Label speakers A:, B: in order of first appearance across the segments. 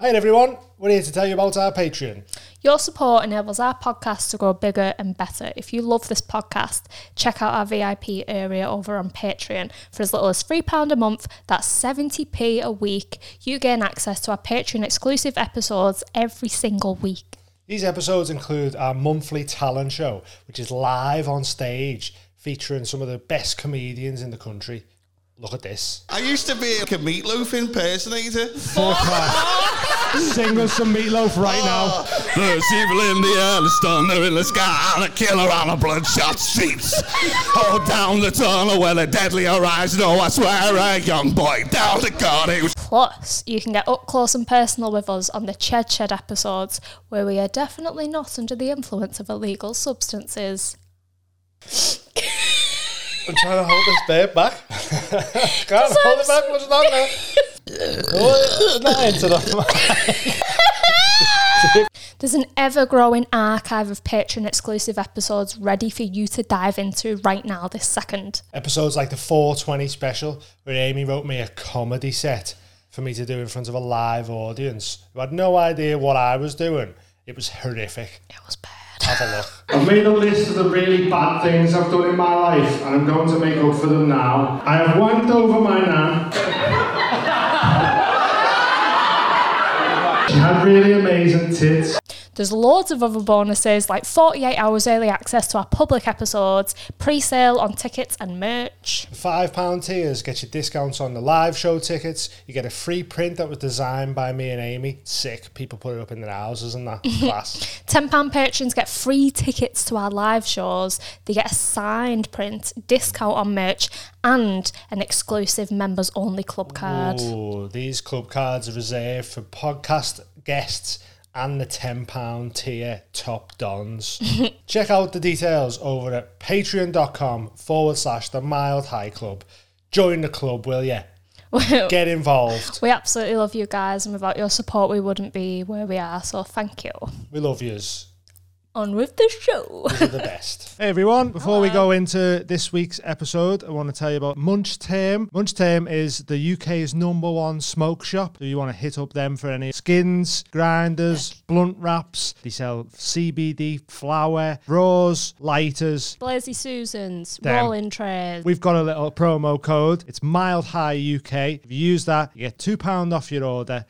A: Hey everyone, we're here to tell you about our Patreon.
B: Your support enables our podcast to grow bigger and better. If you love this podcast, check out our VIP area over on Patreon. For as little as £3 a month, that's 70p a week, you gain access to our Patreon exclusive episodes every single week.
A: These episodes include our monthly talent show, which is live on stage featuring some of the best comedians in the country. Look at this.
C: I used to be like a meatloaf impersonator.
A: Sing us some meatloaf right now.
C: Ah. There's evil in the air, there's thunder in the sky, and a killer on the bloodshot streets. Hold down the tunnel where the deadly arise. No, I swear, a young boy down the garden.
B: Plus, you can get up close and personal with us on the Ched Shed episodes, where we are definitely not under the influence of illegal substances.
A: I'm trying to hold this babe back. Can't hold it back much longer. oh, not into the
B: There's an ever growing archive of Patreon exclusive episodes ready for you to dive into right now, this second.
A: episodes like the 420 special, where Amy wrote me a comedy set for me to do in front of a live audience who had no idea what I was doing. It was horrific.
B: It was bad.
A: Have a look.
D: I've made a list of the really bad things I've done in my life, and I'm going to make up for them now. I have wanked over my nan. she had really amazing tits.
B: There's loads of other bonuses like 48 hours early access to our public episodes, pre sale on tickets and merch.
A: Five pound tiers get you discounts on the live show tickets. You get a free print that was designed by me and Amy. Sick. People put it up in their houses and that class.
B: £10 patrons get free tickets to our live shows, they get a signed print, discount on merch, and an exclusive members only club card.
A: Ooh, these club cards are reserved for podcast guests and the ten pound tier top dons. Check out the details over at patreon.com forward slash the mild high club. Join the club, will you? Get involved.
B: We absolutely love you guys, and without your support, we wouldn't be where we are. So thank you.
A: We love yous.
B: On with the show.
A: You're the best. Hey everyone, before we go into this week's episode, I want to tell you about Munch Tame. Munch Tame is the UK's number one smoke shop. So you want to hit up them for any skins, grinders, blunt wraps. They sell CBD, flower, bras, lighters,
B: Blazy Susans,
A: Damn.
B: rolling trays.
A: We've got a little promo code. It's mild high UK. If you use that, you get two pound off your order.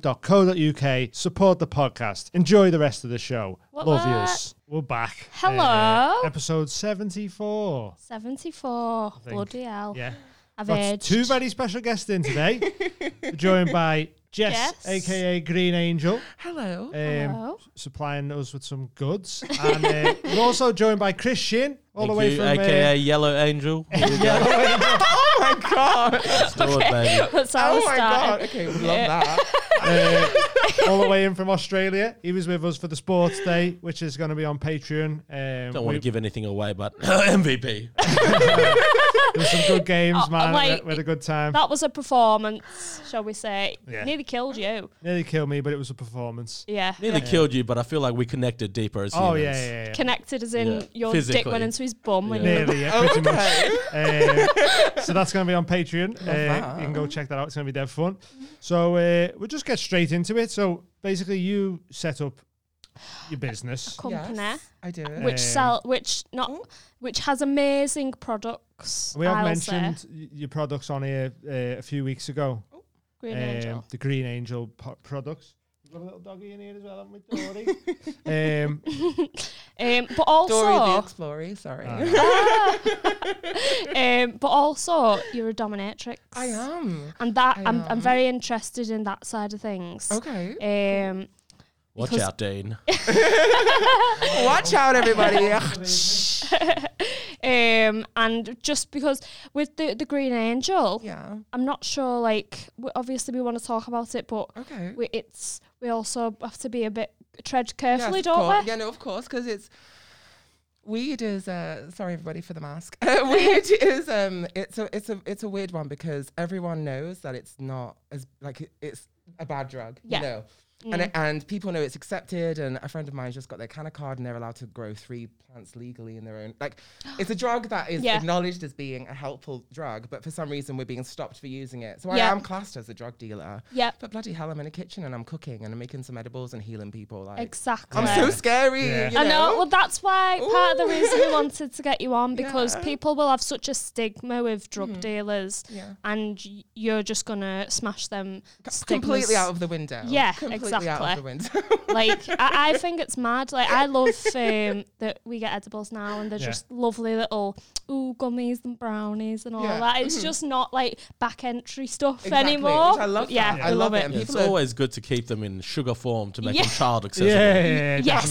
A: Munchterm.co.uk. Support the podcast. Enjoy the rest of the show.
B: What
A: Love
B: what?
A: yous. We're back. Uh,
B: Hello.
A: episode seventy-four.
B: 74.
A: think.
B: Bloody hell.
A: Yeah.
B: I've
A: Got
B: aged.
A: two very special guests in today. We're joined by Jess,
B: Jess.
A: aka Green Angel, Um,
E: Hello.
B: Hello.
A: supplying us with some goods, and uh, we're also joined by Christian, all the way from uh,
E: AKA Yellow Angel. oh my god.
B: That's how we started.
E: Okay, we love that.
A: uh, all the way in from Australia. He was with us for the sports day, which is going to be on Patreon. Um,
E: Don't want
A: we-
E: to give anything away, but MVP.
A: There's some good games,
B: Uh,
A: man.
B: like-
A: we had a good time.
B: That was a performance, shall we say.
A: Yeah.
B: Nearly killed you.
A: Nearly killed me, but it was a performance.
B: Yeah.
E: Nearly killed you, but I feel like we connected deeper as
A: Oh
E: humans.
A: yeah, yeah, yeah.
B: Connected as in
E: Yeah.
B: your dick
E: Physically.
B: went into his bum. When
E: Yeah.
A: Nearly, yeah, pretty much. Uh, so that's going to be on Patreon. Uh, you can go check that out. It's going to be dead fun. So uh, we'll just get straight into it. So basically, you set up your business.
B: Company,
F: I do.
B: which
A: Um,
B: sell, which not, which has amazing products.
A: We have
B: I'll say.
A: mentioned y- your products on here uh, a few weeks ago.
B: Green
A: um,
B: Angel.
A: The Green Angel po- products. We've got a little doggy in here as well, haven't we, Dory? um,
B: Um, but
F: Dory the
B: also,
F: Explorer, sorry.
B: um, but also, you're a dominatrix.
F: I am.
B: and that
F: I
B: I'm, I'm
F: am.
B: very interested in that side of things.
F: Okay.
B: Um,
E: Watch
B: Because-
E: out, Dean.
F: Watch out, everybody.
B: um, and just because with the the Green Angel,
F: yeah.
B: I'm not sure. Like, we, obviously, we want to talk about it, but
F: Okay.
B: we, it's we also have to be a bit tread carefully,
F: Yes, of
B: don't
F: course.
B: we?
F: Yeah, no, of course, because it's weed is uh sorry everybody for the mask. weed is um it's a it's a it's a weird one because everyone knows that it's not as like it- it's a bad drug.
B: Yeah. Mm.
F: You know. and it, and people know it's accepted. And a friend of mine just got their canna card, and they're allowed to grow three plants legally in their own. Like, it's a drug that is
B: Yeah.
F: acknowledged as being a helpful drug, but for some reason we're being stopped for using it. So
B: Yeah.
F: I am classed as a drug dealer.
B: Yep.
F: But bloody hell, I'm in a kitchen and I'm cooking and I'm making some edibles and healing people. Like,
B: Exactly.
F: I'm so scary.
A: Yeah.
F: you
B: I know. Well, that's why part of the
F: Ooh.
B: reason we wanted to get you on because
F: Yeah. Mm-hmm.
B: people will have such a stigma with drug dealers,
F: Yeah.
B: and y- you're just gonna smash them
F: C-
B: stigmas.
F: completely out of the window.
B: Yeah,
F: completely out
B: exactly.
F: of the window.
B: like I, I think it's mad. Like I love um, that we get edibles now, and they're
A: Yeah.
B: just lovely little ooh gummies and brownies and all
F: Yeah. Mm-hmm.
B: that. It's just not like back entry stuff
F: Exactly,
B: anymore.
F: which I love
B: Yeah,
F: that. Yeah. I love it.
B: it.
F: And
E: Yeah, it's
F: People are-
E: always good to keep them in sugar form to make
B: Yeah.
E: them child
A: Yeah,
E: accessible.
A: yeah, yeah,
B: Yes,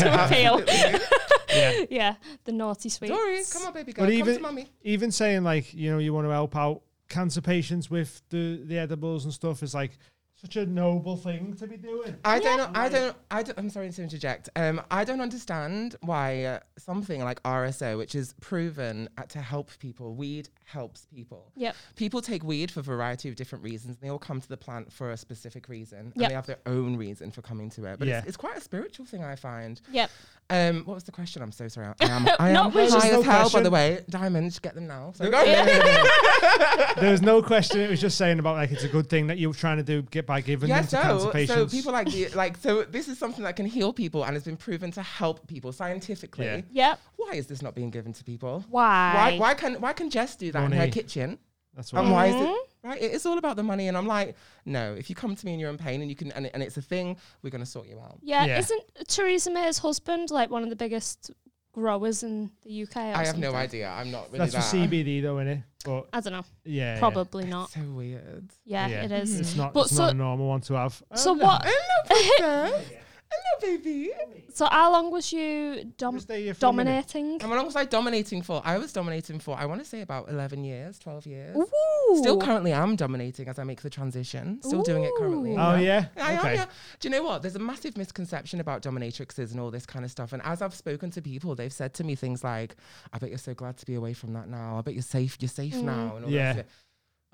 A: definitely.
B: to appeal. yeah, the naughty sweets.
F: Dory, come on, baby girl,
A: But
F: come to
A: even
F: mummy.
A: even saying like you know you want to help out cancer patients with the the edibles and stuff is like such a noble thing to be doing.
F: I don't know. I don't. I don't. I'm sorry to interject. Um, I don't understand why uh, something like RSO, which is proven uh, to help people, weed helps people.
B: Yep.
F: People take weed for a variety of different reasons. They all come to the plant for a specific reason,
B: Yep.
F: and they have their own reason for coming to it. But
A: Yeah.
F: it's, it's quite a spiritual thing, I find.
B: Yep.
F: Um, what was the question? I'm so sorry. I am. I
B: No,
F: am
B: we
F: high
B: just-
F: as
A: There's no
F: hell, by
A: question.
F: the way. Diamonds, get them now. So
A: There was no question. It was just saying about like it's a good thing that you were trying to do get by giving
F: yeah,
A: them to cancer
F: so, so
A: patients.
F: people like the, like so this is something that can heal people and has been proven to help people scientifically.
A: Yeah.
B: Yep.
F: Why is this not being given to people?
B: Why?
F: Why, why can why can Jess do that in her
A: Money.
F: kitchen?
A: That's
F: And
A: what.
F: why is
B: Mm-hmm.
F: it right? it- It's all about the money, and I'm like, no. If you come to me and you're in pain and you can and, it- and it's a thing, we're gonna sort you out.
B: Yeah,
A: Yeah.
B: isn't Theresa May's husband like one of the biggest growers in the UK? Or
F: I have no
B: something?
F: idea. I'm not really
A: That's for
F: that.
A: CBD though, innit? But
B: I don't know.
A: yeah, yeah.
B: Probably not.
F: So weird.
B: Yeah,
A: Yeah.
B: it is.
F: Mm-hmm.
A: It's not.
B: But
A: it's
B: so-
A: not a normal one to have.
B: So what?
F: Hello, baby.
B: So how long was you dom-
A: Just stay here for a
B: dominating?
F: And what was I dominating for? I was dominating for I want to say about 11 years, 12 years.
B: Ooh.
F: Still currently am dominating as I make the transition. Still doing it currently.
B: Ooh.
A: Oh yeah.
F: I am,
A: okay.
F: yeah. Do you know what? There's a massive misconception about dominatrixes and all this kind of stuff. And as I've spoken to people, they've said to me things like, I bet you're so glad to be away from that now. I bet you're safe. You're safe now. And all
A: Yeah.
F: that shit.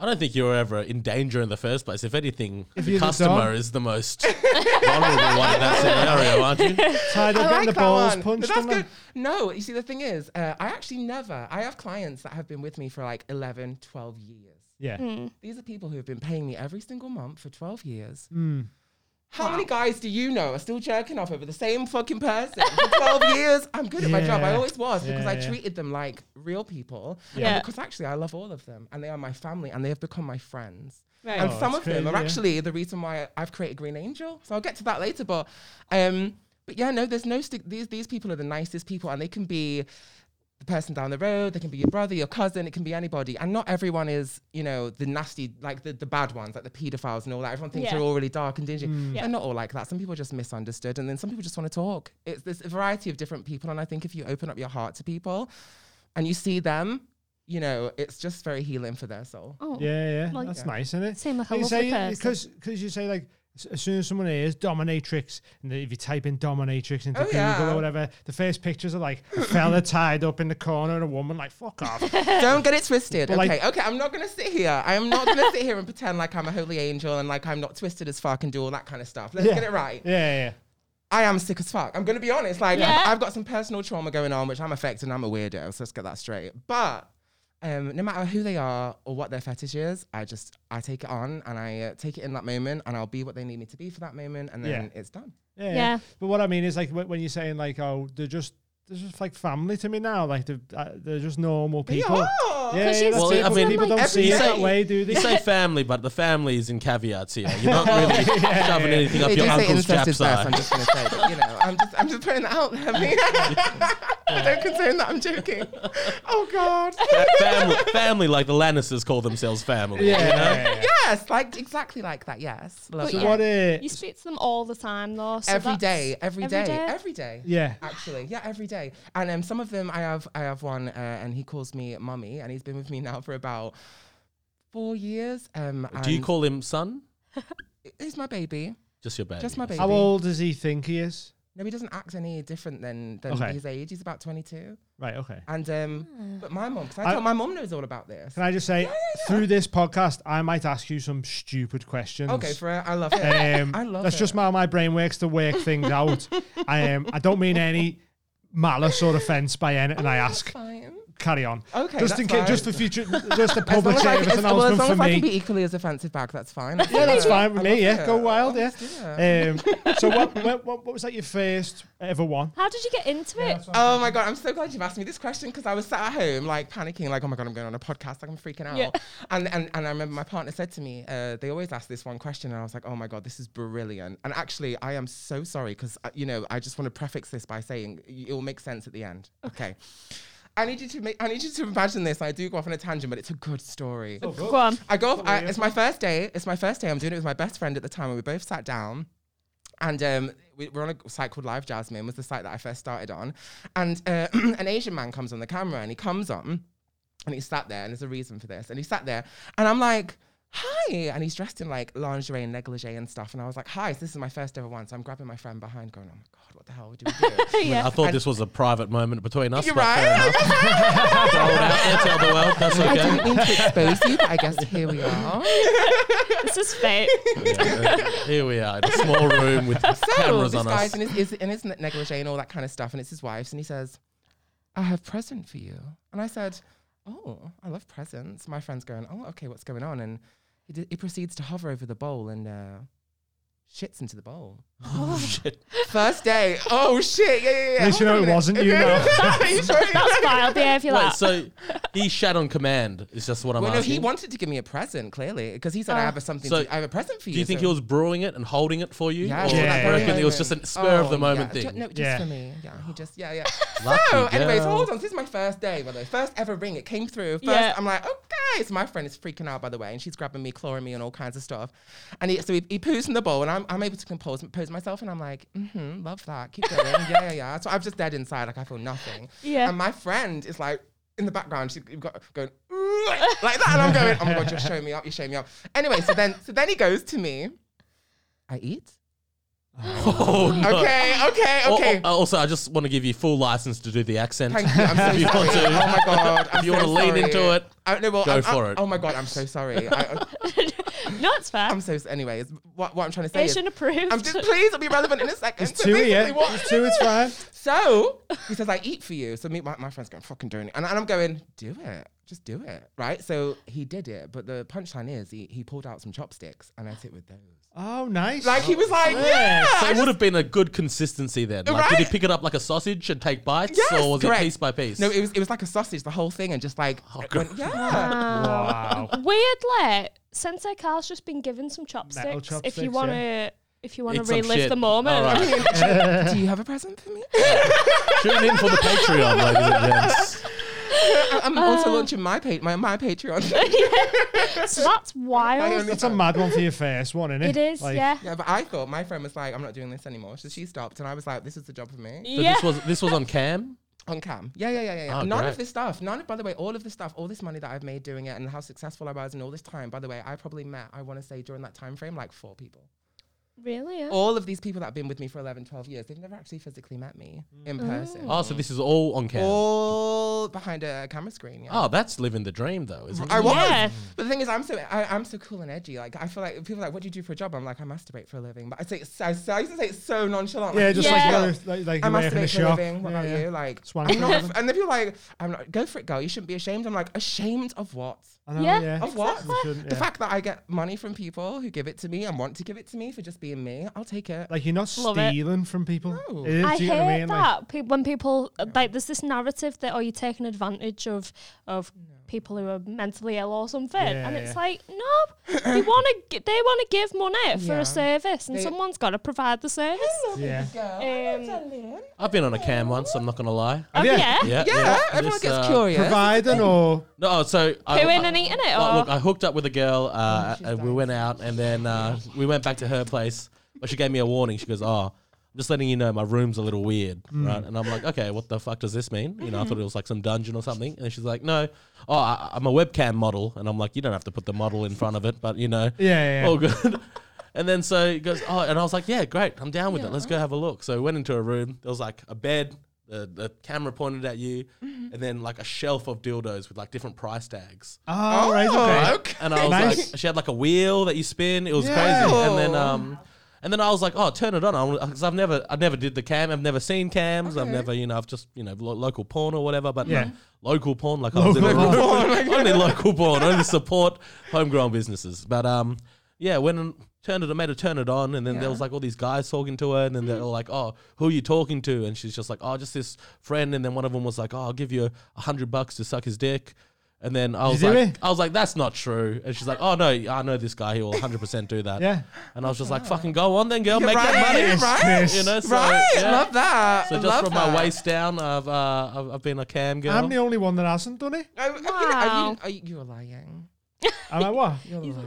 E: I don't think you were ever in danger in the first place. If anything,
A: you're
E: the
A: the
E: customer
A: dog.
E: is the most vulnerable one in that scenario, aren't you?
A: Tired of
F: I
A: getting
F: like
A: the
F: that
A: balls
F: one.
A: punched.
F: But that's
A: on them.
F: good. No, you see, the thing is, uh, I actually never, I have clients that have been with me for like 11, 12 years.
A: Yeah.
F: These are people who have been paying me every single month for 12 years.
A: Hmm.
F: How many guys do you know are still jerking off over the same fucking person for 12 years? I'm good at my job. I
A: Yeah.
F: always was because
A: Yeah,
F: I
A: yeah.
F: treated them like real people. And
B: Yeah.
F: Because actually, I love all of them and they are my family and they have become my friends.
B: Right.
F: And
A: Oh,
F: some
A: that's
F: of them
A: crazy,
F: are
A: yeah.
F: actually the reason why I've created Green Angel. So I'll get to that later. But, um, but yeah, no, there's no sti- these these people are the nicest people, and they can be the person down the road. They can be your brother, your cousin. It can be anybody. And not everyone is, you know, the nasty, like the, the bad ones, like the paedophiles and all that. Everyone thinks
B: Yeah.
F: they're all really dark and dingy.
A: Mm.
B: Yeah.
F: They're not all like that. Some people are just misunderstood, and then some people just want to talk. It's this variety of different people, and I think if you open up your heart to people, and you see them, you know, it's just very healing for their soul.
B: Oh.
A: Yeah, yeah.
B: Well,
A: that's nice, isn't it?
B: seem like a
A: you say,
B: lovely person.
A: Because you say like s- as soon as someone hears dominatrix, and if you type in dominatrix into
F: Oh,
A: Google
F: yeah.
A: or whatever, the first pictures are like a fella tied up in the corner and a woman like fuck off.
F: Don't get it twisted.
A: But,
F: Okay,
A: like-
F: okay. I'm not gonna sit here. I am not gonna sit here and pretend like I'm a holy angel and like I'm not twisted as fuck and do all that kind of stuff. Let's
A: Yeah.
F: get it right.
A: Yeah, yeah.
F: I am sick as fuck. I'm gonna be honest. Like
B: Yeah.
F: I've, I've got some personal trauma going on, which I'm affecting. I'm a weirdo. So let's get that straight. But um, no matter who they are or what their fetish is, I just I take it on and I uh, take it in that moment and I'll be what they need me to be for that moment, and then
A: Yeah.
F: it's done.
A: yeah, yeah.
B: Yeah.
A: But what I mean is like wh- when you're saying like oh they're just they're just like family to me now. Like they're, uh, they're just normal people.
F: Yeah.
A: Yeah,
B: she's
A: yeah, that's
E: Well,
A: it.
E: I mean-
A: people don't
F: every
A: see it
F: day.
A: that way, do they?
E: You say family, but the family is in caveats here. You're not really shoving anything up
F: They
E: your
F: do say
E: uncle's
F: incest
E: jap's
F: is best.
E: eye.
F: I'm just gonna say, but, you know, I'm just I'm just putting that out there. I mean, don't concern that I'm joking. Oh God.
E: family, family, like the Lannisters call themselves family.
A: yeah,
E: you know?
A: yeah, yeah, yeah.
F: Yes, like exactly like that. Yes, love
B: But
F: that.
B: yeah.
A: What uh,
B: You speak to them all the time though. So
F: every
B: that's-
F: day, every day, every day.
A: yeah.
F: Actually, yeah, every day. And um, some of them, I have, I have one, uh, and he calls me mummy, and he's been with me now for about four years. Um,
E: Do you
F: and
E: call him son?
F: He's my baby.
E: Just your baby.
F: Just my baby.
A: How old does he think he is?
F: No, he doesn't act any different than, than
A: Okay.
F: his age. He's about 22.
A: Right, okay.
F: And um, but my mom, because I,
A: I-
F: thought my mom knows all about this.
A: Can I just say, through this podcast, I might ask you some stupid questions.
F: Okay, for her, I love it.
A: Um,
F: I love
A: that's
F: it.
A: just how my brain works to work things out. I um, I don't mean any malice or offence by anything I ask.
F: Fine.
A: Carry on.
F: Okay,
A: Just in
F: that's
A: case, just for
F: fine.
A: future, just a
F: As long
A: public
F: as I,
A: service
F: as, well, as
A: announcement
F: long
A: for
F: as I
A: me.
F: can be equally as offensive back, that's fine.
A: Yeah, that's fine
F: I
A: with
F: love
A: me. Yeah,
F: it.
A: go wild. Yeah.
F: Let's do it.
A: Um, so what, what, what, what was that your first ever one?
B: How did you get into it?
F: Oh my god, I'm so glad you've asked me this question because I was sat at home like panicking, like, oh my god, I'm going on a podcast, like I'm freaking out.
B: Yeah.
F: And, and and I remember my partner said to me, uh, they always ask this one question, and I was like, oh my god, this is brilliant. And actually, I am so sorry because you know I just want to prefix this by saying y- it will make sense at the end. Okay. I need you to make. I need you to imagine this. I do go off on a tangent, but it's a good story.
B: Go on.
F: I go. Off, I, it's my first day. It's my first day. I'm doing it with my best friend at the time, and we both sat down. And um, we, we're on a site called Live Jasmine, was the site that I first started on. And uh, an Asian man comes on the camera, and he comes on, and he sat there, and there's a reason for this. And he sat there, and I'm like. Hi, and he's dressed in like lingerie and negligee and stuff. And I was like, Hi, so this is my first ever one. So I'm grabbing my friend behind, going, Oh my God, what the hell do we do?
E: I thought this was a private moment between us.
F: You're
E: but fair
F: right.
E: enough. Throw it out there, tell the world. That's
F: I
E: okay.
F: didn't mean to expose you, but I guess here we are.
B: This is fate.
E: Here we are in a small room with
F: So
E: cameras
F: this
E: on
F: guy's
E: us.
F: in his, is, in his negligee and all that kind of stuff, and it's his wife's, and he says, "I have present for you," and I said, "Oh, I love presents." My friend's going, "Oh, okay, what's going on?" And he, d- he proceeds to hover over the bowl and uh, shits into the bowl.
E: Oh, shit.
F: First day. Oh shit! Yeah, yeah, yeah.
A: At least you know
F: Hold on a
A: it
F: minute.
A: wasn't you now.
F: Are you sure?
B: That's wild behaviour.
E: Wait,
B: Like.
E: so he shat on command. Is just what I'm
F: Well, no,
E: asking.
F: he wanted to give me a present clearly because he said, "I have a something.
E: Oh. So
F: to, I have a present for you."
E: Do you think
F: so-
E: he was brewing it and holding it for you?
F: Yeah,
E: or
F: just
E: do you
A: Yeah.
F: that very
E: reckon it was just a
F: moment.
E: spur of
F: Oh,
E: the moment
F: yeah. Ju-
E: thing?
F: no, just
A: Yeah.
F: for me. Yeah, he just yeah yeah.
E: Lucky
F: so, anyways,
E: girl.
F: hold on. This is my first day, by the way. First ever ring. It came through. First,
B: Yeah.
F: I'm like, okay. So my friend is freaking out, by the way, and she's grabbing me, clawing me, and all kinds of stuff. And he, so he, he poos in the bowl, and I'm, I'm able to compose, compose myself, and I'm like, mm-hmm, love that. Keep going. yeah, yeah, yeah. So I'm just dead inside, like I feel nothing.
B: Yeah.
F: And my friend is like in the background, she's got going "Ooh," like like that, and I'm going, oh my god, you're showing me up, you're showing me up. Anyway, so then so then he goes to me. I eat.
E: Oh, no.
F: Okay, okay,
E: Al-
F: okay.
E: al- also, I just want to give you full license to do the accent.
F: Thank you. I'm so
E: if you
F: sorry.
E: want to,
F: Oh my god. I'm
E: if you
F: so
E: want to lean
F: sorry.
E: into it,
F: I, no, well,
E: go
F: I'm-
E: for
F: I'm-
E: it.
F: Oh my god, I'm so sorry. I,
B: no, it's fair.
F: I'm so. Anyways, what, what I'm trying to say
B: Asian
F: is,
B: approved.
F: I'm just please. It'll be relevant in a second.
A: It's
F: So
A: two, yeah.
F: basically what-
A: It's two, it's fine.
F: So he says, I eat for you. So me, my, my friend's going, fucking doing it. And, and I'm going, do it. Just do it. Right? So he did it. But the punchline is he, he pulled out some chopsticks and I it with those.
A: Oh, nice.
F: Like he was like, yeah.
E: so
F: I
E: it would have been a good consistency then. Like, Did he
F: Right?
E: pick it up like a sausage and take bites,
F: Yes,
E: or was
F: correct.
E: it piece by piece? Oh,
F: No, it was it was like a sausage, the whole thing, and just like it went, yeah.
A: wow.
B: Weirdly, Sensei Carl's just been given some chopsticks. if
A: chopsticks,
B: you want to, if you want to
E: It's some
B: relive
E: shit.
B: the moment,
E: All right.
F: Do you have a present for me?
E: Tune in for the Patreon, ladies and gents.
F: I- I'm also launching my pa- my, my Patreon.
B: so that's wild.
A: That's a mad one for your first one, isn't it?
B: It is,
A: Like,
B: yeah.
F: yeah, but I thought my friend was like, I'm not doing this anymore. So she stopped, and I was like, this is the job for me.
E: So
B: Yeah.
E: this was this was on cam.
F: On cam. Yeah, yeah, yeah, yeah. yeah.
E: Oh,
F: none
E: great.
F: of this stuff. None of, by the way, all of this stuff, all this money that I've made doing it and how successful I was and all this time, by the way, I probably met, I want to say during that time frame, like four people.
B: really? Yeah.
F: All of these people that have been with me for 11, 12 years, they've never actually physically met me in person.
E: Oh, so this is all on cam.
F: All behind a camera screen. Yeah.
E: Oh, that's living the dream, though, isn't
F: I
E: it?
F: was.
B: Yeah.
F: But the thing is, I'm so I, I'm so cool and edgy. Like I feel like people are like, what do you do for a job? I'm like, I masturbate for a living. But I say it so, so- I used to say it's so nonchalant.
A: Yeah, just like
B: Yeah.
A: you're- like, like
F: I
A: you're working in a
F: masturbate for a
A: shop.
F: living. What
A: Yeah,
F: about
A: yeah.
F: you? Like,
A: Swank
F: I'm
A: for a
F: not,
A: living.
F: and then people are like, I'm not. Go for it, girl. You shouldn't be ashamed. I'm like, ashamed of what?
A: I know,
B: Yeah.
A: yeah.
F: Of Oh, what?
A: You shouldn't,
F: The
A: yeah.
F: fact that I get money from people who give it to me and want to give it to me for just being me, I'll take it.
A: Like you're not
B: Love it.
A: stealing from people.
F: No.
A: It is, do
B: I hate
A: you know what I mean? Like,
B: that pe- when people like there's this narrative that oh you're taking advantage of of people who are mentally ill or something, and
A: Yeah.
B: it's like no, they want to they want to give money for
F: Yeah.
B: a service, and
F: They-
B: someone's got to provide the service.
A: yeah.
F: Girl,
B: Um,
F: darling.
E: I've been on a cam once. I'm not gonna lie.
B: Oh,
A: Yeah.
B: yeah,
E: Yeah,
F: Uh, yeah, everyone
E: Just,
F: gets
E: uh,
F: curious.
A: Providing or
E: No, oh, so I,
B: Pooing
E: I-
B: and eating it, Oh.
E: Well,
B: or-
E: look, I hooked up with a girl. Uh,
A: Oh,
F: she's
E: and we
F: dying.
E: went out, and then uh, we went back to her place. But she gave me a warning. She goes, "Oh, I'm just letting you know my room's a little weird,
A: Mm.
E: right?" And I'm like, "Okay, what the fuck does this mean?" You know, I thought it was like some dungeon or something. And she's like, "No, oh, I, I'm a webcam model," and I'm like, "You don't have to put the model in front of it, but you know,
A: Yeah, yeah, yeah.
E: all good." And then so he goes, oh, and I was like, yeah, great, I'm down with it. Let's go have a look. So we went into a room. There was like a bed, the, the camera pointed at you, and then like a shelf of dildos with like different price tags.
A: Oh, right, okay.
F: Oh,
E: And I was
A: Nice.
E: like, she had like a wheel that you spin. It was
A: Yeah.
E: crazy. And then um, and then I was like, oh, turn it on, because I've never, I never did the cam. I've never seen cams. I've
F: Okay.
E: never, you know, I've just, you know, lo- local porn or whatever. But
A: Yeah.
E: no, local porn, like I was in
A: Local
E: local porn. only local porn, only support homegrown businesses. But um, yeah, when turned it, I made her turn it on, and then there was like all these guys talking to her, and then they're all like, oh, who are you talking to? And she's just like, oh, just this friend. And then one of them was like, oh, I'll give you a hundred bucks to suck his dick. And then I was
A: you do
E: like,
A: it?
E: I was like, that's not true. And she's like, oh no, I know this guy. He will 100% do that.
A: Yeah.
E: And I was just like, fucking go on then, girl, make
F: right,
E: that money.
F: right,
E: You know, so,
F: right.
E: yeah.
F: Love that.
E: So just
F: love
E: from
F: that.
E: my waist down, I've uh, I've, I've been a cam girl.
A: I'm the only one that hasn't done it.
F: Are,
B: Wow.
F: are, you, are, you, are you, are lying.
A: I'm like, what?
F: You're lying.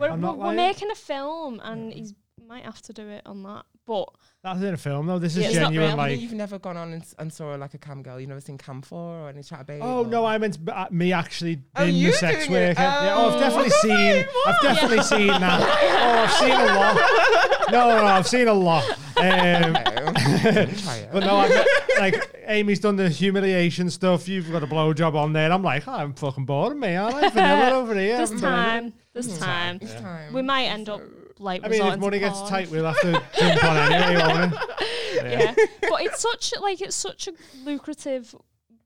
B: We're,
A: I'm
B: we're,
A: not
B: we're
A: lying.
B: making a film, and he's might have to do it on that. But
A: That's in a film, though. This is
B: Yeah, it's not
A: genuine,
B: real.
A: like.
F: You've never gone on and, s- and saw like a cam girl. You've never seen cam four or any chat baby.
A: Oh
F: or-
A: no, I meant uh, me actually being
F: Oh,
A: the
F: you
A: sex
F: doing it.
A: worker. yeah, oh, I've
F: Oh.
A: definitely seen. I've definitely seen that. Oh, I've seen a lot. No, no, no I've seen a lot. Um,
F: No. Try it.
A: but no, I meant, like Amy's done the humiliation stuff. You've got a blowjob on there. And I'm like, oh, I'm fucking bored of me, aren't I? Vanilla over here.
B: this
A: I'm bored.
B: time, this time,
F: time.
B: we might end up like.
A: I mean, if
B: resorting to
A: money gets
B: porn.
A: tight, we'll have to jump on anyway, won't we?
B: yeah. but it's such like it's such a lucrative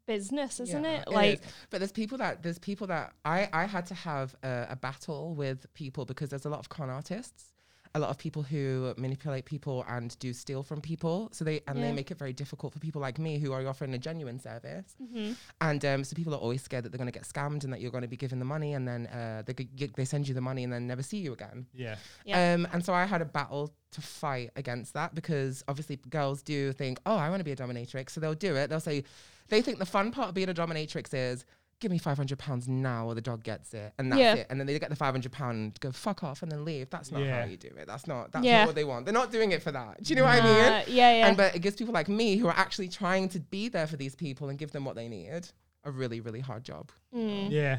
B: business, isn't
F: Yeah,
B: it?
F: is.
B: Like
F: but there's people that there's people that I I had to have a, a battle with people because there's a lot of con artists, a lot of people who manipulate people and do steal from people. So they and
B: Yeah.
F: they make it very difficult for people like me who are offering a genuine service.
B: Mm-hmm.
F: And um, so people are always scared that they're going to get scammed and that you're going to be given the money and then uh, they g- g- they send you the money and then never see you again.
A: Yeah.
B: Yeah.
F: Um, and so I had a battle to fight against that because obviously girls do think, oh, I want to be a dominatrix. So they'll do it. They'll say, they think the fun part of being a dominatrix is, give me £500 now or the dog gets it. And that's
B: Yeah.
F: it. And then they get the £500, go fuck off and then leave. That's not
A: Yeah.
F: how you do it. That's not, that's
B: Yeah.
F: not what they want. They're not doing it for that. Do you know what I
B: uh,
F: mean?
B: yeah, yeah.
F: And but it gives people like me who are actually trying to be there for these people and give them what they need a really, really hard job.
A: Yeah.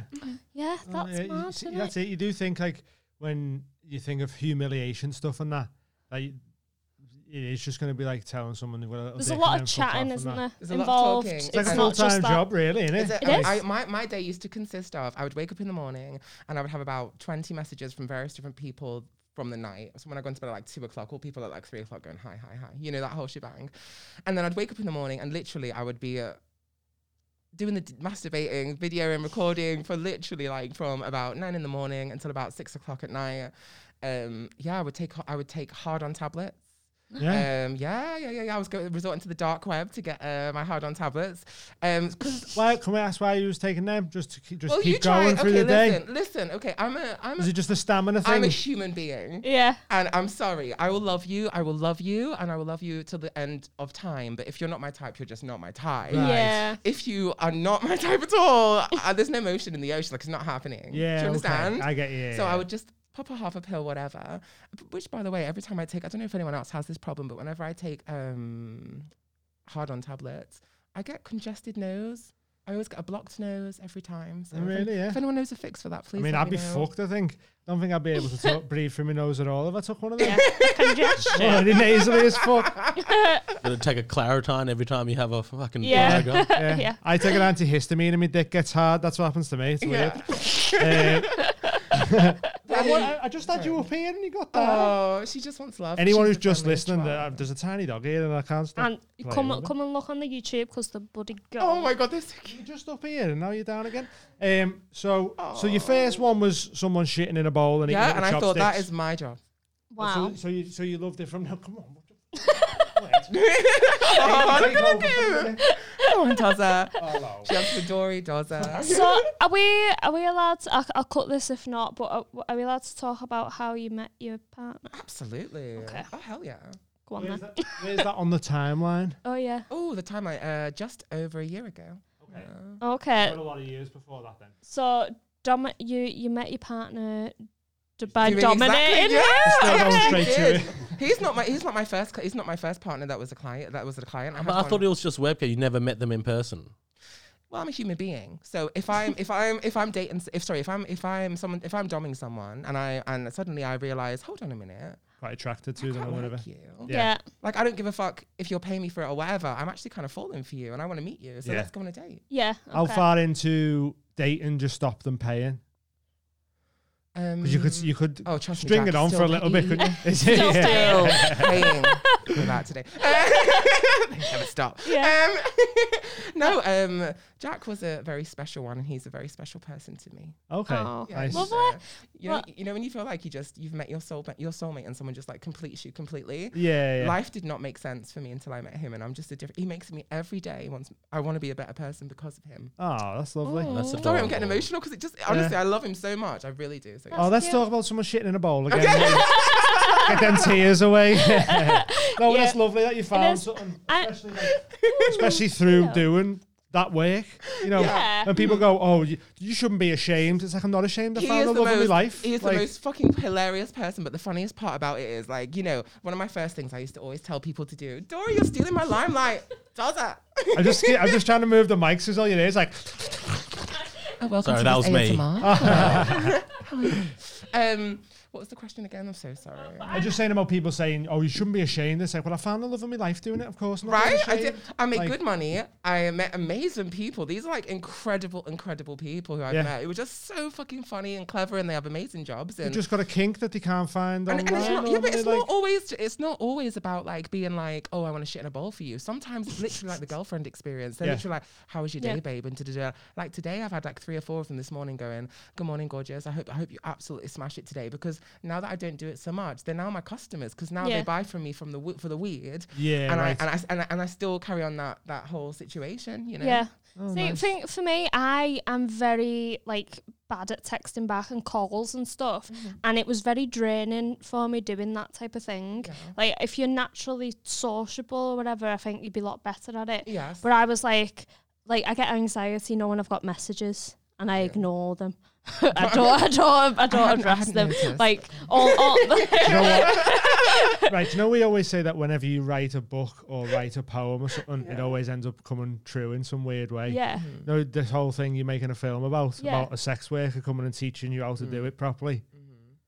B: yeah,
A: Well,
B: that's
A: oh, yeah, you
B: mad,
A: see-
B: isn't
A: That's
B: it?
A: it. You do think like when you think of humiliation stuff and that, like it is just going to be like telling someone they've got a little
B: There's a
A: dick
B: lot
A: and then
B: of
A: fuck off
B: chatting,
A: and that.
B: isn't there?
F: There's a lot of
B: Involved.
F: talking.
B: It's
A: It's like a
B: not
A: full
B: just
A: time
B: that.
A: job, really, isn't
F: Is
A: it?
B: It
F: it- I,
B: is.
F: I- my, my day used to consist of I would wake up in the morning and I would have about 20 messages from various different people from the night. So when I go into bed at like two o'clock, all people at like three o'clock going, hi, hi, hi, you know, that whole shebang. And then I'd wake up in the morning and literally I would be uh, doing the d- masturbating, video and recording for literally like from about nine in the morning until about six o'clock at night. Um, yeah, I would take, I would take hard on tablets.
A: yeah.
F: Um, yeah, yeah, yeah, yeah. I was go- resorting to the dark web to get uh, my hard on tablets. Um, 'cause
A: Why can we ask why you was taking them? Just to keep, just
F: well, you
A: keep
F: try.
A: going
F: Okay,
A: through the day.
F: listen, listen. Okay, I'm a, I'm
A: Is
F: a,
A: it just a stamina
F: I'm a
A: thing?
F: human being,
B: Yeah.
F: and I'm sorry. I will love you. I will love you, and I will love you till the end of time. But if you're not my type, you're just not my type.
A: Right.
B: Yeah.
F: If you are not my type at all, uh, there's no motion in the ocean. Like it's not
A: Yeah,
F: happening. do
A: okay.
F: you understand?
A: I get you, yeah,
F: so
A: yeah.
F: I would just pop a half a pill, whatever. B- Which, by the way, every time I take, I don't know if anyone else has this problem, but whenever I take um, hard on tablets, I get congested nose. I always get a blocked nose every time. So if any-
A: Oh, Really, yeah.
F: If anyone knows a fix for that,
A: I
F: please.
A: mean,
F: let
A: I'd
F: me
A: be
F: know.
A: fucked. I think. Don't think I'd be able to talk, breathe through my nose at all if I took one of them.
B: Congestion.
A: Bloody nasally as fuck.
E: Gonna take a Claritin every time you have a fucking
B: Yeah.
E: Viagra.
A: Yeah.
B: Yeah.
A: I take an antihistamine and my dick gets hard. That's what happens to me. It's weird.
F: Yeah.
A: Uh, I, want- I- I just had you up here and you got that.
F: Oh, she just wants love.
A: Anyone
F: She's
A: who's
F: a
A: just
F: feminist,
A: listening,
F: wow.
A: that, uh, there's a tiny dog here and I can't stop.
B: And
A: playing
B: come
A: with it.
B: come and look on the YouTube because the bloody girl.
F: Oh my god, they're so cute.
A: You're just up here and now you're down again. Um, so, so your first one was someone shitting in a bowl and
F: Yeah,
A: eating
F: and
A: it with
F: I thought that is
A: chopsticks.
F: my job.
B: Wow.
A: So, so you, so you loved it from now. Come on. what the-
F: Oh, look
A: Take
F: at
A: over from
F: her.
A: there.
F: Come on, Dozza.
A: Hello.
F: She has Fedori, Dozza.
B: So are we are we allowed? To, I'll, I'll cut this if not. But are, are we allowed to talk about how you met your partner?
F: Absolutely.
B: Okay.
F: Oh, hell yeah.
B: Go on
A: Where's
B: then.
A: that, where's that on the timeline?
B: Oh yeah.
F: Oh, the timeline. Uh, just over a year ago. Uh,
B: Okay.
A: lot of years before that, then.
B: So Dom, you you met your partner d- by
F: Doing
B: dominating.
F: exactly, yeah.
A: Still
F: I
A: going
F: actually
A: straight to
F: did.
A: it.
F: He's not my. He's not my first. cl- He's not my first partner. That was a client. That was a client.
E: But I thought it was just webcam. You never met them in person.
F: well, I'm a human being. So if I'm if I'm if I'm dating if sorry if I'm if I'm someone if I'm doming someone and I and suddenly I realize hold on a minute
A: Quite attracted to them
F: I
A: or
F: like
A: whatever.
F: you.
A: Yeah.
B: Yeah.
F: Like I don't give a fuck if you're paying me for it or whatever. I'm actually kind of falling for you and I want to meet you. So
A: Yeah.
F: let's go on a date.
B: Yeah.
A: How
B: okay.
A: far into dating just stop them paying?
F: Um,
A: Because you could you could
F: oh, trust me,
A: string
F: Jack,
A: it on
F: still
A: for a little bit,
F: paying.
A: couldn't you? Is it-
B: Still
A: yeah.
B: fail.
F: paying for that today. They Never stop.
B: Yeah.
F: Um, no, um, Jack was a very special one, and he's a very special person to me.
A: Okay.
B: Oh.
A: Nice.
B: Well,
F: So,
B: what-
F: you know,
B: what-
F: you know when you feel like you just you've met your soul, your soulmate, and someone just like completes you completely.
A: yeah, yeah.
F: Life did not make sense for me until I met him, and I'm just a different. He makes me every day. Once I want to be a better person because of him.
A: Oh, that's lovely.
E: That's
F: Sorry, I'm
E: adorable.
F: getting emotional because it just honestly, I love him so much. I really do. So
A: Oh, let's
B: cute.
A: talk about someone shitting in a bowl again. Get them tears away. no, but that's lovely that you found
B: is.
A: something,
B: I-
A: especially, like- especially through doing that work. You know,
B: Yeah.
A: when people go, "Oh, you, you shouldn't be ashamed," it's like I'm not ashamed. I found the love of my
F: most,
A: life.
F: He is
A: Like,
F: the most fucking hilarious person. But the funniest part about it is, like, you know, one of my first things I used to always tell people to do: Dora, you're stealing my limelight. Does that?
A: I'm just, I'm just trying to move the mics. Is all you need. It's like,
F: Oh, welcome
E: Sorry, to that this was me.
F: um, what was the question again? I'm so sorry.
A: I'm just saying about people saying, "Oh, you shouldn't be ashamed." It's like, well, I found the love of my life doing it. Of course, I'm not
F: Right? I,
A: ashamed.
F: did, I made
A: Like-
F: good money. I met amazing people. These are like incredible, incredible people who I've
A: Yeah.
F: met. It was just so fucking funny and clever, and they have amazing jobs. And
A: You've just got a kink that they can't find
F: and, and
A: online.
F: it's not,
A: or
F: yeah, but
A: they
F: it's
A: like,
F: not always it's not always about like being like, oh, I want to shit in a bowl for you. Sometimes it's literally like the girlfriend experience. They're
A: Yeah.
F: literally like, how was your day,
B: Yeah.
F: babe? And da-da-da. like today, I've had like three or four of them this morning going, good morning, gorgeous. I hope I hope you absolutely smash it today because now that I don't do it so much, they're now my customers because now they
B: Yeah.
F: buy from me from the w- for the weird.
A: Yeah,
F: and,
A: right.
F: I, and I s- and I and I still carry on that that whole situation. You know.
B: Yeah. See, think for me, I am very like bad at texting back and calls and stuff, and it was very draining for me doing that type of thing. Like, if you're naturally sociable or whatever, I think you'd be a lot better at it.
F: Yes.
B: But I was like, like I get anxiety knowing I've got messages and I ignore them. I don't, I don't, I don't
F: hadn't- I
B: address
F: hadn't
B: them.
F: noticed.
B: Like all, all
A: You know what? right, you know we always say that whenever you write a book or write a poem or something, it always ends up coming true in some weird way.
B: yeah,
A: You know, this whole thing you're making a film about,
B: Yeah.
A: about a sex worker coming and teaching you how to
F: Hmm.
A: do it properly.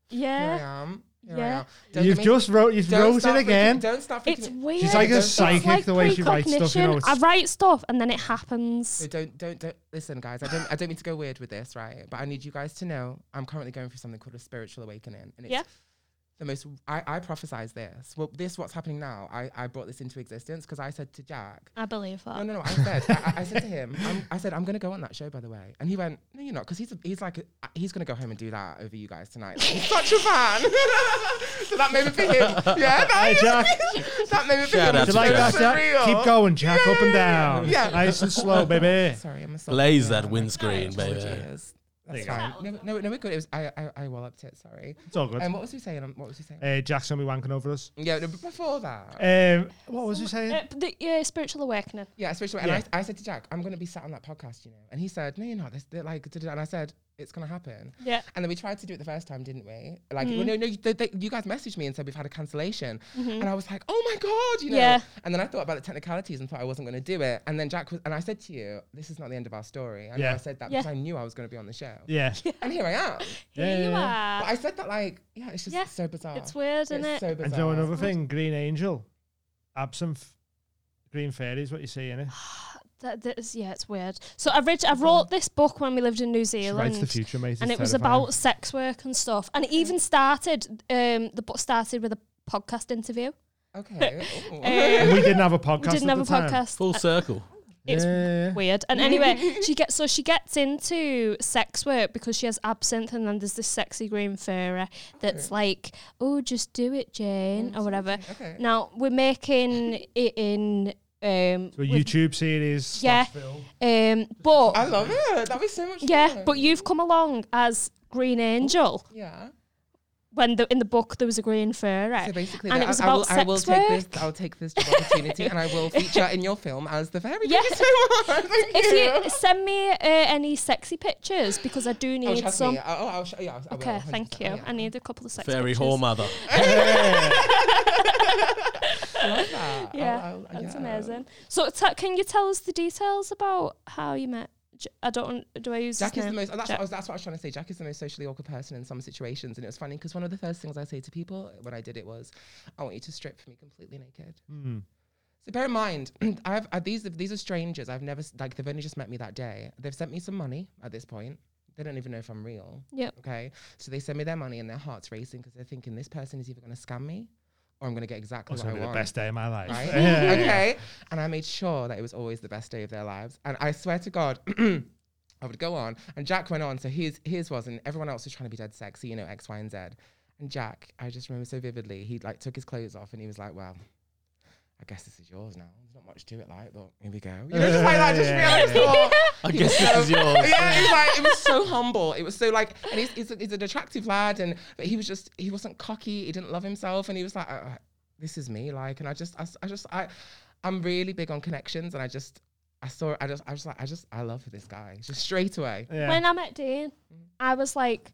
F: Here I
B: yeah.
F: am. Here I
B: Yeah.
F: am. Don't
A: you've
F: get me-
A: just wrote, you've
F: don't
A: wrote
F: start
A: it
F: freaking-
A: again.
F: Don't start freaking.
B: It's weird.
A: She's like a
B: It's
A: psychic, the way she writes stuff, you know,
B: precognition. I
A: it's-
B: write stuff and then it happens.
F: So don't don't don't listen, guys. I don't I don't mean to go weird with this, right? But I need you guys to know I'm currently going through something called a spiritual awakening, and it's
B: Yeah.
F: the most. I I prophesized this. Well, this what's happening now. I I brought this into existence because I said to Jack.
B: I believe that.
F: No, no, no. I said, I, I- I said to him, I'm, I said, I'm going to go on that show, by the way. And he went, No, you're not, because he's a, he's like, a- he's going to go home and do that over you guys tonight. Like, he's such a fan. so that made me for him. Yeah,
A: Hey,
F: that,
A: Jack.
F: that made me for
E: Shout
F: him.
E: out
A: Do you
E: That's
F: It's
A: like
E: very
A: that,
F: so
A: Jack?
F: surreal.
A: Keep going, Jack, up and down.
F: Yeah.
A: Nice and slow, baby.
F: Sorry, I'm a soft
E: Lays
F: girl.
E: that windscreen, baby.
F: Apologies.
A: There you
F: That's
A: go.
F: fine. No, no, no, we're good. It was I, I, I walloped it. Sorry.
A: It's all good.
F: And um, what was he saying? Um, What was he saying?
A: uh, Jack's going to be wanking over us.
F: Yeah, no, but before that.
A: Um, what was he saying?
B: Uh, the, yeah, spiritual awakening.
F: Yeah, especially. And
A: yeah.
F: I, I said to Jack, I'm going to be sat on that podcast, you know. And he said, No, you're not. This, they're like, da-da-da. and I said, It's going to happen.
B: Yeah.
F: And then we tried to do it the first time, didn't we? Like,
A: Mm-hmm.
F: well, no, no, you, they, they, you guys messaged me and said we've had a cancellation. And I was like, oh my God, you know?
B: Yeah.
F: And then I thought about the technicalities and thought I wasn't going to do it. And then Jack was, and I said to you, this is not the end of our story. I know
A: Yeah.
F: I said that
B: Yeah.
F: because I knew I was going to be on the show.
A: yeah.
F: And here I am.
B: Here you
F: But
B: are.
F: I said that like, yeah, it's just
B: Yeah.
F: so bizarre.
B: It's weird, isn't it?
F: It's so bizarre.
A: And do you know another thing? Green Angel. Absinthe. Green Fairy is what eh? you see in it.
B: That, that is, yeah, it's weird. So I read, I wrote this book when we lived in New
A: She writes
B: Zealand,
A: the future, mate. It's
B: and it was
A: terrifying.
B: about sex work and stuff. And it even started, um, the book started with a podcast interview.
F: Okay. Ooh.
A: And
B: Um,
A: we didn't have a podcast.
B: we didn't
A: at
B: have
A: the
B: a
A: time.
B: podcast. Uh,
E: Full circle.
B: It's
A: Yeah.
B: weird. And anyway, she gets so she gets into sex work because she has absinthe, and then there's this sexy green fairy that's like, "Oh, just do it, Jane," or whatever.
F: okay.
B: Now we're making it in. Um,
A: So a
B: with-
A: YouTube series.
B: yeah, um,
F: I
B: but
F: love it. That'd be so much
B: yeah,
F: fun.
B: but you've come along as Green Angel
F: Yeah.
B: when the in the book there was a green fairy,
F: So basically,
B: and
F: that-
B: it was
F: I,
B: about
F: I will,
B: sex
F: I will
B: work.
F: take this. I'll take this job opportunity, and I will feature in your film as the fairy. Thank you
B: Yeah.
F: so much. Thank
B: If you send me uh, any sexy pictures because I do
F: Oh,
B: need
F: trust
B: some.
F: me. Oh, I'll, I'll show, yeah, I will,
B: Okay,
F: 100%.
B: thank you.
F: Yeah.
B: I need a couple of sex
E: Fairy
B: pictures.
E: whore mother.
A: Yeah.
F: that.
B: Yeah,
F: I'll- I'll-
B: that's
F: Oh, yeah.
B: amazing. So, t- can you tell us the details about how you met? J- I don't. Do I use
F: Jack
B: his
F: is the
B: name?
F: most. That's what,
B: Jack-
F: I was, that's what I was trying to say. Jack is the most socially awkward person in some situations, and it was funny because one of the first things I say to people when I did it was, "I want you to strip me completely naked."
A: Hmm.
F: So bear in mind, I've uh, these these are strangers. I've never s- like they've only just met me that day. They've sent me some money at this point. They don't even know if I'm real.
B: Yep.
F: Okay. So they send me their money, and their hearts racing because they're thinking this person is either going to scam me, or I'm going to get exactly
A: It's
F: what
A: gonna
F: I
A: be the
F: want
A: best day of my life.
F: right?
A: Yeah, yeah, yeah.
F: okay. And I made sure that it was always the best day of their lives. And I swear to God, I would go on. And Jack went on. So his his was, and everyone else was trying to be dead sexy, you know, X, Y, and Z. And Jack, I just remember so vividly, he like took his clothes off and he was like, Well, I guess this is yours now. There's not much to it, like, but here we go. You know, just like that, just
A: Yeah.
F: realized, oh,
E: I guess this is yours.
F: yeah, it was like it was so humble. It was so like, and he's, he's, a- he's an attractive lad, and but he was just he wasn't cocky. He didn't love himself, and he was like, "Uh, this is me, like, and I just I, s- I just I, I'm really big on connections, and I just I saw I just I was like I just I love this guy just straight away.
A: Yeah.
B: When I met Dean, I was like,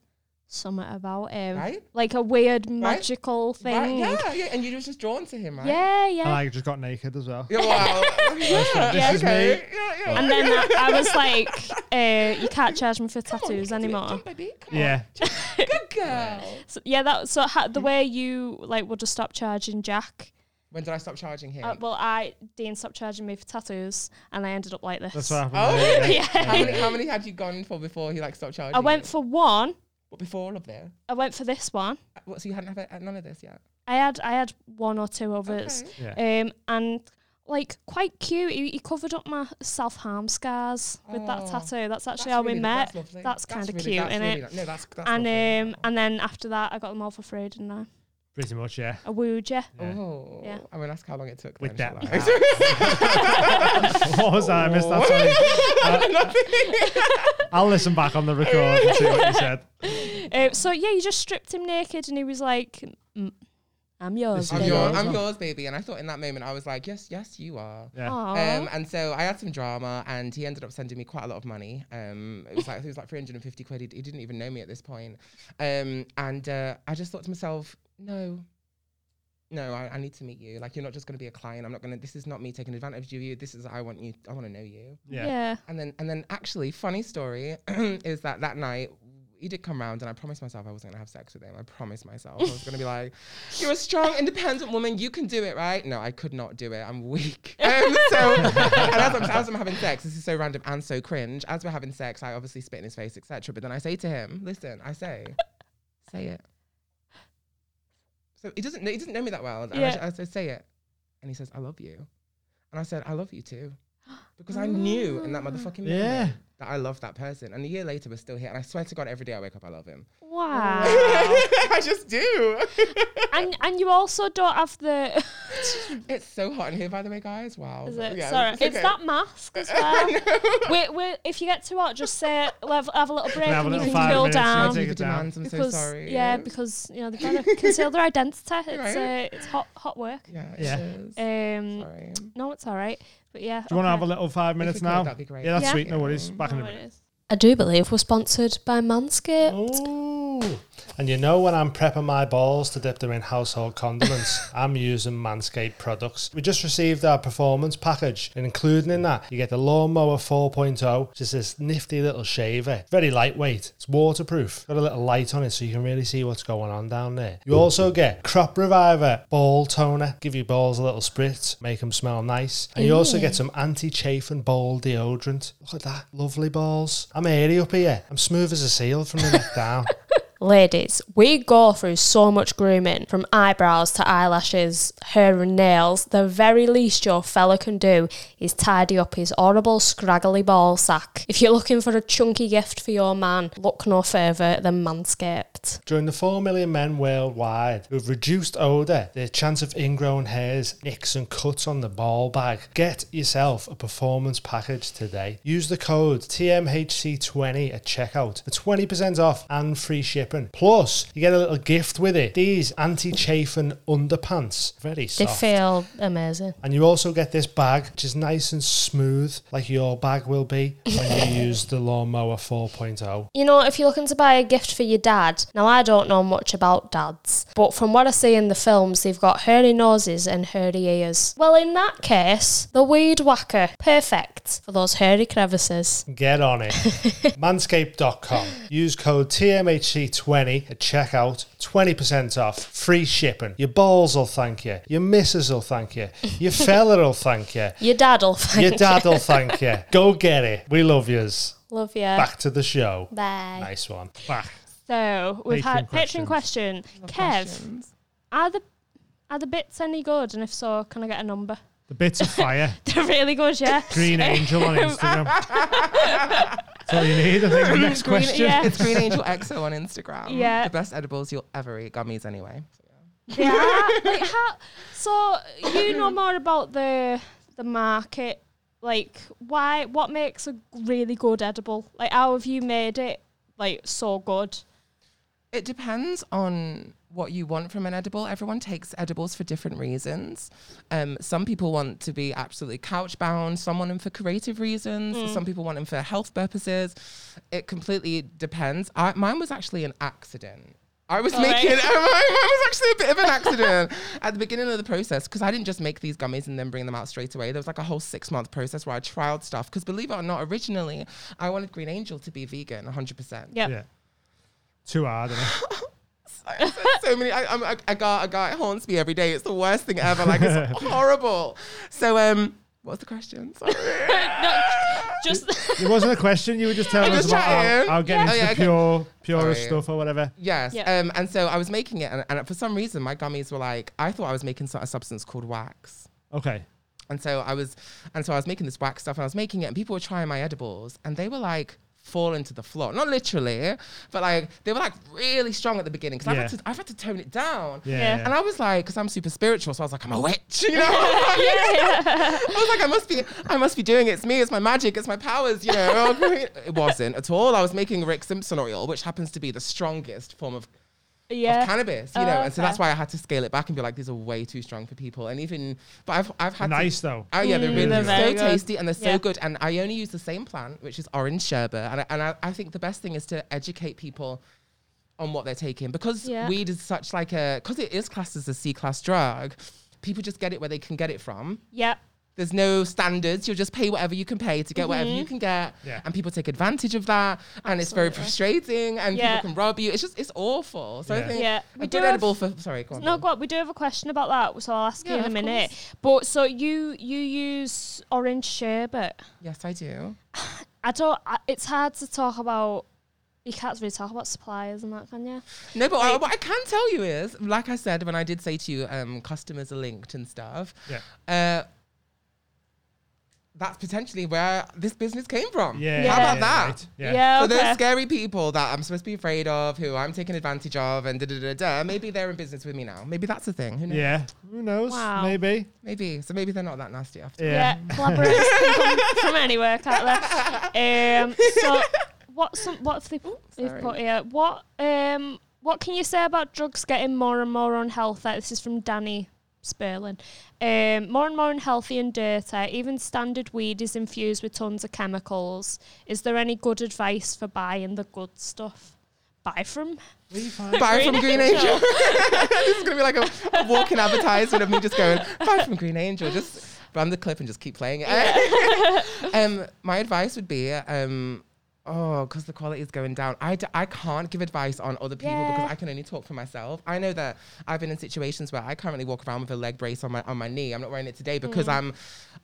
B: something about him,
F: Mm-hmm. Right?
B: like a weird magical
F: Right?
B: thing.
F: Yeah, yeah, and you were just drawn to him, right? "Oh,
B: yeah, yeah.
A: And I just got naked as well.
F: Yeah, wow. yeah,
A: This is
F: okay.
A: me.
F: Yeah, yeah.
B: And then I, I was like, uh, you can't charge me for tattoos
F: Come on,
B: anymore.
F: Come, baby. Come
A: Yeah.
F: On. Good girl.
B: So, yeah, that so ha-
F: Mm-hmm.
B: the way you like would just stop charging Jack.
F: When did I stop charging him?
B: Uh, well, I Dean stopped charging me for tattoos, and I ended up like this.
A: That's what happened.
F: Oh, really?
B: Yeah.
F: How many, how many had you gone for before he like stopped charging?
B: I went
F: you?
B: for one.
F: But before all of this.
B: I went for this one.
F: Uh, What, so you hadn't had none of this yet?
B: I had I had one or two others, um, and like quite cute. He, he covered up my self harm scars with that
F: Oh,
B: tattoo. That's actually
F: That's
B: how we
F: really-
B: met.
F: That's, lovely.
B: That's kind of
F: really-
B: cute,
F: that's
B: innit?
F: really, No, that's, that's
B: and um,
F: lovely.
B: and then after that, I got them all for free, didn't I?
A: Pretty much, yeah.
B: I wooed you.
A: and-
F: oh,
B: um, yeah.
F: I'm gonna ask how long it took.
A: With
F: then,
A: that
F: shall I?
A: what was that? I missed that. Sorry. I- I'll listen back on the record and see what you said.
B: Uh, so yeah, you just stripped him naked, and he was like, mm, "I'm yours."
A: This is
F: I'm,
B: baby."
A: yours.
F: yours, I'm yours, baby. And I thought in that moment, I was like, yes, yes, you are.
A: Yeah.
B: Aw.
F: Um, and so I had some drama, and he ended up sending me quite a lot of money. Um, it was like it was like 350 quid. He, he didn't even know me at this point. Um, and uh, I just thought to myself, no, no, I, I need to meet you. Like you're not just going to be a client. I'm not going to. This is not me taking advantage of you. This is I want you. I want to know you.
A: Yeah.
B: yeah.
F: And then and then actually, funny story is that that night. He did come round, and I promised myself I wasn't gonna have sex with him. I promised myself I was gonna be like, "You're a strong, independent woman. You can do it, right?" No, I could not do it. I'm weak. Um, so, and as I'm, as I'm having sex, this is so random and so cringe. As we're having sex, I obviously spit in his face, etc. But then I say to him, "Listen, I say, say it." So he doesn't know, he doesn't know me that well. And
B: Yeah.
F: I, I said, "Say it," and he says, "I love you," and I said, "I love you too." Because I knew in that motherfucking moment
A: Yeah.
F: that I loved that person. And a year later, we're still here. And I swear to God, every day I wake up, I love him.
B: Wow.
F: I just do.
B: and and you also don't have the.
F: it's so hot in here, by the way, guys. Wow.
B: Is it?
F: Yeah,
B: Sorry, it's,
F: okay.
B: that mask as well. we we if you get too hot, just say "Lev- have a little break
A: have a
B: and you
A: little
B: can
A: five
B: cool
A: minutes,
B: down.
A: take
F: The
A: it down.
F: demands, I'm
B: Um, because
F: so sorry.
B: yeah, because you know they've got to conceal their identity. It's
F: Right.
B: uh, it's hot hot work.
F: yeah, it
A: Yeah.
F: is.
B: Um,
F: Sorry.
B: no, it's all right. But yeah,
A: Do you want to have a little five minutes
F: could,
A: now?
F: that'd be great.
A: Yeah, that's
B: Yeah.
A: sweet. No worries. Back in a minute.
B: I do believe we're sponsored by Manscaped.
A: Ooh. And you know when I'm prepping my balls to dip them in household condiments, I'm using Manscaped products. We just received our performance package, and including in that, you get the Lawnmower 4.0, which is this nifty little shaver. Very lightweight. It's waterproof. Got a little light on it so you can really see what's going on down there. You also get Crop Reviver Ball Toner. Give your balls a little spritz, make them smell nice. And you also get some anti-chafing ball deodorant. Look at that. Lovely balls. I'm airy up here. I'm smooth as a seal from the neck down.
B: Ladies, we go through so much grooming from eyebrows to eyelashes, hair and nails. The very least your fella can do is tidy up his horrible, scraggly ball sack. If you're looking for a chunky gift for your man, look no further than Manscaped.
A: During the 4 million men worldwide who've reduced odour, the chance of ingrown hairs, nicks, and cuts on the ball bag, get yourself a performance package today. Use the code TMHC20 at checkout for 20% off and free shipping. apron. Plus, you get a little gift with it. These anti-chafing underpants. Very
B: They
A: soft.
B: feel amazing.
A: And you also get this bag, which is nice and smooth, like your bag will be when you use the lawnmower oh. 4.0.
B: You know, if you're looking to buy a gift for your dad, now I don't know much about dads, but from what I see in the films, they've got hairy noses and hairy ears. Well, in that case, the weed whacker, perfect for those hairy crevices.
A: Get on it. Manscaped.com. Use code TMHC20 at checkout. 20% off. Free shipping. Your balls will thank you. Your missus will thank you. Your fella will thank you.
B: Your dad'll thank
A: Your dad will thank you. Go get it. We love yous.
B: Love ya.
A: Back to the show.
B: Bye.
A: Nice one. Back.
B: So we've
A: Patron
B: had patron question. Kev,
F: Questions.
B: are the are the bits any good? And if so, can I get a number?
A: The bits of fire.
B: They're really good, yeah.
A: Green Angel on Instagram. That's all you need. I think the next
F: Green-
A: question.
B: yeah.
F: It's Green Angel EXO on Instagram.
B: Yeah.
F: The best edibles you'll ever eat. Gummies anyway.
B: yeah. Like how, so you know more about the the market. Like why? What makes a really good edible? Like how have you made it like so good?
F: It depends on what you want from an edible. Everyone takes edibles for different reasons. Um, some people want to be absolutely couch bound, some want them for creative reasons, some people want them for health purposes. It completely depends. I, mine was actually an accident. I was
B: right.
F: making, mine, mine was actually a bit of an accident at the beginning of the process because I didn't just make these gummies and then bring them out straight away. There was like a whole six month process where I trialed stuff because believe it or not, originally I wanted Green Angel to be vegan 100%.
B: Yep.
A: Yeah. Too hard. Isn't it?
F: I said so many. I, I'm, I, I got a guy it haunts me every day. It's the worst thing ever. Like it's horrible. So um, what's the question? Sorry.
B: No, just
A: It wasn't a question. You were just telling
F: I'm
A: us
F: just
A: about
F: trying.
A: how, how getting
F: Yeah.
A: into
F: Oh, yeah, okay.
A: the pure, purest
F: Sorry.
A: stuff or whatever.
F: Yes.
B: Yeah.
F: Um, and so I was making it, and, and for some reason, my gummies were like I thought I was making so- a substance called wax.
A: Okay.
F: And so I was, and so I was making this wax stuff, and I was making it, and people were trying my edibles, and they were like falling to the floor. Not literally, but like they were like really strong at the beginning because I've,
A: Yeah.
F: had to- I've had to tone it down.
A: Yeah.
B: Yeah.
F: And I was like, because I'm super spiritual, so I was like, I'm a witch, you know. I was like, I must be, I must be doing it. It's me, it's my magic, it's my powers, you know. it wasn't at all. I was making Rick Simpson oil, which happens to be the strongest form of
B: yeah.
F: of cannabis, you know,
B: Oh,
F: and so
B: okay.
F: that's why I had to scale it back and be like, these are way too strong for people. And even, but I've I've had to-
A: Nice, though.
F: Oh yeah, they're really
B: Mm. they're very
F: so
B: good.
F: tasty and they're so
B: Yeah.
F: good. And I only use the same plant, which is orange sherbet. And I, and I, I think the best thing is to educate people on what they're taking because
B: Yeah.
F: weed is such like a because it is classed as a C class drug. People just get it where they can get it from.
B: yeah.
F: There's no standards. You'll just pay whatever you can pay to get whatever
B: Mm-hmm.
F: you can get.
A: Yeah.
F: And people take advantage of that. And it's very frustrating. And
B: Yeah.
F: people can rob you. It's just, it's awful. So
A: Yeah.
F: I think
B: Yeah.
F: a
B: We
F: good
B: do have-
F: edible for, sorry, go on.
B: No,
F: Dawn.
B: go on. We do have a question about that, so I'll ask you
F: Yeah,
B: in a
F: of
B: minute. But so you you use orange sherbet.
F: Yes, I do.
B: I don't. I, it's hard to talk about. You can't really talk about suppliers and that, can you?
F: No, but I, what I can tell you is, like I said, when I did say to you, um, customers are linked and stuff.
A: Yeah.
F: Uh, that's potentially where this business came from.
A: Yeah.
B: How
A: yeah,
B: about
F: that?
A: right.
B: Yeah.
A: Yeah.
F: So
B: okay.
F: those scary people that I'm supposed to be afraid of, who I'm taking advantage of, and da da da da. Maybe they're in business with me now. Maybe that's the thing. Who knows?
A: Yeah. Who knows?
B: Wow.
A: Maybe.
F: Maybe. So maybe they're not that nasty after.
A: Yeah.
B: yeah, collaborators can come from anywhere, can't they? Um, so what's some, what have they they've
F: sorry.
B: put here? What um what can you say about drugs getting more and more unhealthy? This is from Danny Sperling. Um, more and more unhealthy and dirty. Even standard weed is infused with tons of chemicals. Is there any good advice for buying the good stuff? Buy from
F: Buy from Green Angel.
B: Angel.
F: this is gonna be like a, a walking advertisement of me just going buy from Green Angel. Just run the clip and just keep playing it. um, my advice would be, um, oh, because the quality is going down. I, d- I can't give advice on other people
B: Yeah.
F: because I can only talk for myself. I know that I've been in situations where I currently walk around with a leg brace on my on my knee. I'm not wearing it today because I'm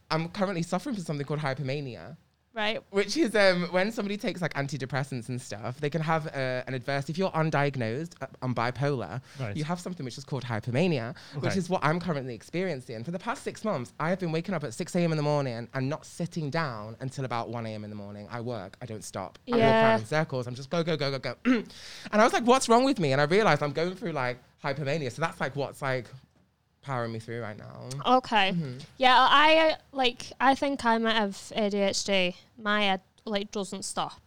F: I'm currently suffering from something called hypomania
B: right.
F: which is um, when somebody takes like antidepressants and stuff, they can have uh, an adverse. If you're undiagnosed uh, on bipolar,
A: Right.
F: you have something which is called hypomania, which
A: Okay.
F: is what I'm currently experiencing. For the past six months, I have been waking up at 6 a.m. in the morning and not sitting down until about 1 a.m. in the morning. I work, I don't stop. I walk
B: Yeah.
F: around in circles. I'm just go, go, go, go, go. and I was like, what's wrong with me? And I realized I'm going through like hypomania. So that's like what's like powering me through right now.
B: Okay.
F: Mm-hmm.
B: Yeah, I uh, like. I think I might have ADHD. My head like doesn't stop,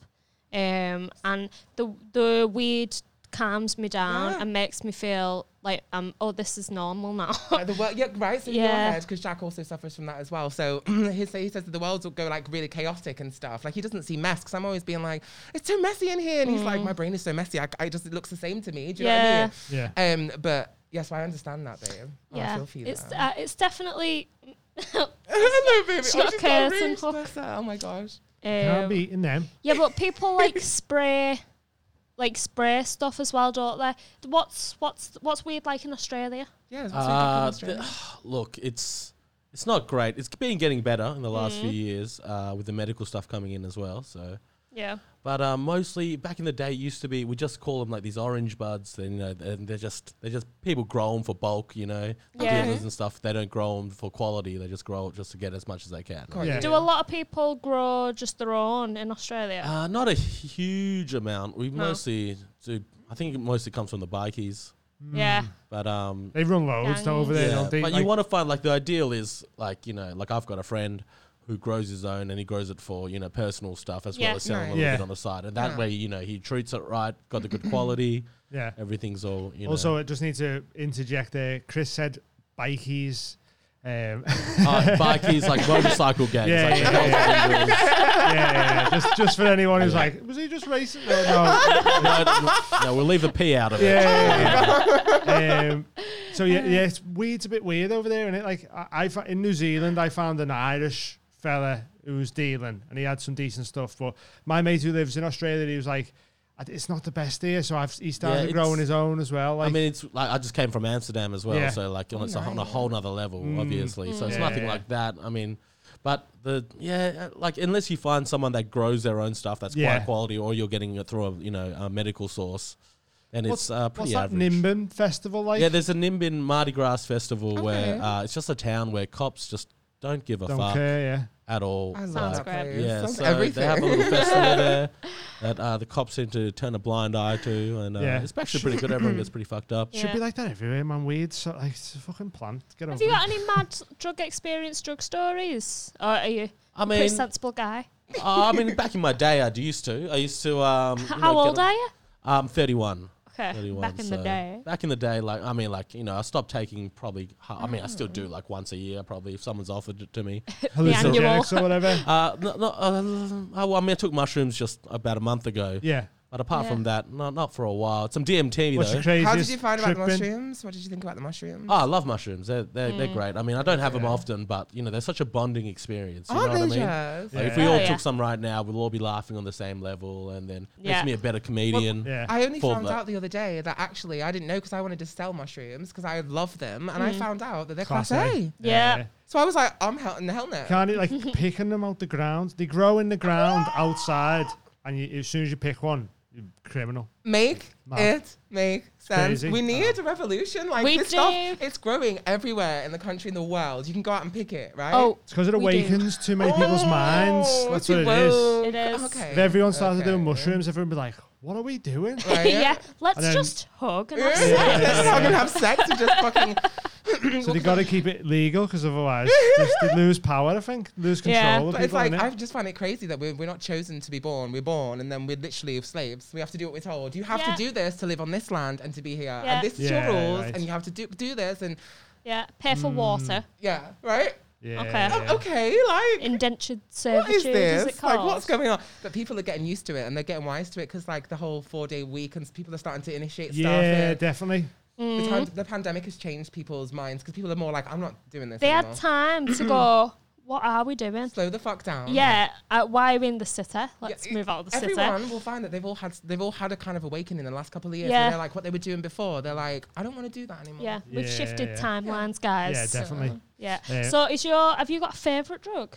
B: um, and the the weed calms me down
F: Yeah.
B: and makes me feel like um oh this is normal now.
F: Like the world, yeah, right. So in your
B: Yeah.
F: head, because Jack also suffers from that as well. So he say he says that the world will go like really chaotic and stuff. Like he doesn't see mess because I'm always being like, it's so messy in here, and he's
B: Mm.
F: like, my brain is so messy. I, I just it looks the same to me. Do you know
A: Yeah.
F: what I mean? Um, but yes, I understand that, babe. Oh, I
B: yeah,
F: feel for you
B: it's
F: there.
B: uh, it's definitely.
F: Hello, baby.
B: it's
F: Oh,
B: not
F: she's
B: a
F: got
B: curtain
F: roots.
B: hook.
F: Bless her. Oh my gosh.
A: Can't
B: um,
A: be eating them.
B: Yeah, but people like spray, like spray stuff as well, don't they? Th- What's what's what's weird like in Australia?
F: Yeah. it's what's really happening in
E: Uh,
F: Australia.
E: th- look, it's it's not great. It's been getting better in the last few years uh, with the medical stuff coming in as well. So,
B: Yeah,
E: but uh, mostly back in the day, it used to be we just call them like these orange buds. Then you know they're, they're just they're just people grow them for bulk. You know, the
B: Yeah.
E: dealers and stuff. They don't grow them for quality. They just grow it just to get as much as they can.
F: God,
A: Yeah.
B: do a lot of people grow just their own in Australia?
E: Uh, not a huge amount. We
B: No.
E: mostly do. I think it mostly comes from the bikies,
B: yeah,
F: Mm.
E: but um,
A: They run loads
B: Gang.
A: over there.
E: Yeah,
A: don't they?
E: but
A: Like-
E: you want to find like the ideal is like you know like I've got a friend who grows his own and he grows it for you know personal stuff as
B: Yeah.
E: well as selling a
F: Right.
E: little
A: Yeah.
E: bit on the side, and that
F: Yeah.
E: way you know he treats it right, got the good quality,
A: yeah.
E: everything's all you know.
A: Also, I just need to interject there. Chris said bikies. Um,
E: uh, bikies like motorcycle gangs,
A: Yeah,
E: like
A: yeah,
E: the Hells
A: yeah, yeah, just just for anyone who's like, was he just racing? No, no.
E: Angels. no, no, we'll leave the P out of it.
A: Yeah. um, so yeah, yeah, it's weird. It's a bit weird over there, and it like I, I fo- in New Zealand, I found an Irish fella who was dealing, and he had some decent stuff. But my mate who lives in Australia, he was like, "I- it's not the best here, so I've, he started
E: it's-
A: growing his own as well. Like,
E: I mean, it's like I just came from Amsterdam as well,
A: Yeah. Mm.
E: so like you know, it's
F: Oh,
E: a, on a whole nother level, obviously. So it's
A: Yeah.
E: nothing like that. I mean, but the yeah, uh, like unless you find someone that grows their own stuff that's
A: Yeah.
E: quite quality, or you're getting it through a you know a medical source, and
A: what's,
E: it's uh,
A: what's
E: pretty
A: that
E: average.
A: Nimbin festival like?
E: yeah, there's a Nimbin Mardi Gras festival where
F: Okay.
E: uh, it's just a town where cops just don't give a
A: don't
E: fuck
A: care. Yeah,
E: at all.
F: I love
B: Sounds
F: that
B: great.
F: place.
E: Yeah,
F: Sounds
E: so
F: everything.
E: they have a little festival there that uh, the cops seem to turn a blind eye to, and uh,
A: Yeah.
E: it's actually pretty good. Everyone gets pretty fucked up.
B: Yeah.
A: should be like that everywhere, man. Weird, so like it's a fucking plant. Get
B: Have
A: over
B: you
A: it.
B: got any mad drug experience, drug stories, or are you
E: I
B: a pretty
E: mean,
B: sensible guy?
E: Uh, I mean, back in my day, I used to. I used to. Um, you
B: How
E: know,
B: old
E: get-
B: are you?
E: Um, thirty-one.
B: Okay,
E: 31,
B: back in the
E: so-
B: day.
E: Back in the day, like I mean, like you know, I stopped taking probably. ha- I mean, I still
B: Mm.
E: do like once a year, probably if someone's offered it to me.
B: annual.
A: Hallucinogenics or whatever.
E: Uh, no, no, uh, oh, well, I mean, I took mushrooms just about a month ago.
A: Yeah.
E: But apart
B: Yeah.
E: from that, no, not for a while. Some DMT
A: What's
E: though.
A: the craziest?
F: How did you find about
A: trip
F: the
A: been?
F: mushrooms? What did you think about the mushrooms?
E: Oh, I love mushrooms. They're they're,
F: Mm.
E: they're great. I mean, I don't have them often, but you know, they're such a bonding experience. You
F: Aren't
E: know what I
F: they
E: mean?
F: just?
E: Like, if
A: Yeah.
E: we all
B: Oh,
E: took
B: yeah.
E: some right now, we'll all be laughing on the same level, and then
B: Yeah.
E: makes me a better comedian.
A: Yeah.
F: I only
E: Full
F: found
E: of it.
F: out the other day that actually I didn't know because I wanted to sell mushrooms because I love them, and I
B: Mm.
F: found out that they're class, A.
B: Yeah.
F: So I was like, I'm hell in the hell no.
A: Can't it like picking them out the ground? They grow in the ground outside, and you, as soon as you pick one, you're criminal.
F: Make
A: Mad.
F: it make sense.
A: crazy.
F: We need a revolution. Like
B: We
F: this stuff,
B: do.
F: it's growing everywhere in the country, in the world. You can go out and pick it, right?
B: Oh,
A: It's because it
B: We do.
A: awakens too many people's minds.
F: Oh,
A: That's
F: it's
A: what it is.
F: woke.
B: It is.
F: Okay.
A: If everyone started
F: Okay.
A: doing mushrooms, everyone would be like, "What are we doing?"
F: Right?
B: yeah. Let's
A: And then-
B: just hug and have
F: Let's
B: sex.
F: fucking have sex and just fucking.
A: so they got to keep it legal because otherwise they lose power. I think lose control.
B: Yeah.
A: of
F: But
A: people,
F: it's like
A: innit?
F: I just find it crazy that we're, we're not chosen to be born. We're born and then we're literally slaves. We have to do what we're told. You have
B: Yeah.
F: to do this to live on this land and to be here.
B: Yeah.
F: And this is
A: Yeah,
F: your rules,
A: right.
F: and you have to do do this. And
B: Yeah, pay for water.
F: yeah, right?
A: yeah,
B: okay.
A: yeah.
F: Oh, okay, like
B: Indentured
F: what
B: servitude,
F: is
B: is,
F: this?
B: it called?
F: like, what's going on? But people are getting used to it and they're getting wise to it because, like, the whole four day week and s- people are starting to initiate stuff.
A: yeah,
F: and
A: definitely.
B: Mm.
F: the, pan- the pandemic has changed people's minds because people are more like, I'm not doing this.
B: they
F: anymore.
B: had time to go, what are we doing?
F: Slow the fuck down.
B: Yeah, uh, why are we in the city? Let's
F: Yeah, e-
B: move out of the city.
F: Everyone will find that they've all had they've all had a kind of awakening in the last couple of years.
B: Yeah.
F: Yeah. They're like what they were doing before. They're like, I don't want to do that anymore.
B: Yeah, we've
A: Yeah,
B: shifted
A: yeah.
B: timelines, guys.
A: Yeah, definitely.
B: Yeah.
A: Yeah.
B: So, is your have you got a favorite drug?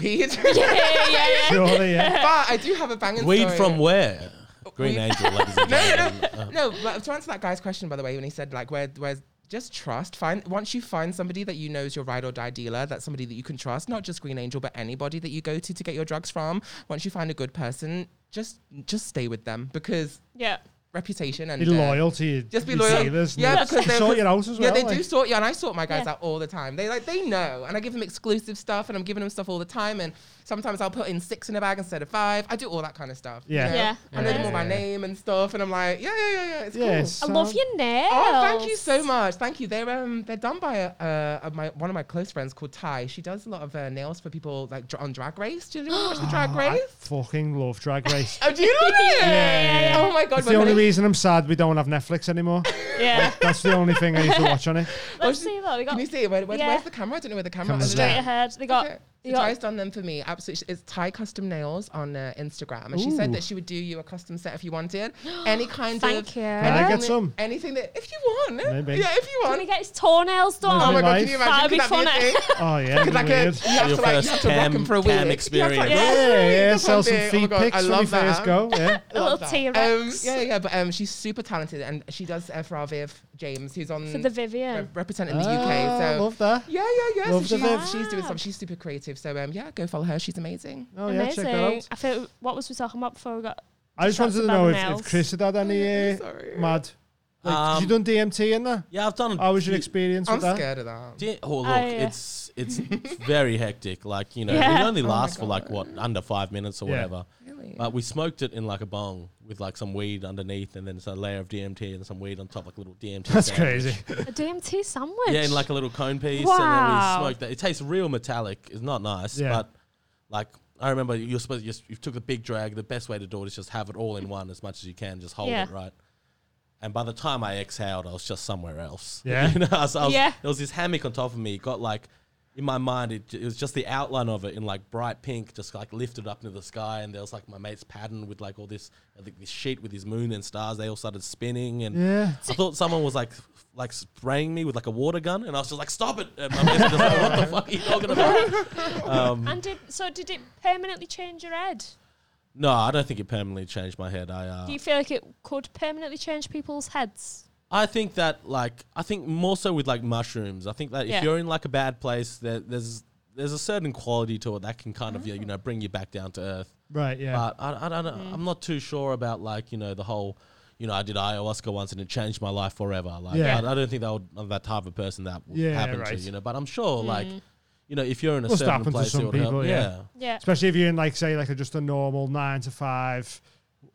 F: Weed.
B: yeah, yeah, yeah.
A: Surely, yeah.
F: but I do have a banging
E: Weed
F: story. Oh,
E: from where? Green
F: Weed-
E: Angel, ladies and gentlemen. Uh,
F: No, but to answer that guy's question, by the way, when he said like, where, where's just trust. Find once you find somebody that you know is your ride or die dealer, that's somebody that you can trust. Not just Green Angel, but anybody that you go to to get your drugs from. Once you find a good person, just just stay with them because
B: Yeah.
F: reputation and
A: Be
F: uh,
A: loyal to your,
F: Just be
A: your
F: loyal.
A: dealers. and
F: Yeah,
A: they-
F: because
A: they
F: they're-
A: sort your house as well.
F: Yeah, they
A: like.
F: do sort you, and I sort my guys
B: Yeah.
F: out all the time. They like they know, and I give them exclusive stuff, and I'm giving them stuff all the time, and Sometimes I'll put in six in a bag instead of five. I do all that kind of stuff. you
A: Yeah.
F: know?
B: Yeah.
F: I know them all by
E: Yeah.
F: name and stuff, and I'm like, yeah, yeah, yeah, yeah. It's cool.
A: Yes.
B: I love your nails.
F: Oh, thank you so much. Thank you. They're um they're done by a, uh, a- my one of my close friends called Ty. She does a lot of uh, nails for people like dr- on Drag Race. Do you ever watch the Drag
A: I
F: Race?
A: fucking love Drag Race.
F: Oh, do you know that?
A: yeah, yeah.
F: Oh my god.
A: That's
F: we're
A: the only
F: gonna-
A: reason I'm sad we don't have Netflix anymore.
B: Yeah.
A: That's the only thing I need to watch on it.
B: Let's see what we got.
F: Can you see it? Where, where,
B: Yeah.
F: Where's the camera? I don't know where the camera
A: Camera's
F: is.
A: there.
B: Straight ahead. They got.
F: Okay.
B: They
F: So Ty's
B: got
F: done them for me. Absolutely, it's Thai custom nails on uh, Instagram, and she
A: Ooh.
F: said that she would do you a custom set if you wanted. Any kind
B: Thank
F: of
B: you. Can
A: I
F: anything
A: get
F: that-
A: some?
F: Anything that if you want,
A: Maybe.
F: yeah, if you
B: Can he
F: want.
B: get his toenails done?
F: Oh my god,
A: Nice.
F: can you
B: That'd be
F: imagine? Could that be
B: funny.
F: a thing?
A: Oh yeah, it'd be
F: like
A: weird.
F: A, you have
E: Your
F: to like
E: first
F: you have to rock
E: cam-
F: 'em for a
E: cam
F: week. You have to, like,
E: experience.
F: rock 'em
A: Yeah,
F: for a
A: yeah,
F: week
A: yeah.
F: one
A: Sell some
F: day. Oh my
A: feed
F: God,
A: pics
F: I
A: when you
F: love that.
A: first go. Yeah.
B: A little
F: Love that.
B: T
F: Um,
B: Rex.
F: yeah, yeah, but um, she's super talented, and she does uh, for our Viv James, who's on
B: For the
F: re-
B: Vivian.
F: representing the
A: Ah,
F: UK. So
A: love that.
F: yeah, yeah, yeah. So
A: Love the Viv.
F: she's, she's doing some. She's super creative. So um, yeah, go follow her. She's amazing.
A: Oh yeah,
B: Amazing.
A: check that out.
B: I feel. What was we talking about before we got?
A: I just wanted
B: That's
A: to know
B: about
A: if,
B: nails.
A: if Chris had had any uh,
F: Sorry.
A: mad. Like, 'cause you
E: Um,
A: done DMT in there?
E: Yeah, I've done.
A: How was your
E: few-
A: experience
F: I'm
A: with that?
F: scared of that.
E: Yeah, oh look,
B: Oh, yeah.
E: it's it's very hectic. Like you know,
B: Yeah.
E: it only
F: Oh my
E: lasts for like
F: God.
E: what under five minutes or
A: Yeah.
E: whatever.
F: Really?
E: But we smoked it in like a bong with like some weed underneath, and then it's a layer of DMT and some weed on top, like a little DMT.
A: That's
E: sandwich.
A: crazy.
B: A DMT sandwich.
E: Yeah, in like a little cone piece,
B: Wow.
E: and then we smoked that. It tastes real metallic. It's not nice,
A: Yeah.
E: but like I remember, you're supposed you, you took the big drag. The best way to do it is just have it all in one as much as you can. Just hold
B: Yeah.
E: it right. And by the time I exhaled, I was just somewhere else.
A: Yeah.
E: you know, I was- I was-
B: Yeah.
E: There was this hammock on top of me. It got like in my mind, it, it was just the outline of it in like bright pink, just like lifted up into the sky. And there was like my mate's pattern with like all this, I think this sheet with his moon and stars. They all started spinning, and
A: Yeah.
E: I thought someone was like like spraying me with like a water gun, and I was just like, "Stop it!" And my mate's just like, "What the fuck are you talking about?"
B: And did so? Did it permanently change your head?
E: No, I don't think it permanently changed my head. I uh,
B: Do you feel like it could permanently change people's heads?
E: I think that like I think more so with like mushrooms. I think that
B: Yeah.
E: if you're in like a bad place, there, there's there's a certain quality to it that can kind
B: Oh.
E: of yeah, you know bring you back down to earth.
A: Right, yeah.
E: But I, I don't know. I'm not too sure about like you know the whole. You know, I did ayahuasca once and it changed my life forever. Like,
A: Yeah.
E: I, I don't think that would, I'm that type of person that would
A: Yeah,
E: happen to,
A: right. Hmm.
E: you know. But I'm sure, like, you know, if you're in a
A: Must
E: certain
A: happen to
E: place,
A: some
E: it would help.
A: people, yeah.
E: yeah.
B: Yeah.
A: Especially if you're in like say like a, just a normal nine to five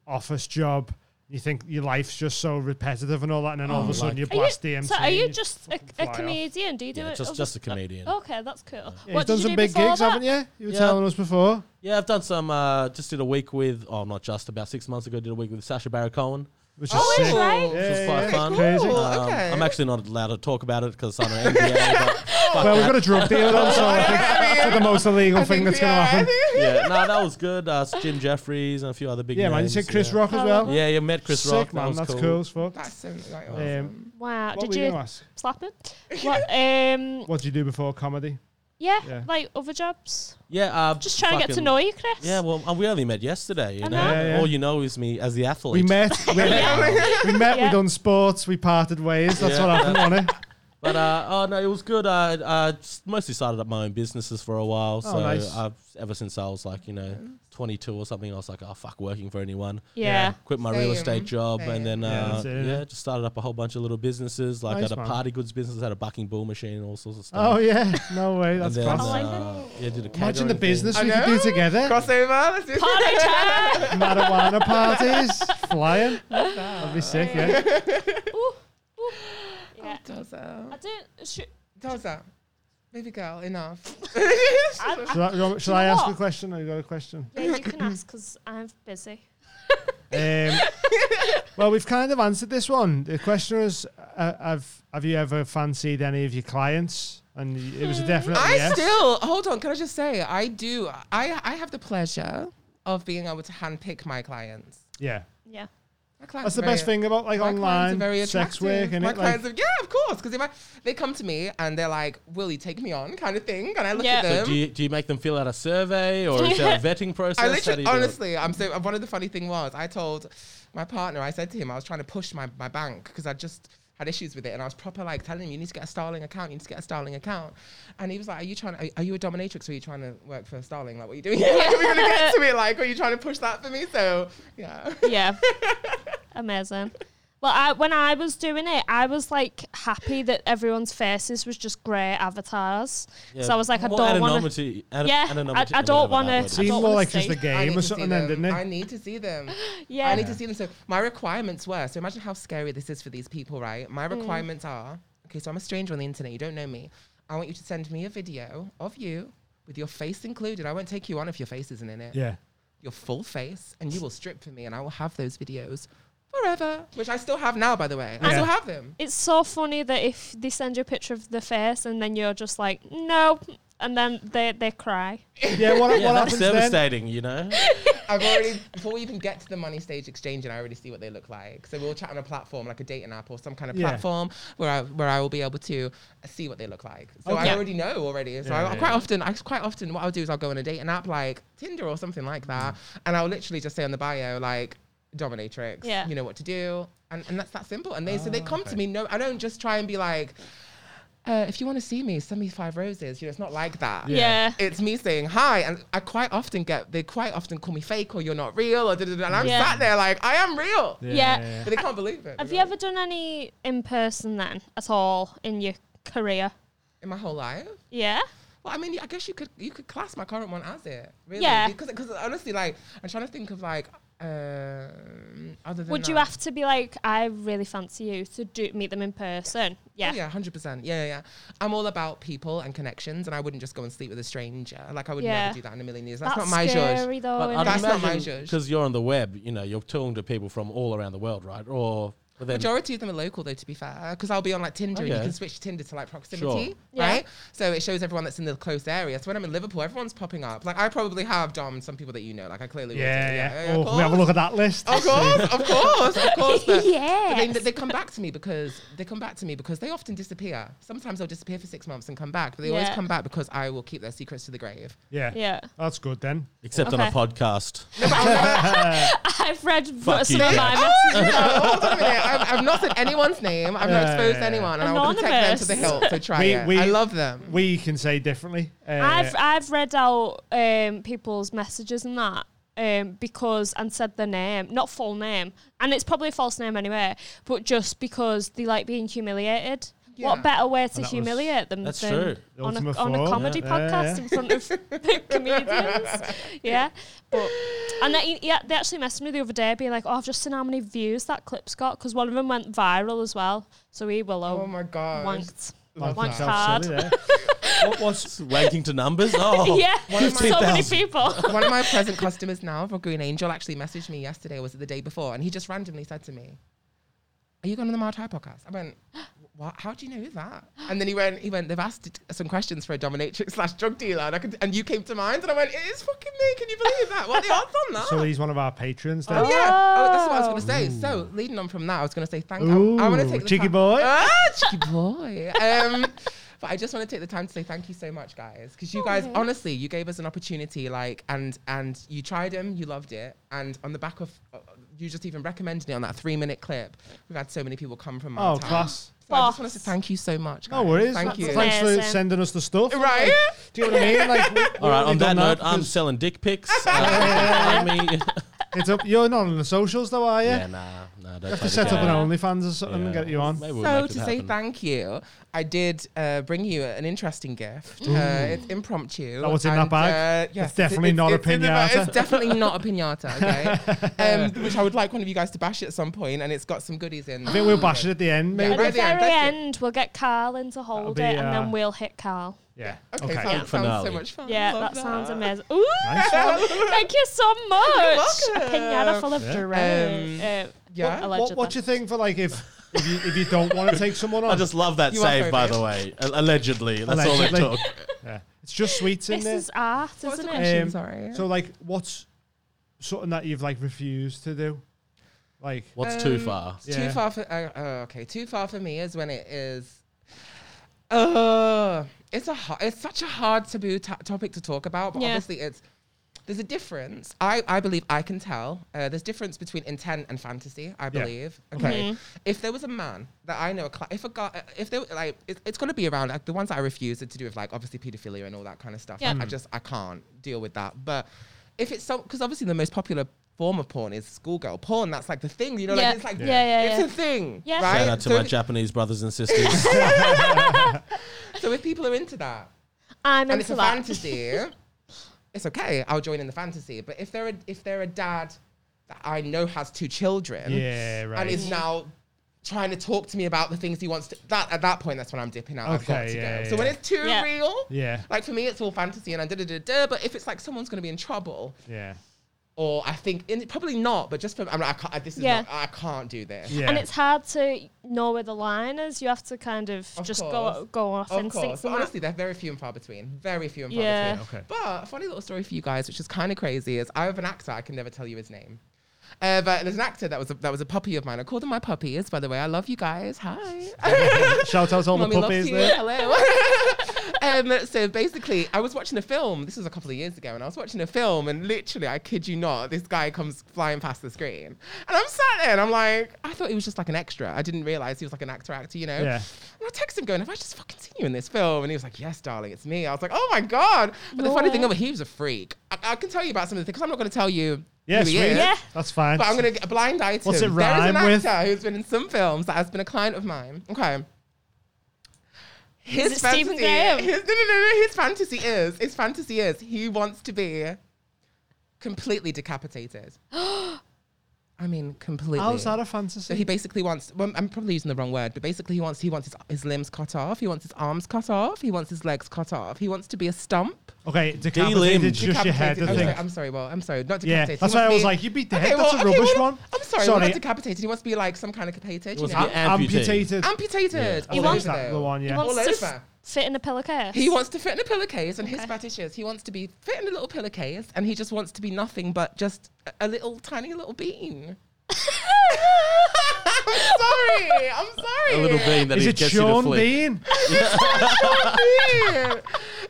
A: office job. You think your life's just so repetitive and all that, and then all of a sudden
E: Oh, like-
A: you
B: Are you,
A: blast DMT.
B: so are
A: and
B: you just a,
A: fucking fly
B: a
A: off.
B: comedian? Do you do
E: Yeah,
B: it?
E: just
B: as
E: just a comedian.
A: Oh.
B: Okay, that's cool.
A: Yeah,
B: what
A: you've
B: did
A: done
B: you
A: some
B: do
A: big
B: before
A: gigs,
B: that?
A: haven't you? You were
E: Yeah.
A: telling us before.
E: Yeah, I've done some. Uh, just did a week with. Oh, not just about six months ago. Did a week with Sasha Baron Cohen.
A: Which is
F: Oh,
A: sick.
F: is right?
A: Yeah,
E: Which was
A: yeah,
E: quite
A: yeah.
E: fun.
A: Crazy.
F: Cool.
E: Um,
F: okay.
E: I'm actually not allowed to talk about it because I'm an NDA. but fuck
A: Well, we've
E: that.
A: got a drug deal on, so I think that's the most illegal
F: I
A: thing
F: think
A: that's
F: we
A: going to
F: are.
A: happen.
F: I think-
E: yeah, no, that was good. Uh, Jim Jeffries and a few other big.
A: Yeah, man, you
E: names,
A: said Chris
E: yeah.
A: Rock as
B: Oh,
A: well.
B: Rock.
E: Yeah, yeah, met Chris
A: Sick,
E: Rock. that
A: man.
E: was
A: That's
E: cool.
A: cool. as fuck.
F: That's so like, oh.
A: Um,
B: Wow.
A: what
B: did
A: were you
B: you
A: gonna ask?
B: slap him? what? Um.
A: What did you do before comedy?
B: Yeah,
A: Yeah.
B: Like other jobs.
E: Yeah, uh,
B: Just trying to get to
E: fucking-
B: know you, Chris.
E: Yeah, well, uh, we only met yesterday. You
B: I
E: know,
B: know.
A: Yeah, yeah.
E: all you know is me as the athlete.
A: We met. We, we met. We
B: Yeah.
A: done sports. We parted ways. That's
E: Yeah.
A: what happened on it.
E: But uh, oh no, it was good. I I s- mostly started up my own businesses for a while. so
A: Oh, nice.
E: I've, ever since I was like you know 22 or something, I was like, oh fuck, working for anyone.
B: Yeah.
E: Quit my real
F: Same,
E: estate job
F: same.
E: and then
A: Yeah,
E: uh,
A: that's
E: yeah,
A: it, yeah.
E: just started up a whole bunch of little businesses. Like
A: Nice,
E: had a
A: man.
E: party goods business, had a bucking bull machine, all sorts of stuff.
A: Oh yeah. No way.
E: And
A: That's
E: then,
A: class.
B: Oh, I didn't-
E: uh, yeah, did a
A: Imagine
E: catering
A: the
E: thing.
A: business
F: I
A: we could do
F: know.
A: together.
F: crossover. Let's do
B: Party time.
A: Marijuana parties, flying. That'd be sick. Yeah.
B: Ooh, ooh. Yeah. I
F: Doza.
B: don't. Sh-
F: Doza. Baby girl, enough.
A: Should I, go- should
B: know
A: I ask
B: what?
A: a question? Or you got a question?
B: yeah, you can ask because I'm busy.
A: Um, well, we've kind of answered this one. The question is, uh, have have you ever fancied any of your clients? And y- it was a definite
F: Hmm, I
A: Uh, yes.
F: still hold on. Can I just say I do? I I have the pleasure of being able to handpick my clients.
A: yeah.
B: Yeah.
F: My clients
A: That's
F: are
A: the best
F: very-
A: thing about like
F: my clients are
A: online
F: very
A: sex work
F: attractive.
A: and
F: my
A: it like
F: clients are, yeah, of course. Because if I they come to me and they're like, "Will you take me on?" kind of thing, and I look
B: Yeah.
F: at
B: So
F: them.
E: Do you, do you make them fill out a survey or is there a vetting process? How
F: I
E: do
F: literally,
E: you do it?
F: honestly, I'm so. One of the funny thing was, I told my partner, I said to him, I was trying to push my, my bank because I just had issues with it, and I was proper like telling him, you need to get a Starling account, you need to get a Starling account, and he was like, are you trying? Are, are you a dominatrix? Or are you trying to work for Starling? Like, what are you doing? Here? Like, are we gonna get to me? Like, are you trying to push that for me? So yeah.
B: Yeah. Amazing. Well, I, when I was doing it, I was like happy that everyone's faces was just grey avatars. So I was like, I
E: Well,
B: don't want to.
E: anonymity, an-
B: Yeah,
E: anonymity-
B: I- I don't
E: whatever
B: wanna-
E: that word is.
B: I
A: Seemed
B: don't
A: more
B: wanna
A: like just
B: see.
A: a
F: I
A: game
F: need
A: or
F: to see
A: something then,
F: them.
A: didn't
F: I
A: it?
F: need to see them.
B: Yeah.
F: I need to see them. So my requirements were. So imagine how scary this is for these people, right? My requirements are. Okay, so I'm a stranger on the internet. You don't know me. I want you to send me a video of you with your face included. I won't take you on if your face isn't in it.
A: Yeah.
F: Your full face, and you will strip for me, and I will have those videos forever, which I still have now, by the way. I
A: Yeah.
F: still have them.
B: It's so funny that if they send you a picture of the face and then you're just like, no, and then they, they cry.
A: Yeah, what,
E: Yeah,
A: what
E: that's
A: happens then?
E: devastating, you know?
B: Oh,
F: I've already before we even get to the money stage exchange, and I already see what they look like. So we'll chat on a platform like a dating app or some kind of
A: Yeah.
F: platform where I where I will be able to see what they look like. So
A: Okay.
F: I already know already. So I, I quite often, I quite often, what I'll do is I'll go on a dating app like Tinder or something like
A: Mm.
F: that, and I'll literally just say on the bio like dominatrix.
B: Yeah.
F: you know what to do, and and that's that simple. And they so
A: Ah,
F: they come to me. No, I don't just try and be like. Uh, if you want to see me, send me five roses. You know, it's not like that
B: Yeah.
F: it's me saying hi, and I quite often get they quite often call me fake or you're not real or da, da, da, and I'm
B: Yeah.
F: sat there like I am real,
B: Yeah.
F: but they can't believe it.
B: Have you ever done any in person then at all in your career?
F: in my whole life?
B: Yeah.
F: Well, I mean, I guess you could you could class my current one as it, really,
B: Yeah.
F: Because because honestly, like I'm trying to think of like um, other than
B: Would you
F: that-
B: have to be like, I really fancy you to do meet them in person?
F: Oh,
B: Yeah.
F: yeah, hundred percent. Yeah, yeah, yeah. I'm all about people and connections, and I wouldn't just go and sleep with a stranger. Like I would
B: Yeah.
F: never do that in a million years. That's,
B: That's,
F: not my judge.
B: scary though.
E: But
B: isn't
E: I'd
F: That's
B: it?
F: not my
E: imagine
F: judge.
E: because you're on the web, you know, you're talking to people from all around the world, right? Or but then
F: Majority of them are local though, to be fair, because I'll be on like Tinder and
E: Okay.
F: you can switch Tinder to like proximity,
E: Sure.
B: Yeah.
F: right? So it shows everyone that's in the close area. So when I'm in Liverpool, everyone's popping up. Like I probably have Dom, some people that you know, like I clearly
A: Yeah,
F: will. do.
A: yeah.
F: of
A: Oh, can we have a
F: course. Oh.
A: look at that list.
F: Of course, of course, of course. But, but they,
B: Yes.
F: they come back to me because they come back to me because they often disappear. Sometimes they'll disappear for six months and come back, but they always
B: Yeah.
F: come back because I will keep their secrets to the grave.
A: Yeah.
B: Yeah.
A: That's good then.
E: except on
B: Okay.
E: a podcast.
B: I've read some
E: Fuck
B: of
E: you,
B: my
E: Jack.
B: messages.
F: No, hold on a minute. I've, I've not said anyone's name. I've not
A: Yeah,
F: exposed
A: yeah, yeah.
F: anyone, and I will protect them to the
B: Anonymous.
F: hilt. So try
A: We-
F: it.
A: we-
F: Oh, I love them.
A: We can say differently. Uh,
B: I've I've read out um, people's messages and that um, because and said their name, not full name, and it's probably a false name anyway, but just because they like being humiliated.
F: Yeah.
B: What better way to
A: that was-
B: humiliate them
E: that's
B: than
E: true.
B: on a,
A: Ultima
B: on a
A: Four.
B: comedy
A: Yeah, yeah,
B: podcast
A: yeah.
B: in front of comedians? Yeah, but and they, yeah, they actually messaged me the other day, being like, "Oh, I've just seen how many views that clip's got," because one of them went viral as well. So we will
F: Oh my god.
B: wanked,
A: Like
B: wanked
A: myself,
B: hard.
A: silly there.
E: what, what's ranking to numbers? Oh,
B: Yeah,
F: of my-
B: so many
E: 15,000.
B: people.
F: One of my present customers now for Green Angel actually messaged me yesterday, or was it the day before? And he just randomly said to me, Are you going on the Mild High podcast? I went, What? How do you know that? And then he went, he went, They've asked t- some questions for a dominatrix slash drug dealer. And, I could, and you came to mind. And I went, It is fucking me. Can you believe that? What are the odds on that?
A: So he's one of our patrons then.
F: Oh, yeah. Oh, that's what I was going to say. So, leading on from that, I was going to say thank you. I, want
A: Ooh,
F: to take the
A: cheeky
F: ti-
A: boy.
F: Ah, cheeky boy. Um, but I just want to take the time to say thank you so much, guys, because you guys, honestly, you gave us an opportunity, like, and and you tried them, you loved it, and on the back of uh, you just even recommending it on that three-minute clip, we've had so many people come from. Our
A: Oh,
F: time.
A: class.
F: So I just want to say thank you so much.
A: No
F: guys.
A: worries.
F: Thank you. um,
A: Thanks for
B: Amazing.
A: sending us the stuff.
F: Right?
A: Do you know what I mean? Like, we- we've
E: All right.
A: already
E: On that
A: done
E: note, I'm
A: because
E: selling dick pics. Uh, I mean-
A: it's up. You're not on the socials though, are you?
E: yeah, nah, nah. Don't
A: Have to set up an OnlyFans or something and get you on.
E: Maybe we'll
F: so
E: make it
F: to say
E: happen.
F: thank you, I did uh, bring you an interesting gift. Uh, it's impromptu.
A: Mm.
F: uh,
A: That was in that bag?
F: yes,
A: It's definitely not a
F: in the bag.
A: pinata.
F: It's definitely not a pinata. Okay, um, which I would like one of you guys to bash it at some point, and it's got some goodies in.
A: I think we'll bash it at the end, maybe.
B: At
F: Right
B: the
F: at the end,
B: very
F: that's it.
B: end, we'll get Carl in to hold
A: be,
B: it, and
A: uh,
B: then we'll hit Carl.
A: Yeah.
F: Okay,
A: Okay.
F: sounds, sounds
E: Finale.
F: so much fun.
B: Yeah,
F: Oh, Love
B: that, sounds amazing. Ooh,
A: Nice
B: thank you so much. A
F: welcome.
B: pinata full of
A: Yeah.
B: dread.
F: Um,
B: Uh,
F: yeah.
B: well,
A: What,
B: allegedly.
A: what do you think for like if if you, if you don't want to take someone on?
E: I just love that
F: You are
E: save, by
F: perfect.
E: the way. A- Allegedly, that's all
A: Allegedly.
E: it took.
A: yeah. It's just sweets in
B: This
A: there. Um,
B: is art,
F: What's
B: isn't
F: the
B: it?
F: question? Sorry.
A: So like, what's something that you've like refused to do? Like,
E: What's
F: Um,
E: too far?
F: Too
A: Yeah.
F: far for uh, oh, okay. Too far for me is when it is. Uh, it's a ho- it's such a hard taboo to topic to talk about, but
B: Yeah.
F: obviously it's there's a difference. I I believe I can tell. Uh, there's difference between intent and fantasy. I believe.
B: Mm-hmm.
F: Okay. If there was a man that I know, a cli if a guy, uh, if there like, it, it's gonna be around like the ones that I refuse are to do with like obviously pedophilia and all that kind of stuff.
B: Yeah.
F: Like, I just I can't deal with that. But if it's so, because obviously the most popular form of porn is schoolgirl porn. That's like the thing, you know,
B: Yeah.
F: like it's like
B: Yeah. Yeah, yeah,
F: it's
B: yeah.
F: a thing.
B: Yeah.
F: Right?
E: Shout out to
F: so,
E: my Japanese brothers and sisters.
F: so if people are into that
B: I'm
F: and it's
B: into
F: a
B: that.
F: fantasy, it's okay. I'll join in the fantasy. But if they're a, if they're a dad that I know has two children,
A: Yeah, right.
F: and is now trying to talk to me about the things he wants to. That at that point, that's when I'm dipping out. I've got
A: Okay,
F: to
A: yeah,
F: go.
A: yeah,
F: so when
A: yeah.
F: it's too
B: Yeah.
F: real,
A: Yeah.
F: like for me, it's all fantasy and I da da da da. But if it's like someone's going to be in trouble,
A: yeah.
F: or I think in, probably not, but just for I'm like, I can't, this is
B: Yeah.
F: not, I can't do this.
A: Yeah.
B: And it's hard to know where the line is. You have to kind of,
F: Of
B: just go
F: course.
B: go off
F: Of
B: instinct.
F: course,
B: from
F: but
B: that.
F: honestly, they're very few and far between. Very few and far
B: Yeah.
F: between.
A: Okay.
F: But a funny little story for you guys, which is kind of crazy, is I have an actor. I can never tell you his name. Uh, but there's an actor that was a, that was a puppy of mine. I called them my puppies, by the way. I love you guys. Hi.
A: Shout out to all my
F: Mummy loves
A: puppies
F: you.
A: there.
F: Hello. um, so basically, I was watching a film. This was a couple of years ago, and I was watching a film, and literally, I kid you not, this guy comes flying past the screen, and I'm sat there, and I'm like, I thought he was just like an extra. I didn't realize he was like an actor, actor, you know.
A: Yeah.
F: And I text him going, "Have I just fucking seen you in this film?" And he was like, "Yes, darling, it's me." I was like, "Oh my god!" But the
B: No
F: funny
B: way.
F: thing over, he was a freak. I, I can tell you about some of the things. I'm not going to tell you.
A: Yeah,
F: who he
A: sweet.
F: is.
B: Yeah.
A: That's fine.
F: But I'm gonna get a blind item.
A: What's it rhyme
F: There
A: with?
F: is an actor who's been in some films that has been a client of mine. Okay. His
B: it Stephen Graham?
F: His, no, no, no, no. His fantasy is. His fantasy is. He wants to be completely decapitated. I mean, completely.
A: How's that a
F: So he
A: fantasy?
F: basically wants. Well, I'm probably using the wrong word, but basically he wants. He wants his, his limbs cut off. He wants his arms cut off. He wants his legs cut off. He wants to be a stump.
A: Okay,
E: D-limbed.
A: decapitated just your head.
F: Decapitated.
A: I
F: I'm sorry,
A: think.
F: I'm sorry. Well, I'm sorry. Not decapitated.
A: Yeah,
F: He
A: that's
F: wants
A: why I
F: to
A: was
F: be-
A: like, you beat the
F: Okay,
A: head.
F: well,
A: That's a
F: okay,
A: rubbish
F: well,
A: one.
F: I'm sorry.
A: Sorry.
F: Well, not decapitated. He wants to be like some kind of capitated. You
E: Wants
F: know?
E: to be amputated.
A: Amputated.
F: amputated.
A: Oh,
F: all
A: is
F: over
A: that the
F: though.
A: one?
B: He
A: Yeah.
B: wants
F: All
B: to f-
F: over.
B: fit in a pillowcase.
F: He wants to fit in a pillowcase, and his
B: Okay.
F: fetish is he wants to be fit in a little pillowcase, and he just wants to be nothing but just a- a little tiny little bean. I'm sorry. I'm sorry.
E: a little bean that
A: Is
E: he
A: it
E: gets you to
A: Sean
E: flick.
A: Bean?
F: bean.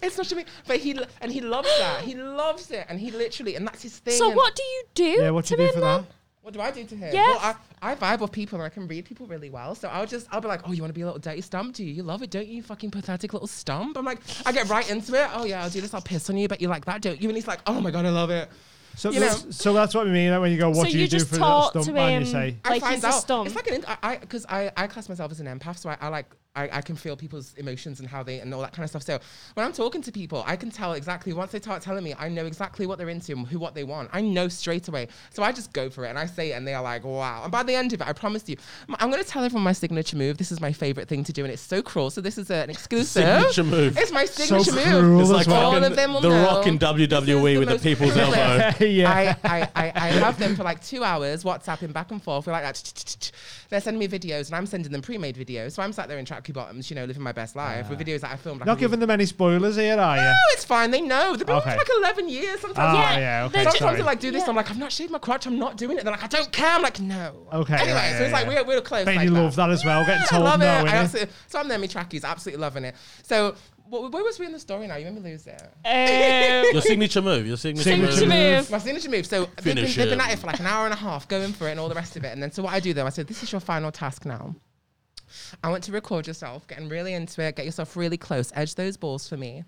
F: It's not a bean, but he lo- and he loves that. He loves it, and he literally, and that's his thing.
B: So
F: and-
B: what do you do?
A: Yeah, what
B: to
A: you
B: be
A: do
B: a
A: for
B: man?
A: that?
F: What do I do to him?
B: Yeah.
F: Well, I, I vibe with people and I can read people really well. So I'll just, I'll be like, oh, you want to be a little dirty stump? Do you? You love it, don't you? you fucking pathetic little stump. I'm like, I get right into it. Oh, yeah, I'll do this. I'll piss on you, but you like that, don't you? And he's like, oh my God, I love it.
A: So,
F: You know.
A: that's, so that's what we mean when you go, what do
B: So
A: you,
B: you
A: do
B: just
A: for the
B: talk to
A: stump man? You
B: him.
A: say,
F: I
B: Like,
F: find
B: he's a
F: out.
B: stump.
F: It's like an, I, I, because I, I class myself as an empath, so I, I like, I, I can feel people's emotions and how they, and all that kind of stuff. So when I'm talking to people, I can tell exactly, once they start telling me, I know exactly what they're into and who, what they want. I know straight away. So I just go for it and I say it and they are like, wow. And by the end of it, I promise you, m- I'm going to tell everyone my signature move. This is my favorite thing to do and it's so cruel. So this is a- an exclusive.
E: Signature move.
F: It's my signature
A: cruel
F: move.
A: It's as like well.
F: all
E: fucking
F: of them will
E: The
F: know.
E: Rock in
F: This is
E: WWE
F: the
E: with the
F: most
E: people's
F: cruel.
E: elbow.
A: yeah.
F: I, I, I, I have them for like two hours, WhatsApping back and forth. We're like, that. they're sending me videos, and I'm sending them pre-made videos. So I'm sat there in tracky bottoms, you know, living my best life with videos that I filmed. Like
A: Ah. Not giving them any spoilers here, are you?
F: No, it's fine. They know. They've been with me
A: Okay.
F: for like 11 years.
A: Oh,
F: Sometimes,
A: yeah,
B: Yeah,
A: okay,
B: they're just-
A: sorry.
F: sometimes they like do this.
B: Yeah.
F: I'm like, I've not shaved my crotch. I'm not doing it. They're like, I don't care. I'm like, no.
A: Okay,
F: Anyway,
A: yeah,
F: so
A: yeah,
F: it's like
A: yeah.
F: we're, we're close.
A: Bet
F: like
A: you
F: that.
A: love that as well, getting
F: Yeah,
A: told
F: I love
A: no,
F: it.
A: innit?
F: I absolutely, so I'm there, me trackies, absolutely loving it. So. wh- Where was we in the story now? You made me lose it.
B: Um,
E: Your signature move. Your signature,
A: Signature
E: move.
A: move.
F: My signature move. So they've been,
E: Finish
F: they've been
E: him.
F: at it for like an hour and a half, going for it and all the rest of it. And then so what I do though, I said, this is your final task now. I want to record yourself, getting really into it, get yourself really close, edge those balls for me.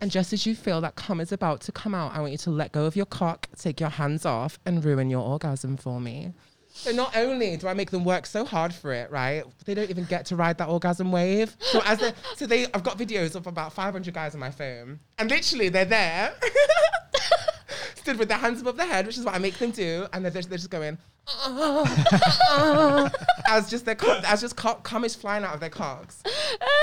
F: And just as you feel that cum is about to come out, I want you to let go of your cock, take your hands off, and ruin your orgasm for me. So not only do I make them work so hard for it, right? They don't even get to ride that orgasm wave. So as they, so they, I've got videos of about 500 guys on my phone, and literally they're there, stood with their hands above their head, which is what I make them do, and they're, just- they're just going as just their cock, as just cock, cum is flying out of their cocks,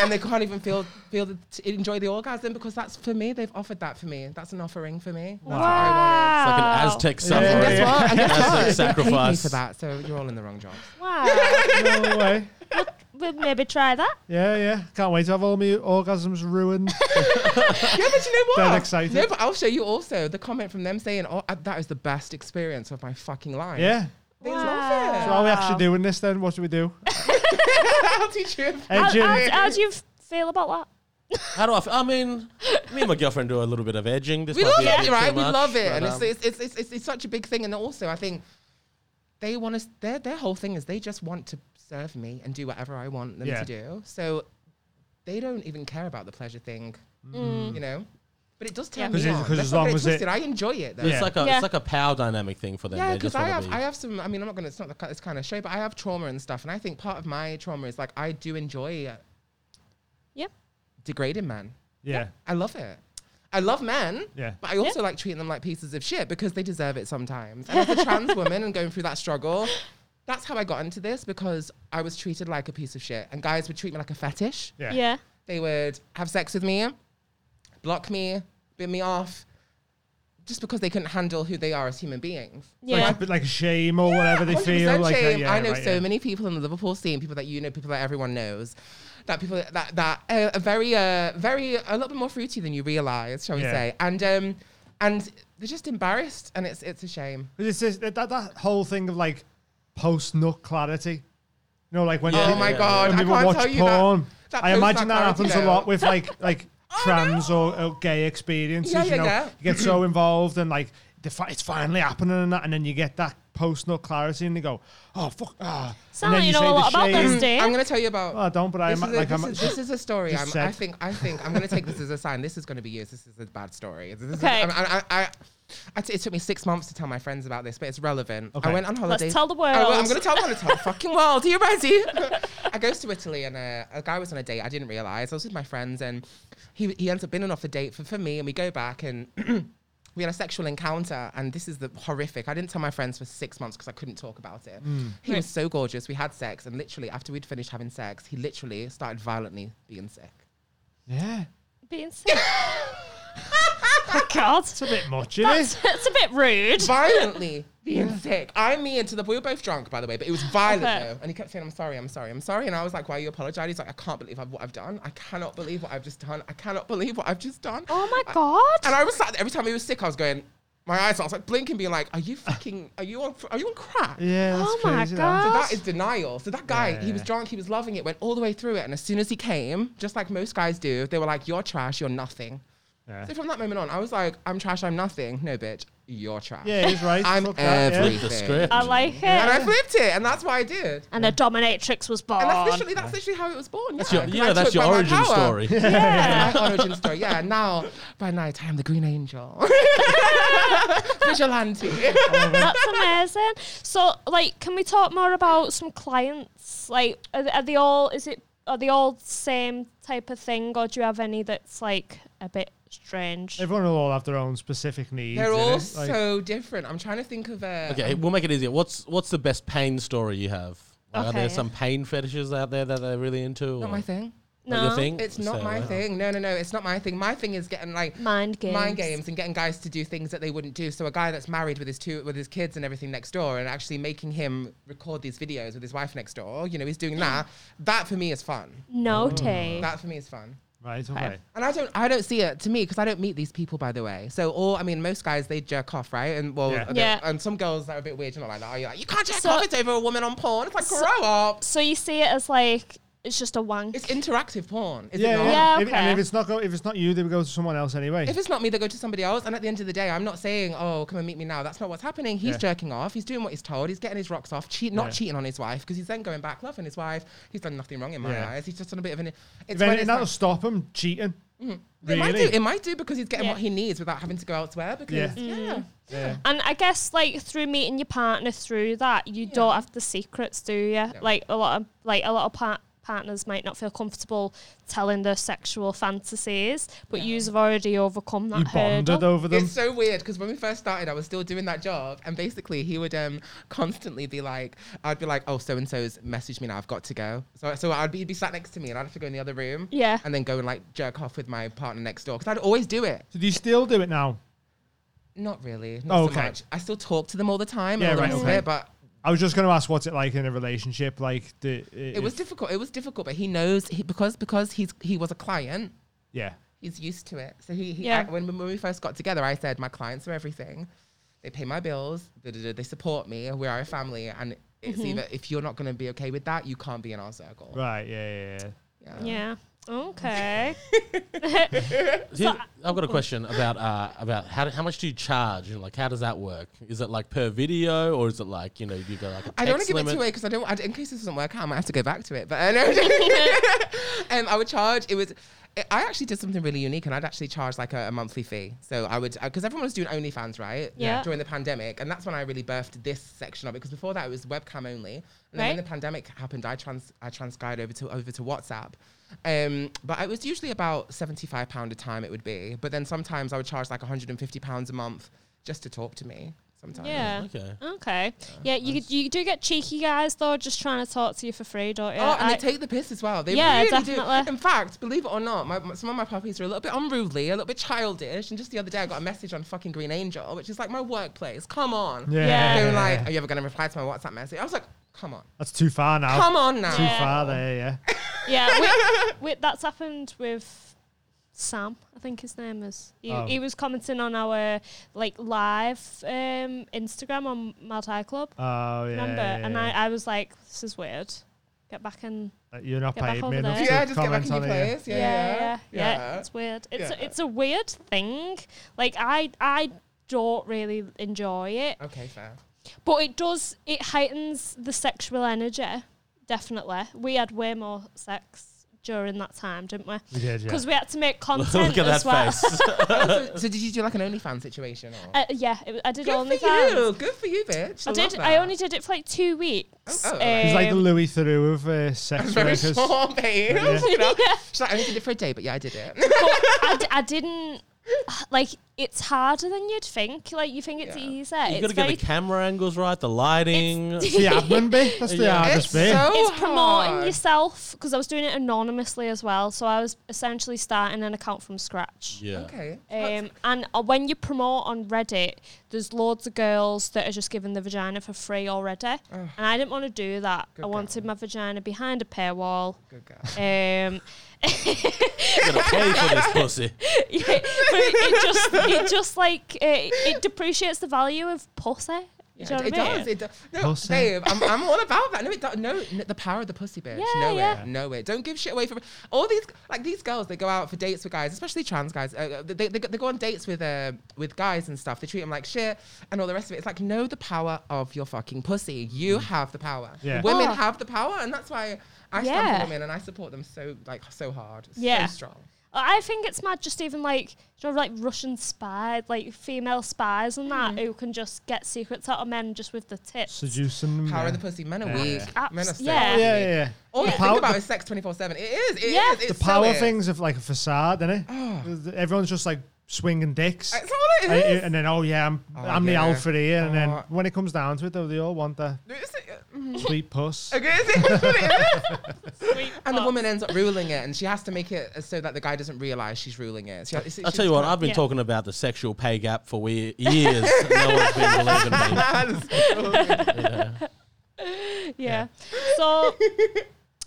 F: and they can't even feel feel the, to enjoy the orgasm because that's for me. They've offered that for me. That's an offering for me. That's what I wanted.
B: wow.
E: It's like an Aztec
F: And
E: samurai.
F: guess what? And guess
E: That's
F: what?
E: like
F: They paid me
E: sacrifice.
F: for that, so you're all in the wrong jobs.
B: Wow.
A: No way.
B: we'll maybe try that.
A: Yeah, yeah. Can't wait to have all my orgasms ruined.
F: Yeah, but you know what?
A: Dead excited.
F: No, but I'll show you also the comment from them saying, "Oh, uh, that is the best experience of my fucking life."
A: yeah.
F: they
B: Wow.
F: love
A: So
F: it.
A: are we
B: Wow.
A: actually doing this then? What do we do?
F: I'll teach you.
A: Hey,
B: How,
A: Jim.
B: how, how do you f- feel about that?
E: How do I? F- I mean, me and my girlfriend do a little bit of edging. This
F: We
E: might
F: love
E: be a
F: it,
E: bit
F: right?
E: too
F: We
E: much,
F: love it,
E: but,
F: and it's,
E: um,
F: it's, it's, it's, it's, it's such a big thing. And also, I think they want us. Their their whole thing is they just want to serve me and do whatever I want them
A: Yeah.
E: Mm.
F: to do. So they don't even care about the pleasure thing, you know. But it does turn
B: Yeah.
F: me
A: 'Cause it-
F: on.
A: 'cause
F: Let's
A: as
F: not
A: long
F: get it
A: as it-
F: twisted. I enjoy it though.
E: It's like a
B: Yeah.
E: it's like a power dynamic thing for them.
F: Yeah,
E: They
F: because
E: just
F: I
E: wanna
F: have
E: be-
F: I have some. I mean, I'm not gonna. It's not the, ki- this kind of show, but I have trauma and stuff. And I think part of my trauma is like I do enjoy uh,
B: Yep.
F: degrading men.
A: Yeah.
F: I love it. I love men,
A: Yeah.
F: but I also like treating them like pieces of shit because they deserve it sometimes. And as a trans woman and going through that struggle, that's how I got into this because I was treated like a piece of shit, and guys would treat me like a fetish.
A: Yeah.
B: Yeah.
F: They would have sex with me, block me, bit me off, just because they couldn't handle who they are as human beings.
A: Like,
B: Yeah.
A: a bit like shame or whatever they
F: 100%
A: feel. Like, uh,
F: shame.
A: yeah,
F: I know
A: right,
F: so
A: yeah.
F: many people in the Liverpool scene, people that you know, people that everyone knows, that people that that uh, are very uh, very a little bit more fruity than you realize, shall we
A: Yeah.
F: say? And um, and they're just embarrassed, and it's it's a shame.
A: But it's just, that, that that whole thing of like post nut clarity. You know, like when
E: Yeah,
A: pe-
F: oh my
E: yeah,
F: god,
A: when
F: I
A: people
F: can't
A: watch
F: tell you
A: porn.
F: that. that
A: I
F: post
A: imagine that
F: clarity
A: happens a
F: though. Oh,
A: lot with like like trans or, or gay experiences.
F: Yeah,
A: you
F: yeah,
A: know,
F: yeah.
A: you get so involved and like the fi- it's finally happening and that, and then you get that post nut clarity and you go, oh fuck, ah. and
B: Sound like
A: then
B: you know
A: say
B: a
A: the
B: lot about
A: shame.
B: this, Dave.
F: Mm. I'm gonna tell you about.
A: Well, I don't, but I
F: this,
A: am
F: is a,
A: like
F: this,
A: I'm.
F: is, this is a story.
A: just
F: I'm,
A: said.
F: I think. I think I'm going to take this as a sign. This is going to be used. This is a bad story. This is-
B: Okay.
F: I, I, I, I t- it took me six months to tell my friends about this, but it's relevant.
A: Okay.
F: I went on holiday.
B: tell the
F: I went- Oh, I'm
B: world.
F: going to tell, I'm gonna tell the fucking world. Are you ready? I goes to Italy and uh, a guy was on a date. I didn't realize. I was with my friends and he he ends up being off the date for, for me, and we go back and. we had a sexual encounter and this is the horrific i didn't tell my friends for six months because i couldn't talk about it
B: Mm.
F: he was so gorgeous we had sex and literally after we'd finished having sex he literally started violently being sick
A: yeah,
B: Being sick. oh, God.
A: it's a bit much, isn't
B: That's,
A: it?
B: that's a bit rude.
F: violently being sick i mean to the we were both drunk by the way but it was violent
B: Okay.
F: though and he kept saying i'm sorry i'm sorry i'm sorry and i was like why are you apologizing he's like i can't believe I've, what i've done i cannot believe what i've just done i cannot believe what i've just done
B: Oh my
F: I-
B: God.
F: and i was sat there, every time he was sick i was going my eyes i was like blinking being like are you fucking are you on are you on crack
A: Yeah, that's
B: Oh my
A: crazy. that.
B: God.
F: So that is denial. So that guy, he was
A: Yeah.
F: drunk, he was loving it, went all the way through it. And as soon as he came, just like most guys do, they were like, You're trash, you're nothing.
A: Yeah.
F: So from that moment on, I was like, I'm trash, I'm nothing. No, bitch, you're trash.
A: Yeah, he's right.
F: I'm
A: Fuck that, yeah.
E: the
F: everything.
E: script.
B: I like it.
F: And I
B: And,
F: flipped it, and that's what I did.
B: a dominatrix was born.
F: And that's literally that's literally how it was born.
E: That's your,
F: yeah, 'cause
E: you
F: I
E: know, that's
F: took
E: your
F: back my
E: origin
F: power.
E: story.
B: yeah.
F: My origin story. Yeah. Now by night I'm the Green Angel. Vigilante.
B: That's amazing. So, like, can we talk more about some clients? Like, are, th- are they all? Is it are they all same type of thing, or do you have any that's like a bit strange?
A: Everyone will all have their own specific needs.
F: They're all
A: innit? Like,
F: so different. I'm trying to think of a
E: Okay, we'll make it easier. What's what's the best pain story you have? Like, Are
B: Okay.
E: there some pain fetishes out there that they're really into?
F: not
E: or-
F: my thing.
E: Not your
B: No.
E: thing?
F: It's not
E: So,
F: my
E: uh,
F: thing. No, no, no. It's not my thing. My thing is getting like
B: Mind games.
F: mind games and getting guys to do things that they wouldn't do. So a guy that's married with his two with his kids and everything next door, and actually making him record these videos with his wife next door. You know, he's doing that. That for me is fun.
A: Oh.
B: No tea.
F: That for me is fun.
A: right, okay.
F: And I don't, I don't see it to me because I don't meet these people, by the way. So, or I mean, most guys they jerk off, right? And well,
A: Yeah.
F: okay,
B: Yeah.
F: And some girls that are a bit weird. You're not like that. Are you like you can't jerk
B: So-
F: off? It's over a woman on porn. It's like grow up.
B: So you see it as like it's just a wank.
F: It's interactive porn. Is it
A: Yeah,
F: not?
A: yeah.
B: Yeah,
A: If- and
B: okay.
A: if it's not go, if it's not you, they would go to someone else anyway.
F: If it's not me, they go to somebody else. And at the end of the day, I'm not saying, oh, come and meet me now. That's not what's happening. He's
A: Yeah.
F: jerking off. He's doing what he's told. He's getting his rocks off, cheat, not
A: Yeah.
F: cheating on his wife because he's then going back, loving his wife. He's done nothing wrong in my
A: Yeah.
F: eyes. He's just done a bit of an. It's
A: If
F: when
A: anything,
F: it's
A: that'll
F: like-
A: stop him cheating.
F: it
A: Really?
F: might do. It might do because he's getting
B: Yeah. Mm.
F: what he needs without having to go elsewhere. Because yeah,
A: yeah.
B: and I guess like through meeting your partner through that, you don't have the secrets, do you? Like a lot of like a lot of par- partners might not feel comfortable telling their sexual fantasies, but you have already overcome that
A: You
B: hurdle.
A: bonded over them.
F: It's so weird because when we first started, I was still doing that job, and basically he would um constantly be like, I'd be like, oh, so and so's messaged me now, I've got to go. So so I'd be, he'd be sat next to me, and I'd have to go in the other room,
B: Yeah.
F: and then go and like jerk off with my partner next door because I'd always do it.
A: So do you still do it now?
F: Not really, not
A: Oh, Okay.
F: so much. I still talk to them all the time,
A: Yeah,
F: and all
A: right,
F: the rest
A: okay.
F: of it, but
A: I was just going to ask what's it like in a relationship, like the.
F: it was difficult. It was difficult, but he knows he, because because he's he was a client.
A: yeah.
F: he's used to it. So he, he
B: Yeah.
F: I, when, when we first got together, I said my clients are everything. They pay my bills. da, da, da, They support me. We are a family, and it's either if you're not going to be okay with that, you can't be in our circle.
A: Right. Yeah. Yeah.
B: Yeah. Okay.
E: See, I've got a question about uh, about how, do- how much do you charge and like how does that work? Is it like per video or is it like you know you got like a text
F: I don't want to give
E: limit?
F: it away because I don't. I, in case this doesn't work out, I might have to go back to it. But uh, no, um, I would charge. It was. I- I actually did something really unique, and I'd actually charge like a, a monthly fee. So I would, because everyone was doing OnlyFans, right?
B: Yeah.
F: During the pandemic, and that's when I really birthed this section of it. Because before that, it was webcam only, and then
B: Right.
F: when the pandemic happened, I trans I transcribed over to over to WhatsApp. Um, but it was usually about seventy five pound a time it would be. But then sometimes I would charge like one hundred and fifty pounds a month just to talk to me. Sometimes.
B: Yeah.
E: Okay.
B: Okay.
F: Uh,
B: Yeah, you you do get cheeky guys though, just trying to talk to you for free, don't you?
F: Oh, and
B: I-
F: they take the piss as well. They
B: Yeah,
F: really
B: definitely.
F: do. In fact, believe it or not, my, my- some of my puppies are a little bit unruly, a little bit childish. And just the other day, I got a message on fucking Green Angel, which is like my workplace. Come on.
A: Yeah.
B: Yeah.
F: They were like, "Are you ever going to reply to my WhatsApp message?" I was like, "Come on,
A: That's too far now.
F: come on now."
A: Too
B: Yeah.
A: far there, yeah.
B: yeah, we, we, that's happened with Sam. I think his name is. He,
A: Oh.
B: he was commenting on our like live um, Instagram on Mad High Club.
A: Oh, yeah.
B: remember?
A: yeah,
B: And
A: yeah.
B: I, I was like, this is weird. Get back in.
A: Like, Uh, You're not
B: Get back
A: paid
B: over
A: me enough
B: there.
A: to
F: Yeah, just get
A: comment
F: back in your
A: on it. yeah.
F: place. Yeah,
B: yeah, yeah, yeah.
F: yeah.
B: It's weird. It's a,
F: Yeah.
B: it's a weird thing. Like I I don't really enjoy it,
F: Okay, fair.
B: but it does. It heightens the sexual energy. Definitely, we had way more sex during that time, didn't we?
A: We did, yeah.
B: Because we had to make content
E: Look at
B: as
E: that
B: well.
E: face.
F: Oh, so, so did you do like an OnlyFans situation? Or?
B: Uh, yeah, it, I did
F: Good for
B: OnlyFans.
F: you. Good for you, bitch.
B: I did.
F: love
B: I
F: that.
B: only did it for like two weeks.
F: Oh, oh, right.
A: He's like the
B: Um,
A: Louis Theroux of uh, sex
F: Very
A: workers.
F: small, babe.
A: Yeah.
F: You know? She's like, I only did it for a day, but yeah, I did it.
B: but I, d- I didn't like it's harder than you'd think like you think it's
F: Yeah.
B: easy
E: you
B: it's
E: got to get the camera angles right, the lighting.
B: it's,
A: The admin bit. That's the
E: Yeah.
A: hardest
F: it's
A: bit.
F: so
B: it's promoting
F: hard.
B: yourself because I was doing it anonymously as well so I was essentially starting an account from scratch
E: yeah.
F: Okay.
B: um, and uh, when you promote on Reddit there's loads of girls that are just giving the vagina for free already and I didn't want to do that I wanted my vagina behind a paywall
F: Good girl.
B: um
E: You gotta pay for this pussy.
B: Yeah, but it, it just it just like it, it depreciates the value of pussy. You know
F: it,
B: what
F: it
B: I mean?
F: does. It does. No,
A: Pussy.
F: babe, I'm, I'm all about that. No, it does. No, n- the power of the pussy, bitch.
B: Yeah,
F: know
B: yeah.
F: it. Know it. Don't give shit away from all these. Like these girls, they go out for dates with guys, especially trans guys. Uh, they, they, they go on dates with uh, with guys and stuff. They treat them like shit and all the rest of it. It's like know the power of your fucking pussy. You have the power.
A: Mm. Yeah.
F: Women
B: Oh.
F: have the power, and that's why I stand
B: Yeah.
F: for women and I support them so like so hard.
B: Yeah.
F: So strong.
B: I think it's mad just even like you know, like Russian spies, like female spies and that
F: Mm.
B: who can just get secrets out of men just with the tips.
A: Seducing.
F: Power
A: men.
F: of the pussy. Men are
A: Yeah.
F: weak.
B: Abs-
F: Men are so
B: yeah.
F: weak.
A: Yeah, yeah, yeah.
F: All
A: The
F: you
A: power-
F: think about is sex 24 7. It is. It is.
B: Yeah.
F: It's
A: the
F: so
A: power
F: is.
A: things of like a facade, innit? Everyone's just like swinging dicks.
F: That's all it
A: Uh,
F: is.
A: And then, oh yeah, I'm,
F: Oh,
A: I'm the
F: yeah.
A: alpha here. And then
F: Oh.
A: when it comes down to it, though, they all want the
F: Is it-
A: sweet puss.
F: Okay, is it- that's what it is.
B: Sweet
F: and the
B: fuck.
F: woman ends up ruling it, and she has to make it so that the guy doesn't realize she's ruling it. She- it's-
E: I'll
F: she's
E: tell you what,
F: kind
E: I've been
B: Yeah.
E: talking about the sexual pay gap for we- years. and no one's been believing me.
F: of- That is-
B: Yeah. So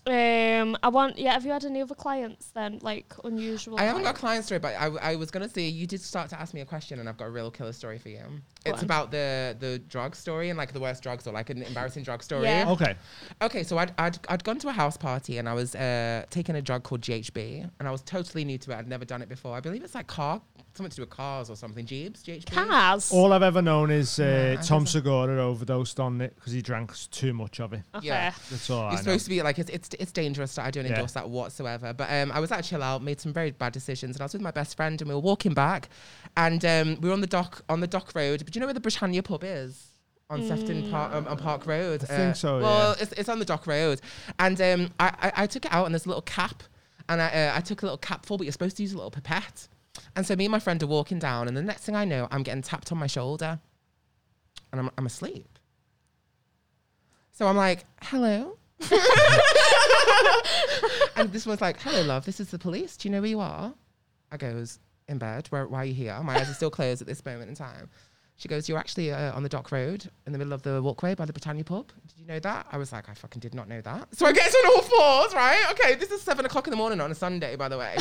B: um I want yeah, have you had any other clients then? Like unusual.
F: I haven't got a
B: clients?
F: client story, but I, I was gonna say you did start to ask me a question, and I've got a real killer story for you. It's
B: on.
F: about the the drug story and like the worst drugs or like an embarrassing drug story.
B: Yeah.
A: Okay.
F: Okay, so I'd, I'd, I'd gone to a house party and I was uh, taking a drug called GHB and I was totally new to it. I'd never done it before. I believe it's like car, something to do with cars or something. Jeeps, GHB.
B: cars.
A: All I've ever known is uh,
F: Yeah, I
A: Tom
F: think so.
A: Segura overdosed on it because he drank s- too much of it.
B: okay.
F: yeah.
A: That's all
F: You're
A: I know.
F: supposed to be like it's it's, it's dangerous. I don't
A: Yeah.
F: endorse that whatsoever. But um, I was at chill out, made some very bad decisions, and I was with my best friend, and we were walking back, and um, we were on the dock on the dock road. But you know where the Britannia pub is on Sefton Park um, on Park Road.
A: I think so,
F: Well,
A: yeah.
F: it's, it's on the dock road, and um, I, I I took it out and there's a little cap, and I uh, I took a little cap full, but you're supposed to use a little pipette. And so me and my friend are walking down, and the next thing I know, I'm getting tapped on my shoulder, and I'm I'm asleep. So I'm like, hello. and this one's like, hello, love, this is the police. Do you know where you are? I goes, in bed. Where, why are you here? My eyes are still closed at this moment in time. She goes, you're actually uh, on the dock road in the middle of the walkway by the Britannia pub. Did you know that? I was like, I fucking did not know that. So I get on all fours, right? Okay, this is seven o'clock in the morning on a Sunday, by the way.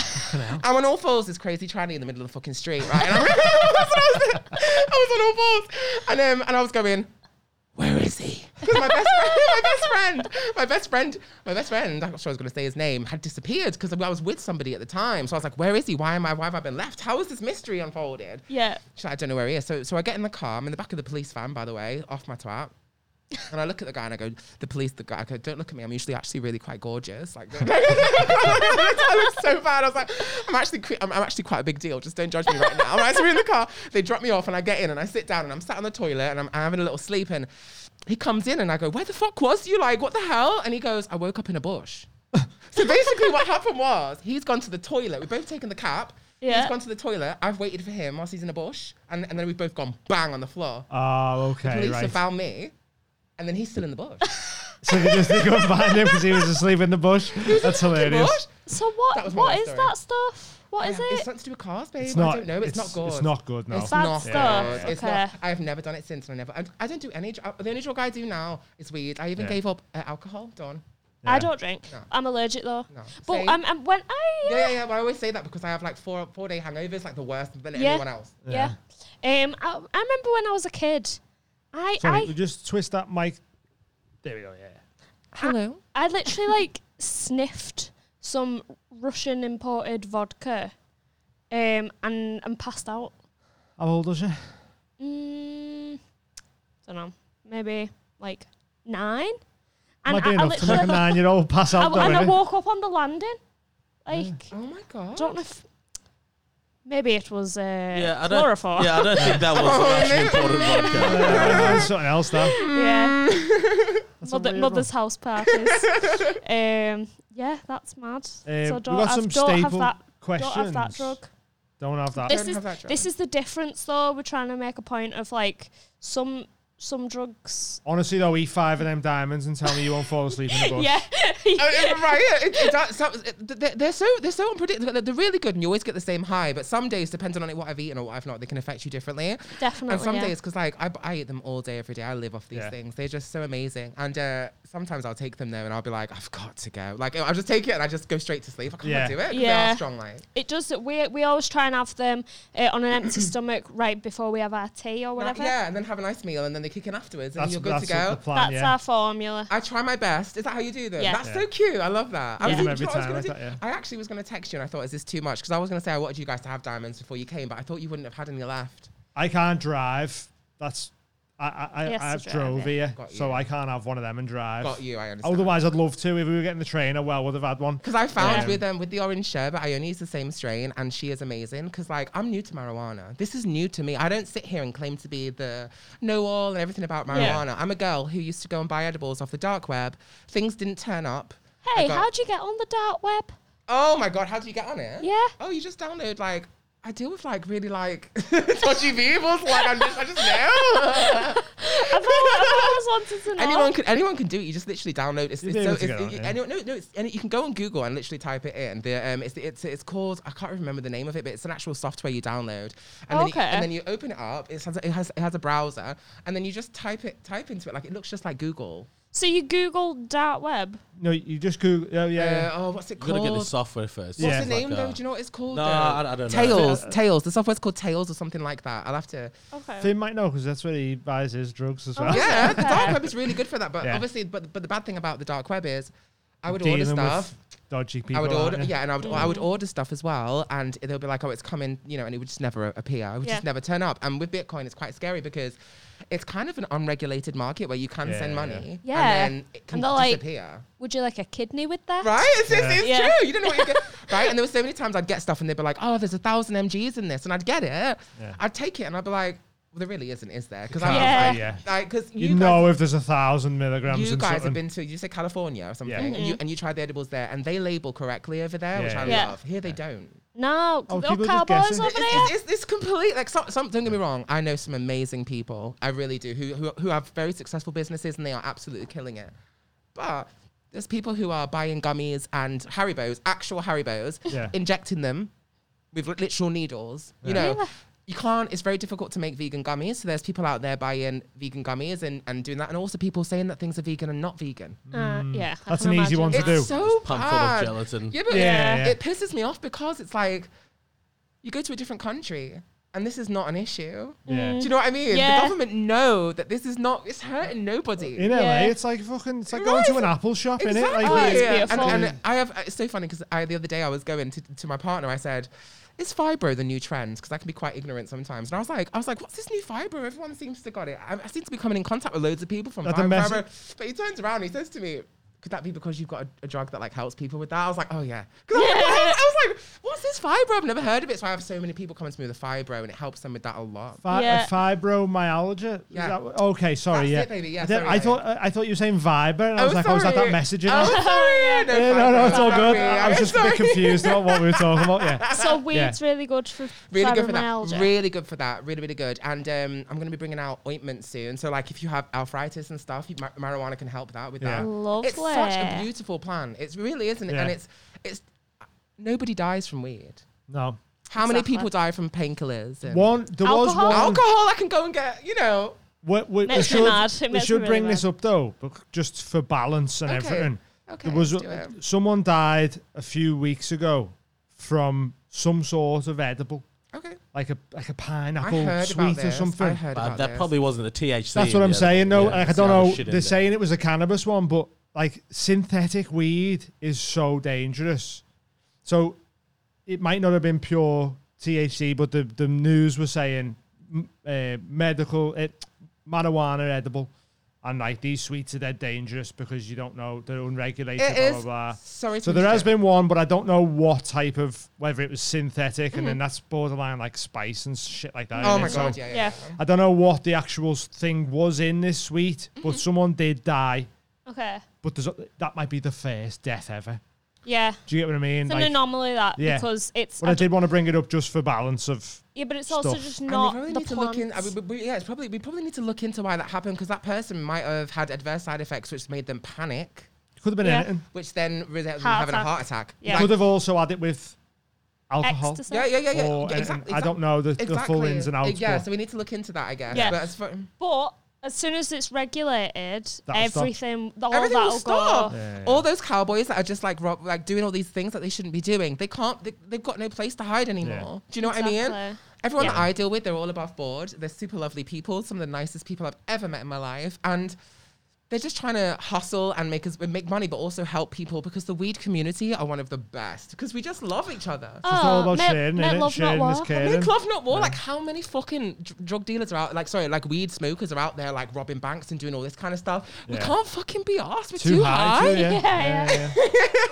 F: I'm on all fours, this crazy tranny in the middle of the fucking street, right? And I'm, that's what I, was, I was on all fours. And, um, and I was going, where is he? Because my best friend, my best friend, my best friend, my best friend, I'm not sure I was going to say his name, had disappeared because I was with somebody at the time. So I was like, where is he? Why am I, why have I been left? How has this mystery unfolded?
B: Yeah.
F: She's like, I don't know where he is. So, so I get in the car. I'm in the back of the police van, by the way, off my twat. And I look at the guy and I go, the police, the guy, I go, don't look at me. I'm usually actually really quite gorgeous. Like, don't- I look so bad. I was like, I'm actually, cre- I'm, I'm actually quite a big deal. Just don't judge me right now. Right, so we're in the car. They drop me off and I get in and I sit down and I'm sat on the toilet and I'm, I'm having a little sleep and he comes in and I go, where the fuck was you? Like, what the hell? And he goes, I woke up in a bush. so basically what happened was he's gone to the toilet. We've both taken the cap.
B: Yeah.
F: He's gone to the toilet. I've waited for him whilst he's in a bush. And, and then we've both gone bang on the floor.
A: Oh, okay,
F: Police have
A: right.
F: found me. And then he's still in the bush.
A: So they just they couldn't find him because he was asleep in the bush. That's hilarious.
F: Bush?
B: So what?
F: That was my
B: what
F: life
B: is
F: story.
B: that stuff? What is
F: It's
B: it?
F: something to do with cars, babe.
A: It's not.
F: I don't know. It's, not good.
A: It's not good now.
B: It's Bad
F: not
B: stuff.
F: good. It's
B: Okay.
F: not. I have never done it since. And I never. I, I don't do any. dr- The only drug I do now is weed. I even
A: Yeah.
F: gave up uh, alcohol. Don.
B: I don't drink.
F: No.
B: I'm allergic though.
F: No.
B: But
F: Same.
B: um, um, when I
F: Yeah, yeah, yeah. But I always say that because I have like four four day hangovers, like the worst than
B: Yeah.
F: anyone else.
B: yeah. Um, I, I remember when I was a kid. I
A: Sorry,
B: I
A: we just twist that mic. There we go. Yeah.
F: Hello.
B: I literally like sniffed some Russian imported vodka, um, and and passed out.
A: How old was you?
B: Mm, don't know, maybe like nine. And
A: Might be
B: I, I
A: enough to make a
B: literally, I,
A: nine-year-old pass out.
B: and I
A: already.
B: woke up on the landing. Like,
F: Oh my god.
B: don't know if maybe it was uh,
E: Yeah, I don't.
B: chloroform.
E: Yeah, I don't think that was actually important vodka.
A: Yeah, Uh, that's something else now.
B: Yeah.
A: a
B: Mother,
A: weird
B: mother's house parties. um, yeah, that's
A: Uh,
B: mad. so
A: we
B: don't,
A: got
B: have,
A: some
B: don't have
A: staple
B: that.
A: questions.
B: Don't have that drug.
A: Don't have that.
B: This
F: don't
B: is
F: have that drug.
B: this is the difference, though. We're trying to make a point of like some some drugs.
A: Honestly, though, eat five of them diamonds and tell me you won't fall asleep in the bush.
B: Yeah,
F: Oh, yeah, right, yeah, it, it does, some- it- they're, they're so they're so unpredictable. They're- They're really good, and you always get the same high. But some days, depending on what I've eaten or what I've not, they can affect you differently.
B: definitely.
F: And some
B: yeah.
F: days, because like I, I eat them all day, every day. I live off these
A: Yeah.
F: things. They're just so amazing. And uh, sometimes I'll take them there, and I'll be like, I've got to go. Like I'll just take it, and I just go straight to sleep. I can't
A: Yeah.
F: do it.
B: Yeah.
F: Yeah. Strong like.
B: it does. We we always try and have them uh, on an empty stomach right before we have our tea or whatever.
F: Yeah. And then have a nice meal, and then they kick in afterwards, and
A: That's,
F: you're good
A: that's
F: to
A: what
F: go.
A: the plan,
B: That's
A: yeah.
B: our formula.
F: I try my best. Is that how you do them?
B: Yeah.
F: That's
A: Yeah.
F: so cute. I love that. I,
B: Yeah.
F: was,
A: Give 'em
F: do you
A: every
F: know what I,
A: time,
F: was
A: I
F: gonna do?
A: thought,
F: I actually was going to text you and I thought, is this too much? Because I was going to say, I wanted you guys to have diamonds before you came, but I thought you wouldn't have had any left.
A: I can't drive. That's I I, I
B: Yes,
A: I've
B: to drive,
A: drove
B: yeah.
A: here,
F: Got
A: so
F: you.
A: I can't have one of them and drive.
F: Got you, I understand.
A: Otherwise, I'd love to. If we were getting the train, I well would have had one.
F: Because I found
A: Yeah.
F: with um, with the orange sherbet, I only use the same strain, and she is amazing. Because like I'm new to marijuana, this is new to me. I don't sit here and claim to be the know all and everything about marijuana. I'm a girl who used to go and buy edibles off the dark web. Things didn't turn up. I
B: Hey,
F: got-
B: how'd you get on the dark web?
F: Oh my god, how do you get on it?
B: Yeah.
F: Oh, you just download like. I deal with like really like dodgy people. so, Like I'm just, I just know.
B: I've always, I've always wanted to know.
F: anyone could anyone can do it. You just literally download. It's,
A: You'll
F: it's
A: be
F: so
A: able
F: it's,
A: to get on,
F: it-
A: yeah.
F: anyone- no no. It's, and you can go on Google and literally type it in. The um, it's it's it's called I can't remember the name of it, but it's an actual software you download. And Then you,
B: Okay.
F: and then you open it up. It has it has it has a browser, and then you just type it type into it like it looks just like Google.
B: so you googled dark web.
A: No, you just Google. Oh yeah, yeah.
F: Uh, oh, what's it
E: You gotta
F: called?
E: get this software first.
A: Yeah.
F: What's
E: It's
F: the
E: like,
F: name
E: uh,
F: though? Do you know what it's called?
E: No,
F: though?
E: I- I don't know.
F: Tails, Tails. The software's called Tails or something like that. I'll have to.
B: Okay.
A: Finn might know because that's where he buys his drugs
B: Oh,
A: as well.
F: Yeah, the dark web is really good for that. But
A: Yeah.
F: obviously, but but the bad thing about the dark web is, I would order
A: Dealing
F: stuff.
A: with dodgy people.
F: I would
A: aren't
F: order,
A: you?
F: yeah, and I would, I
B: Mm.
F: would order stuff as well, and they'll be like, "Oh, it's coming," you know, and it would just never appear. It would
B: Yeah.
F: just never turn up. And with Bitcoin, it's quite scary because it's kind of an unregulated market where you can send
A: Yeah.
F: money,
B: Yeah.
F: and then it can
B: And they're like-
F: disappear.
B: Would you like a kidney with that?
F: Right? It's, it's, it's
B: Yeah.
F: true. You don't know what you get. right? And there were so many times I'd get stuff and they'd be like, oh, there's a thousand MGs in this. And I'd get it. I'd take it and I'd be like, well, there really isn't, is there? Because
B: can't,
F: I
A: Oh, yeah.
F: like, like, cause
A: You,
F: you guys-
A: know if there's a thousand milligrams.
F: you
A: in
F: guys
A: something.
F: have been to you say California or something, and you and you try the edibles there, and they label correctly over there, which
A: Yeah.
F: I
B: Mm-hmm. Yeah.
F: love. Here they don't.
B: No,
A: Oh,
B: little
A: people just
B: cowboys
A: guessing.
B: over
F: It's,
B: there.
F: it's, it's, it's complete. Like some, some, don't get me wrong. I know some amazing people. I really do. Who, who who have very successful businesses and they are absolutely killing it. But there's people who are buying gummies and Haribo's, actual Haribo's,
A: Yeah.
F: injecting them with li- literal needles. You know. You can't. It's very difficult to make vegan gummies. So there's people out there buying vegan gummies and, and doing that, and also people saying that things are vegan and not vegan.
B: Uh, yeah, I
A: Mm. That's
B: can
A: an easy
B: imagine
A: one to
B: that.
A: do.
F: It's so
E: pumped full of
F: bad.
E: gelatin.
F: Yeah, but
A: Yeah,
F: It,
A: yeah.
F: it pisses me off because it's like you go to a different country and this is not an issue.
A: Yeah.
B: Mm.
F: Do you know what I mean?
B: Yeah.
F: The government know that this is not, it's hurting nobody.
A: In LA,
B: Yeah. Oh,
A: it's like fucking, it's like going to an Apple shop, in it?
F: Exactly.
A: Like,
B: it's
F: Oh, yeah. and,
B: beautiful.
F: and I have it's so funny because I the other day I was going to, to my partner. I said, "Is fibro the new trend?" Because I can be quite ignorant sometimes. And I was like, "I was like, what's this new fibro? Everyone seems to got it. I, I seem to be coming in contact with loads of people from
A: Not the
F: fibro."
A: mess-
F: fibro." But he turns around and he says to me. Could that be because you've got a, a drug that like helps people with that? I was like, oh yeah. 'Cause I, was like, what? I was like, what's this fibro? I've never heard of it. So I have so many people coming to me with a fibro, and it helps them with that a lot.
A: Fi-
B: Yeah.
A: yeah. Fibromyalgia. Is
F: Yeah.
A: that what- okay, sorry.
F: That's
A: yeah.
F: it, baby, yeah,
A: I, did-
F: sorry,
A: I
F: yeah,
A: thought I thought you were saying Viber, and I
F: Oh,
A: was like, oh, is that that
F: sorry.
A: messaging?
F: Oh,
A: app?
F: sorry. Yeah, no,
A: Yeah, no, no, it's all good.
F: fibro,
A: I was
F: I'm
A: just a bit
F: sorry.
A: confused about what we were talking about. Yeah.
B: So weed's really good for
F: really good for
B: fibromyalgia.
F: that. Really good for that. Really, really good. And um, I'm going to be bringing out ointments soon. So, like, if you have arthritis and stuff, you, ma- marijuana can help that with
A: Yeah.
F: that.
B: Lovely.
F: It's such a beautiful plan. It really isn't it?
A: Yeah.
F: And it's it's nobody dies from weed.
A: No.
F: How many
B: Exactly.
F: people die from painkillers? and-
A: One, there
B: Alcohol?
A: was one.
F: alcohol. I can go and get. You know,
A: We, we, we
B: Makes me
A: should,
B: mad. It
A: we
B: makes me
A: should
B: really
A: bring
B: mad.
A: this up though, bec- just for balance and
F: Okay.
A: everything.
F: Okay,
A: there was
F: let's do it.
A: someone died a few weeks ago from some sort of edible,
F: okay.
A: like a like a
F: I
A: pineapple
F: heard about
A: sweet or
F: this.
A: something.
F: I heard
E: But
F: about
E: that
F: this.
E: probably wasn't the THC.
A: That's
E: in
A: what I'm
E: the other-
A: saying. No,
E: yeah,
A: like, I
E: it's
A: don't
E: the other
A: know.
E: shit in
A: They're
E: there.
A: saying it was a cannabis one, but like synthetic weed is so dangerous. So it might not have been pure THC, but the the news was saying m- uh, medical it, marijuana edible, and like these sweets are dead dangerous because you don't know they're unregulated.
F: It
A: blah,
F: is.
A: blah blah.
F: Sorry.
A: So
F: to
A: there has
F: interrupt.
A: been one, but I don't know what type of whether it was synthetic, and then that's borderline like spice and shit like that.
F: Hmm. Oh
A: innit?
F: my
A: So-
F: god. Yeah.
B: Yeah.
F: Yeah. yeah.
A: I don't know what the actual s- thing was in this suite, but someone did die.
B: Okay.
A: But there's, a- that might be the first death ever.
B: Yeah.
A: Do you get what I mean?
B: It's an anomaly that
A: Yeah.
B: because it's
A: but I, did want to bring it up just for balance of.
B: yeah, but it's also
A: stuff.
B: just
F: And we
B: not
F: probably
B: the
F: need to look in, I
B: plants.
F: mean, we- we- yeah, it's probably we probably need to look into why that happened because that person might have had adverse side effects, which made them panic,
A: Could have been
B: Yeah.
A: anything.
F: which then resulted in
B: Heart
F: having
B: attack.
F: a heart attack.
B: Yeah.
A: Could have also had it with alcohol.
B: Ecstasy.
F: Yeah, yeah, yeah, yeah.
A: Or
F: yeah,
A: anything. I don't know the- the full ins and outs,
F: Yeah,
A: but-
F: so we need to look into that, I guess.
B: Yeah.
F: Yeah. But as for,
B: But as soon as it's regulated,
A: stop.
B: everything, all
F: everything
B: that'll
F: will stop.
B: go.
F: All those cowboys that are just like rob, like doing all these things that they shouldn't be doing. They can't. They, they've got no place to hide anymore. Do you know what I mean?
B: Exactly.
F: Everyone
B: Yeah.
F: that I deal with, they're all above board. They're super lovely people. Some of the nicest people I've ever met in my life, and they're just trying to hustle and make us make money, but also help people because the weed community are one of the best because we just love each other.
A: It's all
B: Oh,
A: about
B: met-
A: sharing,
B: met
A: innit?
B: love, not
A: Sharing is
B: war.
A: caring.
F: Make love, not war. Like how many fucking dr- drug dealers are out? Like sorry, like weed smokers are out there, like robbing banks and doing all this kind of stuff. We
A: Yeah.
F: can't fucking be asked. We're
A: Too, high. too, yeah.
B: Yeah,
A: Yeah,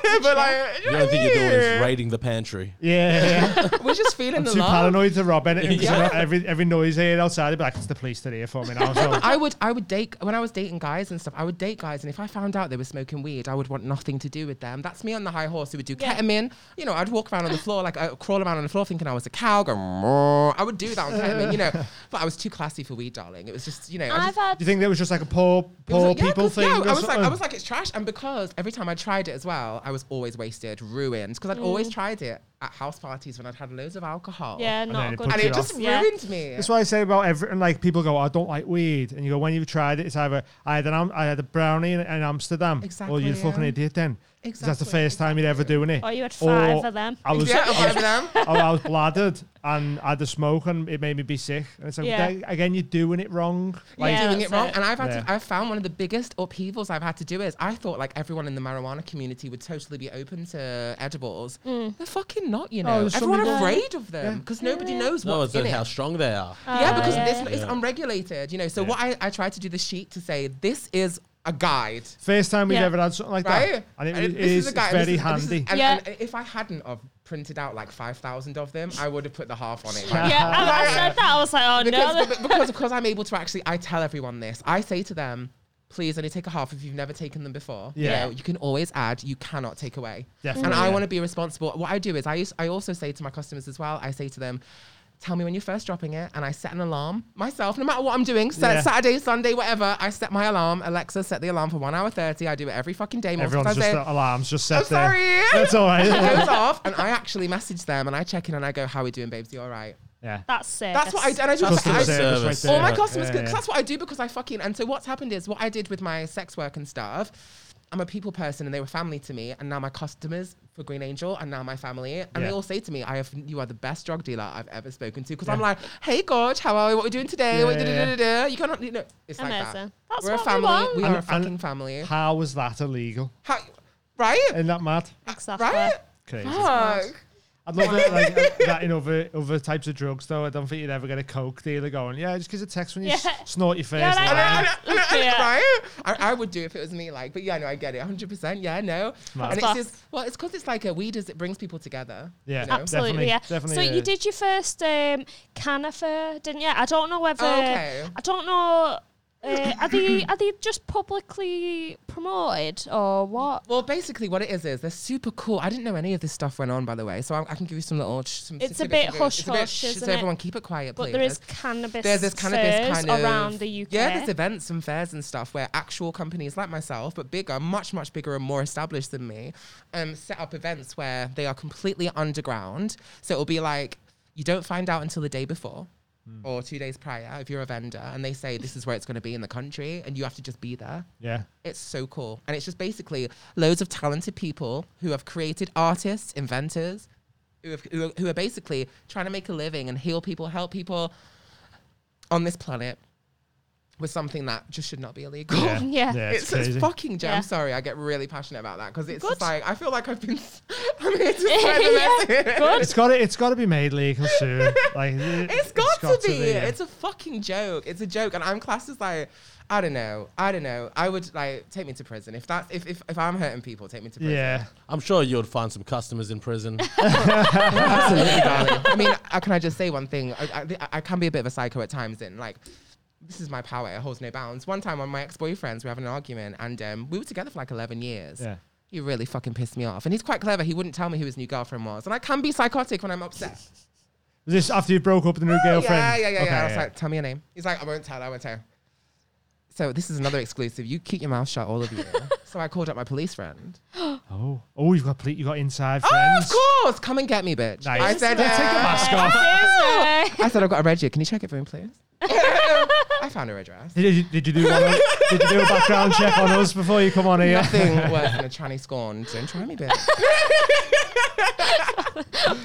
A: yeah.
F: but like,
E: The
F: you know what
E: only
F: I
E: thing you're doing is
F: mean?
E: raiding the pantry.
A: yeah, yeah, yeah.
F: We're just feeling the
A: too
F: love.
A: paranoid to rob anything. 'cause I know
F: Yeah.
A: Every every noise I hear outside, I'd be like, it's the police that are here for me now. So
F: I would, I would date when I was dating guys and stuff. I would date guys, and if I found out they were smoking weed, I would want nothing to do with them. That's me on the high horse who would do
B: Yeah.
F: ketamine. You know, I'd walk around on the floor like I crawl around on the floor thinking I was a cow. Go, "Moo." I would do that on ketamine, you know. But I was too classy for weed, darling. It was just, you know, I
B: I've
F: just-
A: do you
B: had
A: think that was just like a poor
F: it was
A: poor
F: like- yeah,
A: people
F: 'cause-
A: thing?
F: yeah,
A: or
F: I was like, I
A: something?
F: was like, it's trash, and because every time I tried it as well, I was always wasted, ruined, because I'd always tried it at house parties when I'd had loads of alcohol.
B: yeah,
A: then
B: not
A: it
B: a
A: puts
B: good.
F: and
A: you
F: it just
B: off. Yeah.
F: ruined me.
A: That's why I say about everything. Like people go, "Oh, "I don't like weed," and you go, "When you've tried it, it's either I had an am- I had a brownie in, in Amsterdam, or
F: Exactly,
A: you're a fucking
F: yeah.
A: idiot then, 'cause that's the
F: Exactly, Oh,
A: first time you're ever doing it."
B: Or you had five
A: Or
B: of them.
A: I was,
F: yeah,
A: I,
F: okay,
A: was
F: them.
A: I, was bladdered and I had a smoke, and it made me be sick. And it's like
B: Yeah.
A: "Then- again, you're doing it wrong. Like,
B: Yeah,
F: doing it
B: that's
F: wrong.
B: it.
F: And I've had
A: Yeah.
F: to, I've found one of the biggest upheavals I've had to do is I thought like everyone in the marijuana community would totally be open to edibles.
B: Mm.
F: They're fucking not, you
A: Oh,
F: know.
A: there's so
F: Everyone
A: many-
F: afraid of them because nobody knows
E: No,
F: what's
E: it's
F: in
E: how
F: it.
E: strong they are.
F: Uh, yeah, because
B: yeah.
F: This, it's unregulated, you know. So what I, I tried to do the sheet to say this is a guide.
A: First time we've
B: Yeah.
A: ever had something like
F: Right, Uh,
A: that, and it, it
F: this
A: is,
F: a guide,
A: very
F: this is- this
A: handy.
F: is- and,
B: Yeah.
F: and if I hadn't have printed out like five thousand of them, I would have put the half on it.
B: Yeah, I, I said that. I was like, oh no.
F: because, but- because because I'm able to actually I tell everyone this. I say to them, please only take a half if you've never taken them before. You
A: Yeah.
F: know, You, can always add, you cannot take away.
A: Definitely,
F: And I
A: yeah.
F: want to be responsible. What I do is I use, I also say to my customers as well, I say to them, Tell me when you're first dropping it, and I set an alarm myself. No matter what I'm doing, set
A: Yeah.
F: Saturday, Sunday, whatever, I set my alarm. Alexa set the alarm for one hour thirty. I do it every fucking day. multiple
A: Everyone's
F: times
A: just
F: a day.
A: the alarms just set there.
F: sorry.
A: That's all
F: It
A: right.
F: goes off, and I actually message them, and I check in, and I go, "How we doing, babes? You all right?"
A: yeah.
B: That's it.
F: That's what I do. And I just
A: Customer
F: I,
A: service right
E: service.
A: there.
F: all Oh my customers
A: Yeah,
F: because
A: yeah.
F: that's what I do because I fucking and so what's happened is what I did with my sex work and stuff I'm a people person and they were family to me, and now my customers for Green Angel and now my family, and
A: Yeah.
F: they all say to me, "I have you are the best drug dealer I've ever spoken to," because I'm like, "Hey, Gorge, how are we? What are we doing today?
A: Yeah,
F: What
A: yeah,
F: da- da- da- da- da." You cannot, you know, it's like that.
B: Amazing. That's
F: we're
B: what
F: a
B: we
F: family.
B: want.
F: We
A: And-
F: are a
A: and-
F: fucking family.
A: How was that illegal?
F: How, right?
A: Isn't that mad?
B: Exactly.
F: Right?
A: Crazy.
F: Fuck.
A: I'd love it like uh, that in other other types of drugs though. I don't think you'd ever get a coke dealer going, yeah, just because a text when you s-
B: Yeah.
A: snort your first
B: Yeah,
A: line.
B: like-
F: I know, I know, I know,
B: Yeah.
F: Right? I, I would do if it was me, like, but yeah, no, I get it, hundred percent. Yeah, no,
A: Mad.
F: and it's
B: Class.
F: just well, it's because it's like a weed is it brings people together.
A: Yeah,
F: know?
A: definitely,
B: Absolutely, yeah.
A: Definitely
B: so you
A: uh,
B: did your first um, canifer, didn't you? I don't know whether
F: Oh, Okay.
B: I don't know. Uh, are they are they just publicly promoted or what?
F: Well, basically, what it is is they're super cool. I didn't know any of this stuff went on, by the way, so I, I can give you some little. sh- Some
B: It's a
F: tidbits
B: bit
F: and bits.
B: hush
F: It's a bit
B: hush,
F: sh-
B: isn't
F: So
B: it?
F: everyone, keep it quiet,
B: But
F: please.
B: there is cannabis.
F: there's this cannabis
B: fairs
F: kind of
B: around the UK.
F: Yeah, there's events and fairs and stuff where actual companies like myself, but bigger, much much bigger and more established than me, um, set up events where they are completely underground. So it'll be like you don't find out until the day before. Or two days prior, if you're a vendor, and they say this is where it's going to be in the country, and you have to just be there.
A: yeah.
F: It's so cool. And it's just basically loads of talented people who have created artists, inventors, who, have, who, are, who are basically trying to make a living and heal people, help people on this planet with something that just should not be illegal.
A: Yeah,
B: Yeah.
A: yeah, it's,
F: It's, it's
A: crazy.
F: fucking jam.
B: Yeah.
F: I'm sorry, I get really passionate about that because it's
B: Good.
F: just like I feel like I've been. I'm here to spread the message.
A: it's got to, it's got to be made legal soon. Like
F: It's got, to, be. It's a fucking joke. It's a joke, and I'm classed as like, I don't know, I don't know. I would like take me to prison if that's if if, if I'm hurting people, take me to prison.
A: yeah,
E: I'm sure you'd find some customers in prison.
F: absolutely, darling. I mean, uh, can I just say one thing? I, I, I can be a bit of a psycho at times, and like. This is my power. It holds no bounds. One time, one of my ex-boyfriends, we were having an argument, and um, we were together for like eleven years.
A: Yeah.
F: He really fucking pissed me off, and he's quite clever. He wouldn't tell me who his new girlfriend was, and I can be psychotic when I'm upset.
A: Was this after you broke up with the new girlfriend?
F: Oh, Yeah, yeah, yeah, yeah.
A: Okay,
F: I was like, tell me your name. He's like, I won't tell, I won't tell. So this is another exclusive. You keep your mouth shut, all of you. so I called up my police friend.
A: oh, oh, you've got ple- you got inside
F: Oh,
A: friends.
F: of course. Come and get me, bitch.
A: Nice.
F: I said,
A: Let's take the
F: uh,
A: mask off.
B: Yes,
F: I said, I've got a red jersey. Can you check it for me, please? I found her address.
A: Did you, did you do one of- did you do a background check on us before you come on here?
F: Nothing worse than a tranny scorn. Don't try me, bitch.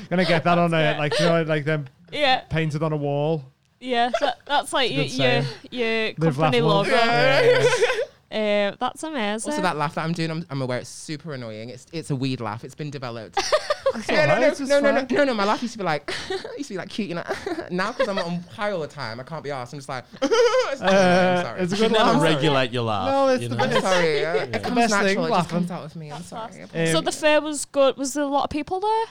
A: Gonna get that on a like you know, like them
B: yeah,
A: painted on a wall.
B: yeah. That, that's like your
A: good
B: your,
A: saying.
B: your
A: Live, laugh,
B: company
A: love.
B: logo.
A: Yeah, yeah, yeah.
B: Uh, that's amazing.
F: Also, that laugh that I'm doing, I'm, I'm aware it's super annoying. It's it's a weed laugh. It's been developed.
A: all
F: no, no,
A: right,
F: no,
A: it's just
F: no, no, no,
A: fine.
F: no, no. My laugh used to be like, used to be like cute, you know. now because I'm on high all the time, I can't be arsed. I'm just like, it's not annoying, I'm Uh, sorry.
A: Uh, it's a
E: You
A: good um,
E: never
A: laugh.
E: regulate your laugh.
A: No, it's
E: you
A: the
E: know?
F: I'm sorry. It comes
A: best
F: natural.
A: thing,
F: it
A: laugh.
F: just comes out of me. I'm sorry.
A: Um,
B: so the fair was good. Was there a lot of people there?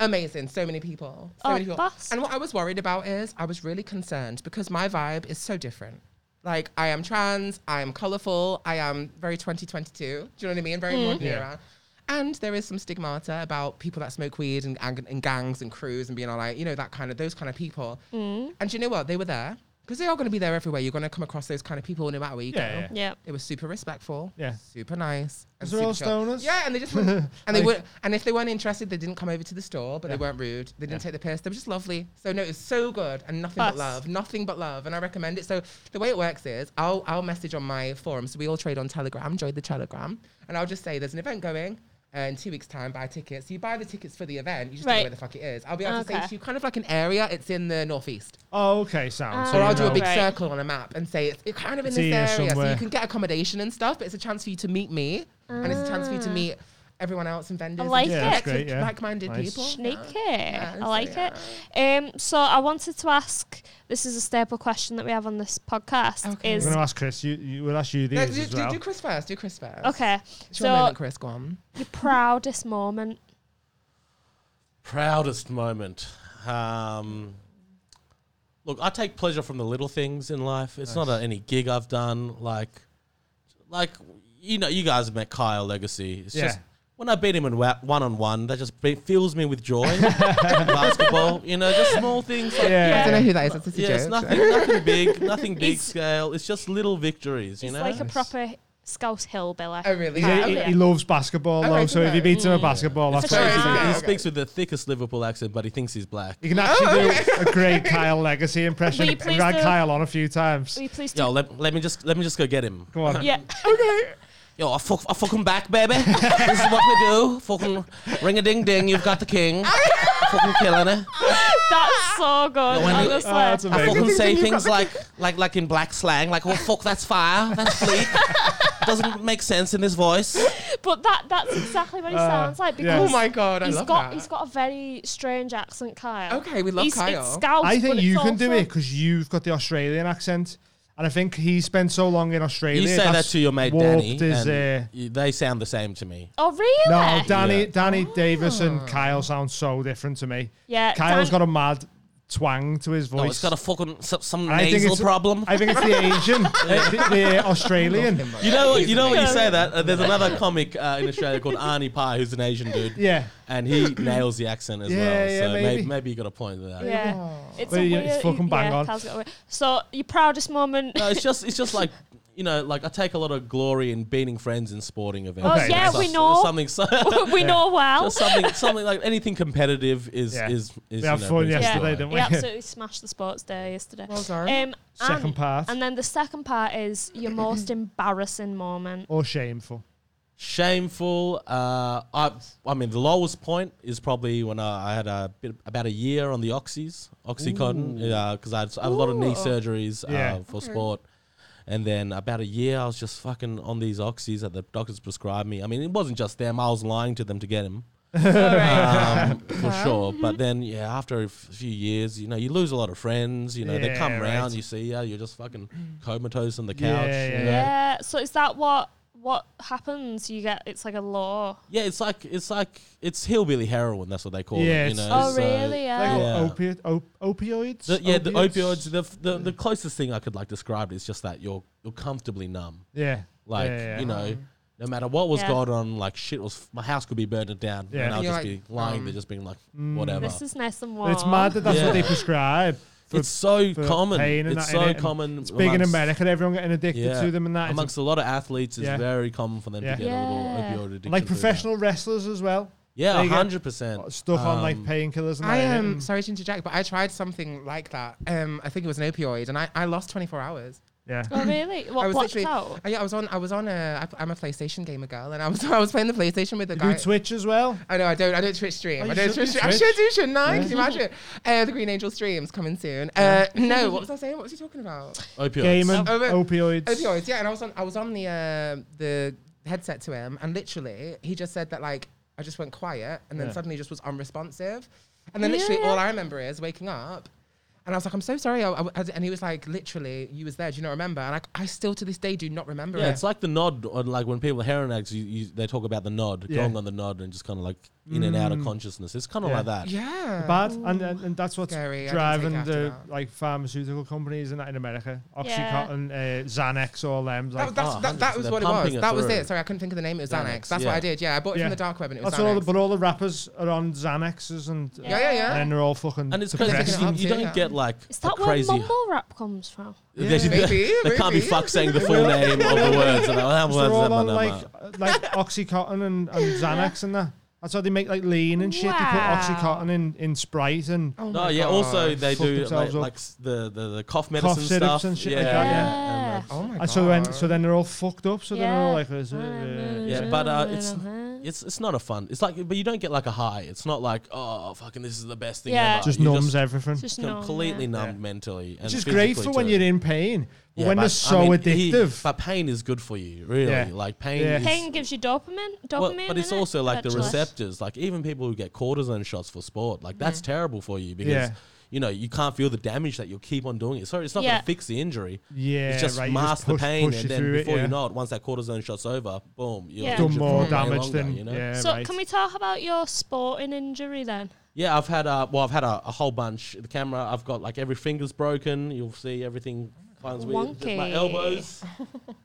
F: Amazing. So many people. So
B: Oh,
F: many people.
B: that's-
F: And what I was worried about is I was really concerned because my vibe is so different. Like I am trans, I am colorful, I am very 2022. Do you know what I mean? Very
B: Hmm.
F: modern
A: Yeah.
F: era. And there is some stigmata about people that smoke weed and, and, and gangs and crews and being all like, you know, that kind of those kind of people.
B: Hmm.
F: And do you know what? They were there because they are going to be there everywhere. You're going to come across those kind of people no matter where you
A: Yeah,
F: go.
A: yeah.
B: Yeah.
F: It was super respectful.
A: Yeah.
F: Super nice.
A: Because
F: and
A: they're all
F: super chill.
A: stoners.
F: Yeah, and they just wouldn't, and they
A: Like-
F: would and if they weren't interested, they didn't come over to the store, but they weren't rude. They didn't take the piss. They were just lovely. So no, it was so good and nothing
B: Fuss.
F: but love, nothing but love, and I recommend it. So the way it works is I'll I'll message on my forum. So we all trade on Telegram. Join the Telegram, and I'll just say there's an event going. And two weeks time, buy tickets. You buy the tickets for the event. You just don't
B: Right.
F: know where the fuck it is. I'll be able to
B: Okay.
F: say to you, kind of like an area. It's in the northeast.
A: Oh, okay,
B: Uh,
A: sounds.
F: Or
A: you
F: I'll do a
A: know.
F: big
B: Right.
F: circle on a map and say it's, it's kind of in
A: It's
F: this
A: here
F: area. So
A: somewhere.
F: you can get accommodation and stuff, but it's a chance for you to meet me and it's a chance for you to meet everyone else and vendors. and
B: Ah. like
F: just
B: Yeah,
A: that's
F: connect with
A: great, yeah.
F: Like-minded
A: Nice.
F: people.
B: Sneaky.
F: Yeah,
B: I
F: so
B: like it. Um, so I wanted to ask. This is a staple question that we have on this podcast.
F: Okay.
A: We're
B: Is
A: gonna ask Chris. You, you we'll ask you these
F: No, do,
A: as
F: do-
A: well.
F: do Chris first. Do Chris first.
B: okay.
F: It's your moment,
B: So
F: Chris. Go on.
B: your proudest moment.
E: proudest moment. Um, look, I take pleasure from the little things in life. It's not a, any gig I've done. Like, like you know, you guys have met Kyle Legacy. It's just
A: Yeah.
E: when I beat him in one on one, that just be- fills me with joy. Basketball, you know, just small things. Like,
A: yeah,
F: I don't know who that is. That's a
E: Yeah,
F: joke.
E: it's nothing, nothing big, nothing big scale. It's just little victories, you
B: It's
E: know.
B: like a proper Scouse hillbilly.
F: Oh, really?
A: He-
F: Yeah,
A: he,
B: yeah.
A: he loves basketball,
F: Okay,
A: though. So if
F: okay.
A: he beats him at basketball, that's
E: it's
A: crazy.
E: crazy.
F: Okay, okay,
E: he
F: okay.
E: speaks with the thickest Liverpool accent, but he thinks he's black.
A: You can actually do a great Kyle Legacy impression.
B: Oh, Will you please
A: Rag
B: do-
A: Kyle on a few times.
B: Will you please do?
E: Yo, let, let me just let me just go get him.
A: Come on.
B: Yeah.
F: Okay.
E: Yo, I fuck, I fuck 'em back, baby. this is what we do. Fucking ring a ding ding. You've got the king. fucking killing it.
B: That's so good.
E: when you-
B: honestly.
A: Oh, that's amazing.
E: I fucking
F: Ding,
E: say
F: ding, ding,
E: things like, like, like in black slang, like, "Oh fuck, that's fire, that's bleak." Doesn't make sense in his voice.
B: But that that's exactly what he sounds like because
A: Uh, yes.
F: Oh my god, I
B: he's
F: love
B: got
F: that.
B: he's got a very strange accent, Kyle.
F: Okay, we love
B: he's,
F: Kyle.
B: It's scouse,
A: I
B: but
A: think
B: it's
A: you can do
B: also-
A: it because you've got the Australian accent, and I think he spent so long in Australia.
E: You say that
A: that's
E: to your mate
A: warped
E: Danny,
A: his,
E: and
A: uh,
E: you- they sound the same to me.
B: Oh really?
A: no, Danny,
E: Yeah.
A: Danny Davis and Kyle sound so different to me.
B: Yeah,
A: Kyle's
B: Dan-
A: got a mad twang to his voice.
E: No, Oh, it's got a fucking some, some
A: I think
E: nasal
A: it's-
E: problem.
A: I think it's the Asian, the, the Australian.
E: you know, you know when you say that. Uh, there's another comic uh, in Australia called Arnie Pie, who's an Asian dude.
A: Yeah.
E: and he nails the accent as
A: Yeah,
E: well.
A: yeah,
E: so may-
A: maybe.
E: maybe. you got a point there.
B: Yeah, it's
A: Well,
B: a
A: yeah,
B: weird.
A: it's fucking bang
B: yeah,
A: on.
B: Kyle's got a weird- So your proudest moment?
E: No, it's just it's just like you know, like I take a lot of glory in beating friends in sporting events.
B: Oh,
A: Okay.
B: yeah,
E: So-
B: we
E: so
B: know.
E: something. So,
A: Uh,
B: we know well.
E: just something, something like anything competitive is
A: Yeah.
E: is is.
A: We had
E: you know,
A: fun
E: brings us
A: yesterday,
E: joy.
A: didn't
B: we
A: we?
B: absolutely smashed the sports day yesterday. Um,
F: Well done.
A: Second
B: and-
A: part.
B: And then the second part is your most embarrassing moment.
A: or shameful.
E: Shameful. Uh, I I mean the lowest point is probably when I, I had a bit about a year on the oxys, oxycontin, because I, had, I had a lot of knee
B: Ooh. Mm-hmm.
E: surgeries
A: Yeah.
E: uh, for sport. And then about a year, I was just fucking on these oxys that the doctors prescribed me. I mean, it wasn't just them; I was lying to them to get them. um, for sure.
B: Mm-hmm.
E: But then, yeah, after a f- few years, you know, you lose a lot of friends. You know, they
A: Yeah,
E: come
A: right.
E: round, you see you, you're just fucking
B: Mm.
E: comatose on the
A: Yeah,
E: couch.
A: yeah,
E: you know.
B: Yeah. So is that what what happens? You get it's like a law.
E: Yeah, it's like it's like it's hillbilly heroin. That's what they call
A: Yeah,
E: it. You
A: it's- uh,
E: know.
B: Oh
E: so-
B: really?
F: uh,
B: Yeah.
A: Like
E: Yeah.
A: opiate, op- opioids.
E: The- yeah, the opioids. The, f- the the closest thing I could like describe is just that you're you're comfortably numb.
A: Yeah,
E: Like
A: Yeah, yeah.
E: you know, no matter what was
B: Mm-hmm. Yeah.
E: going on, like shit was my house could be burning down,
A: Yeah. Mm.
E: and I'll
F: You're
E: just be
F: like,
E: lying there,
F: um,
E: just being like, whatever.
B: This is nice and warm.
A: But it's mad that that's what
E: Yeah.
A: they prescribe. for-
E: It's so
A: for
E: common.
A: pain and
E: It's
A: that, innit?
E: so
A: And
E: common.
A: It's big in
E: amongst-
A: America. Everyone getting addicted
E: Yeah.
A: to them and that. It's
E: Amongst a lot of athletes, it's
A: Yeah.
E: very common for them
A: Yeah.
E: to get
B: Yeah.
E: a little opioid addiction.
A: like
E: through that.
A: professional wrestlers as well.
E: Yeah,
A: they get
E: hundred percent. Um,
A: Stuff on like painkillers and
F: I
A: that.
F: am
A: innit?
F: sorry to interject, but I tried something like that. Um, I think it was an opioid, and I, I lost 24 hours.
A: Yeah.
B: Oh really?
F: I
B: What
F: was
B: blacked out?
F: Uh, yeah, I was on. I was on a. I, pl- I'm a PlayStation gamer girl, and I was I was playing the PlayStation with the
A: Do
F: guy.
A: Twitch as well.
F: I know I don't. I don't Twitch stream.
A: Oh, you
F: I don't
A: should
F: Twitch
A: do
F: stream. I
A: Twitch.
F: should do, shouldn't I? Can you imagine? Uh, the Green Angel streams coming soon. Uh, no, what was I saying? What was he talking about?
E: Opioids.
A: Gaming,
F: Oh, but-
A: opioids.
F: Opioids. Yeah, and I was on. I was on the uh, the headset to him, and literally he just said that like I just went quiet, and then
A: Yeah.
F: suddenly just was unresponsive, and then literally
B: Yeah.
F: all I remember is waking up. And I was like, I'm so sorry. I, I, I- and he was like, literally, you was there. Do you not remember? And I, I still to this day do not remember
E: Yeah,
F: it.
E: it's like the nod, or like when people are heroin addicts, you, you, they talk about the nod,
A: Yeah. Mm.
E: going on the nod, and just kind of like in and out of consciousness. It's kind of
A: Yeah.
E: like that.
F: yeah.
A: Bad, and, and and that's what's
F: Oh, Scary, I can take
A: driving
F: after
A: the
F: that.
A: like pharmaceutical companies and that in America.
B: Yeah.
A: OxyContin, uh, Xanax, all them. Like,
F: That, that's,
E: oh,
F: that, that
E: 100%,
F: was
E: they're
F: what it
E: pumping
F: was.
E: it
F: that was
E: through.
F: it. Sorry, I couldn't think of the name. It was Xanax.
E: Xanax,
F: That's
E: yeah.
F: what I did. Yeah, I bought it
A: Yeah.
F: from the dark web and it was
A: that's all.
F: Xanax.
A: The, but all the rappers are on Xanaxes and
F: yeah, yeah, yeah.
A: and they're all fucking
E: And it's
A: depressed.
E: crazy. You, you
F: Taking it up to, yeah.
E: don't get like
B: Is
E: a
B: that where
E: crazy.
B: mumble rap comes from?
E: They, they-
F: Maybe,
E: they can't be
F: maybe.
E: fuck saying the full name or the words. And that
A: They're
E: words
A: all
E: that
A: on
E: one,
A: like
E: like,
A: uh, like OxyContin and, and Xanax and that. That's how they make like lean and shit.
B: Wow.
A: They put OxyContin in, in Sprite and
F: Oh
E: No,
F: my
E: yeah.
F: God.
E: Also, they
A: Fuck
E: do
A: themselves
E: like,
A: up.
E: like s- the, the the cough medicine
A: cough syrups
E: stuff.
A: and shit
E: yeah,
A: like that.
E: yeah.
A: Yeah.
E: And, uh,
F: Oh my God.
A: And so then so then they're all fucked up. So they're all like, this, uh, uh,
E: Yeah, but uh, it's it's it's not a fun. It's like, but you don't get like a high. It's not like oh fucking this is the best thing
B: Yeah.
E: ever.
A: just
E: You
A: numbs everything.
B: just numb, yeah.
E: completely numbed mentally. And
A: Which is great for
E: physically
A: when
E: too.
A: you're in pain. But
E: Yeah,
A: when
E: but,
A: they're
E: I
A: so
E: mean, he-
A: addictive.
E: but pain is good for you, really.
A: Yeah.
E: Like pain.
A: Yeah.
E: Is,
B: Pain gives you dopamine. Dopamine.
E: well, but it's
B: innit?
E: also like the
B: Eventually.
E: receptors. Like even people who get cortisone shots for sport, like that's terrible for you because.
A: Yeah.
E: You know, you can't feel the damage that you'll keep on doing it. Sorry, it's not
B: Yeah.
E: going to fix the injury.
A: Yeah,
E: it's just
A: right, you just
E: mask
A: push-
E: the pain,
A: push you
E: and then
A: through it,
E: before
A: yeah.
E: you know it, once that cortisone shot's over, boom, you're
B: Yeah.
E: injured
B: Done
A: done more
E: for way
A: damage
E: longer,
A: than
E: you know?
A: yeah,
B: So
A: right.
B: can we talk about your sporting injury then?
E: Yeah, I've had uh, well, I've had a, a whole bunch. The camera, I've got like every finger's broken. You'll see everything finds weird. Just
B: Wonky.
E: My elbows,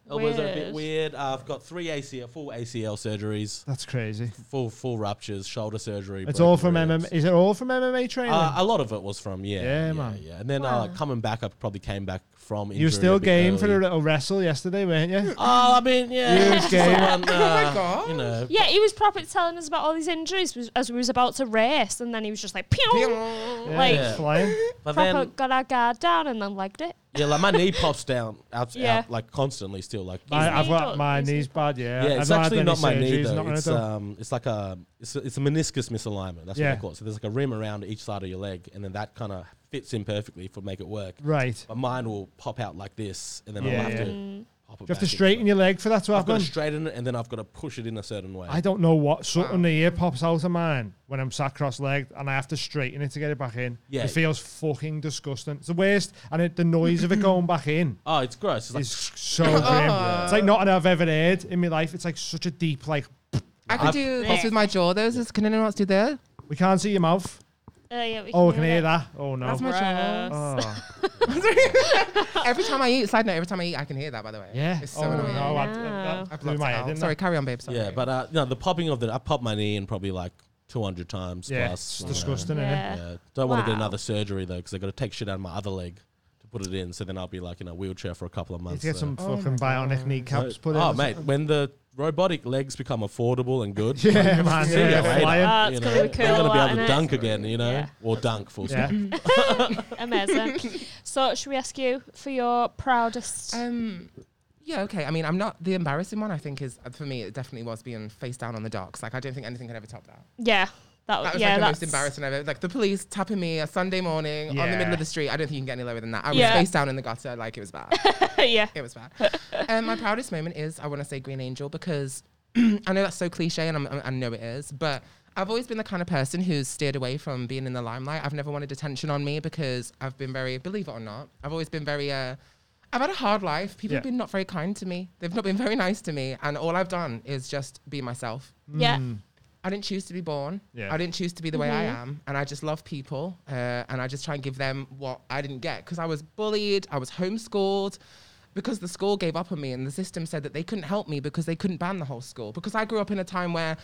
E: elbows are a
B: Weird.
E: bit weird. Uh, I've got three ACL, full ACL surgeries,
A: That's crazy.
E: full full ruptures, shoulder surgery.
A: It's
E: broken
A: all from
E: ribs.
A: MMA. Is it all from MMA training?
E: Uh, a lot of it was from yeah,
A: Yeah,
E: yeah, yeah,
A: man.
E: And then uh, coming back, I probably came back from.
A: you were
E: injury a
A: still
E: bit
A: game
E: early.
A: for the little wrestle yesterday, weren't you?
E: Oh, I mean, yeah,
A: Huge game.
E: someone,
F: my
E: uh,
F: God.
E: You know,
B: Yeah, he was proper telling us about all these injuries was- as we was about to race, and then he was just like, pew,
F: Yeah.
A: Yeah,
B: like
E: Yeah.
A: flying.
E: but
B: proper
E: then
B: got our guard down, and then legged it.
E: Yeah, like my knee pops down out,
B: Yeah.
E: out like constantly still. Like
B: His
A: I, I've
B: knee
A: got
B: don't-
A: my
B: is
A: knees bad. Yeah,
E: yeah, it's
A: I've
E: actually
A: had any
E: not my knee
A: surgeries,
E: though.
A: nothing
E: it's
A: at all.
E: um, it's like a it's, a it's a meniscus misalignment. That's what
A: Yeah.
E: they call it. So there's like a rim around each side of your leg, and then that kind of fits in perfectly for make it work.
A: right.
E: But mine will pop out like this, and then
A: Yeah,
E: I'll have
A: yeah.
E: to pop it.
A: You have
E: back
A: to
E: in.
A: straighten your leg for that to
E: I've got
A: happen.
E: to straighten it, and then I've got to push it in a certain way.
A: I don't know what something the ear pops out of mine when I'm sat cross-legged and I have to straighten it to get it back in.
E: Yeah.
A: It feels fucking disgusting. It's the worst, and it, the noise of it going back in
E: oh, it's gross. It's like
A: is so grim. It's like nothing I've ever heard in my life. It's like such a deep, like
F: I could
E: I've-
F: do this with my jaw. Those is, can anyone else do that?
A: we can't see your mouth.
B: Oh, yeah, we
A: Oh, we can hear that. Oh no.
F: That's my jaw.
A: Oh.
F: every time I eat, side note, every time I eat, I can hear that. By the way,
A: Yeah.
F: it's so
A: oh,
F: annoying.
A: No, I,
B: Wow.
A: that,
F: I
A: that blew
F: blocked
A: my
F: it
A: head.
F: out.
A: didn't
F: Sorry,
A: it?
F: carry on, babe. Sorry.
E: yeah, but uh, no, the popping of the I popped my knee in probably like 200 times
A: yeah,
E: plus.
A: it's
E: you know.
A: disgusting. innit?
B: Yeah.
E: Yeah, don't want to get
B: Wow.
E: another surgery though, because I got to take shit out of my other leg to put it in. So then I'll be like in a wheelchair for a couple of
A: Need
E: months.
A: to get
E: so-
A: some fucking bionic kneecaps put in.
E: oh
A: or
E: mate, when the robotic legs become affordable and good,
A: something. Yeah, man. Yeah,
E: see you
A: yeah,
E: later.
A: flying.
B: Ah, it's
E: you
B: gonna
E: know,
B: be
E: They're
B: cool,
E: gonna be able
B: isn't
E: to
B: it?
E: dunk again, you know,
B: Yeah.
E: or dunk full
A: Yeah.
E: stop.
B: Amazing. so, should we ask you for your proudest?
F: Um, yeah, okay. I mean, I'm not the embarrassing one. I think is for me, it definitely was being face down on the docks. Like, I don't think anything can ever top that.
B: yeah, that,
F: That was
B: yeah,
F: like the
B: that's
F: most embarrassing I've ever. Like the police tapping me a Sunday morning on the middle
A: Yeah.
F: of the street. I don't think you can get any lower than that. I was
B: Yeah.
F: face down in the gutter. Like it was bad.
B: yeah,
F: it was bad. um, my proudest moment is I want to say Green Angel because I know that's so cliche and I'm, I know it is, but I've always been the kind of person who's steered away from being in the limelight. I've never wanted attention on me because I've been very, believe it or not, I've always been very. Uh, I've had a hard life. People have
A: Yeah.
F: been not very kind to me. They've not been very nice to me, and all I've done is just be myself.
A: Mm,
B: yeah.
F: I didn't choose to be born.
A: Yeah.
F: I didn't choose to be the way I am. And I just love people. Uh, and I just try and give them what I didn't get because I was bullied. I was homeschooled because the school gave up on me and the system said that they couldn't help me because they couldn't ban the whole school. Because I grew up in a time where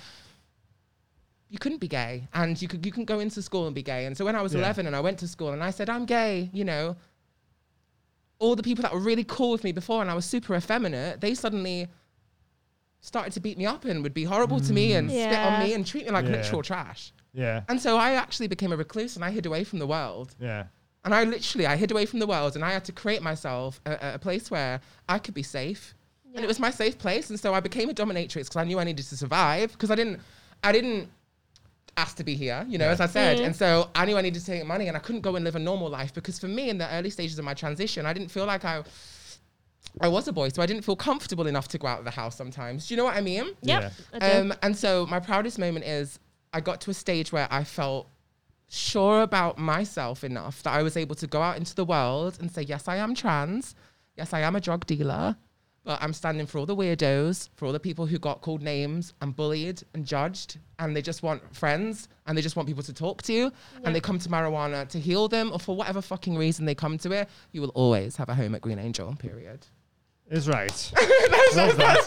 F: you couldn't be gay and you could you can go into school and be gay. And so when I was
A: Yeah.
F: 11 and I went to school and I said I'm gay, you know, all the people that were really cool with me before and I was super effeminate, they suddenly started to beat me up and would be horrible to me and spit on
B: Yeah.
F: me and treat me like
A: Yeah.
F: literal trash.
A: Yeah,
F: And so I actually became a recluse and I hid away from the world.
A: yeah.
F: And I literally, I hid away from the world and I had to create myself a- a, a place where I could be safe. And it was my safe place. And so I became a dominatrix because I knew I needed to survive because I didn't, I didn't ask to be here, you know, as I said. And so I knew I needed to take money and I couldn't go and live a normal life because for me in the early stages of my transition, I didn't feel like I, I was a boy. So I didn't feel comfortable enough to go out of the house sometimes. Do you know what I mean?
B: Yep. I do.
F: Um, and so my proudest moment is I got to a stage where I felt sure about myself enough that I was able to go out into the world and say, yes, I am trans. Yes, I am a drug dealer. But I'm standing for all the weirdos, for all the people who got called names and bullied and judged, and they just want friends and they just want people to talk to, and they come to marijuana to heal them, or for whatever fucking reason they come to it. You will always have a home at Green Angel. Period.
A: Is right. Love that.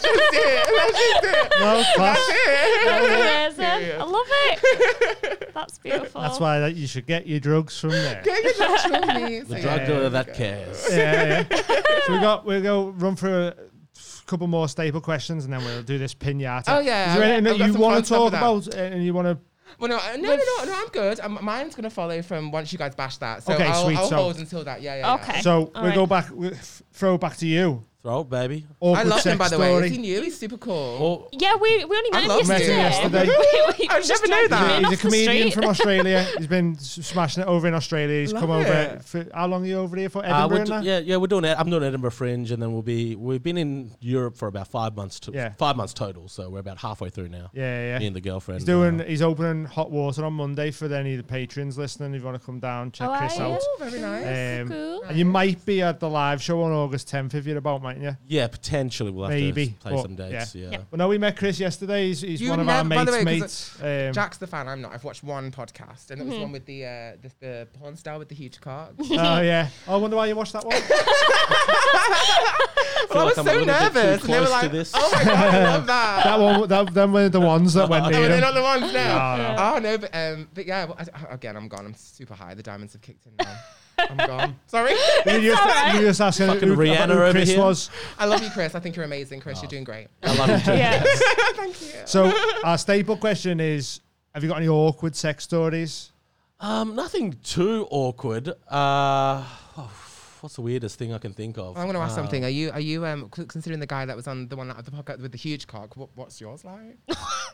A: No, class.
B: That's amazing. I love it. That's beautiful.
A: That's why that you should get your drugs from there.
F: Don't you just show me? So,
E: The
F: yeah.
E: drug dealer that cares.
A: yeah, yeah. So we got we'll go run through a couple more staple questions and then we'll do this pinata.
F: Oh, yeah.
A: Is there anything
F: I've
A: that
F: got
A: you
F: some
A: want
F: fun
A: to
F: stuff
A: talk
F: with that.
A: about uh, and you want to?
F: Well, no, uh, no, no, no, no, I'm good. Um, mine's gonna follow from once you guys bash that. So
A: Okay,
F: I'll,
A: sweet,
F: I'll
A: so-
F: hold until that. Yeah, yeah. yeah.
B: Okay.
A: So
B: Eh, all
A: we
B: right.
A: go back, we f- throw back to you.
E: Throw it, baby.
F: I
A: Awkward
F: love
A: sex
F: him by the
A: story.
F: way. Is he new? He's super cool.
E: Or uh,
B: Yeah, we, we only met
F: I
B: him
F: love
A: Met
B: yesterday.
A: him
F: Yeah.
A: yesterday.
B: We- we
F: I
B: just
F: never know
B: dragged him
F: that.
B: in
A: He's
B: off
A: a
B: the
A: comedian
B: street.
A: from Australia. He's been s- smashing it over in Australia. He's
F: Love
A: come over.
F: it.
A: For, how long are you over here for?
E: Uh,
A: Edinburgh.
E: we're
A: and
E: do-
A: that?
E: yeah, yeah, we're doing it. I'm doing Edinburgh Fringe, and then we'll be we've been in Europe for about five months. To,
A: Yeah.
E: five months total. So we're about halfway through now.
A: yeah, yeah.
E: Me and the girlfriend.
A: He's doing.
E: uh,
A: He's opening hot water on Monday for any of the patrons listening. If you want to come down, check
B: Oh,
A: Chris
B: are
A: out.
B: you?
F: Very nice.
A: Um,
B: Cool.
A: And you might be at the live show on August 10th if you're about, mightn't you?
E: yeah, potentially we'll have
A: Maybe,
E: to play
A: but
E: some dates. Yeah.
B: Yep.
A: Well, no, we met Chris yesterday. He's, he's
F: You
A: one of our
F: never-
A: mates'
F: by the way, 'cause,
A: mates. Um,
F: Jack's the fan. I'm not. I've watched one podcast, and it was one with the, uh, the the porn star with the huge cock. well,
A: oh yeah. I wonder why you watched that one.
E: I feel
F: I
E: like
F: was
E: I'm a
F: so
E: little bit too
F: nervous, and they were
E: close to
F: like,
E: this.
F: "Oh my god, I love that."
A: that one. That, them were the ones that went
F: Oh,
A: near
F: they're
A: him.
F: not the ones now.
A: No,
F: Oh no, but um, but yeah. Well, I, again, I'm gone. I'm super high. The diamonds have kicked in now. I'm gone. Sorry.
A: You were just, you were just asking
E: Fucking
A: who, about who
E: Rihanna over
A: Chris
E: here.
A: was.
F: I love you, Chris. I think you're amazing, Chris. You're doing great.
E: I love it.
B: Yeah.
A: So our staple question is: Have you got any awkward sex stories?
E: Um, nothing too awkward. Uh, oh, what's the weirdest thing I can think of?
F: I'm gonna ask
E: Uh,
F: something. Are you are you um c- considering the guy that was on the one at the podcast with the huge cock? What, what's yours like?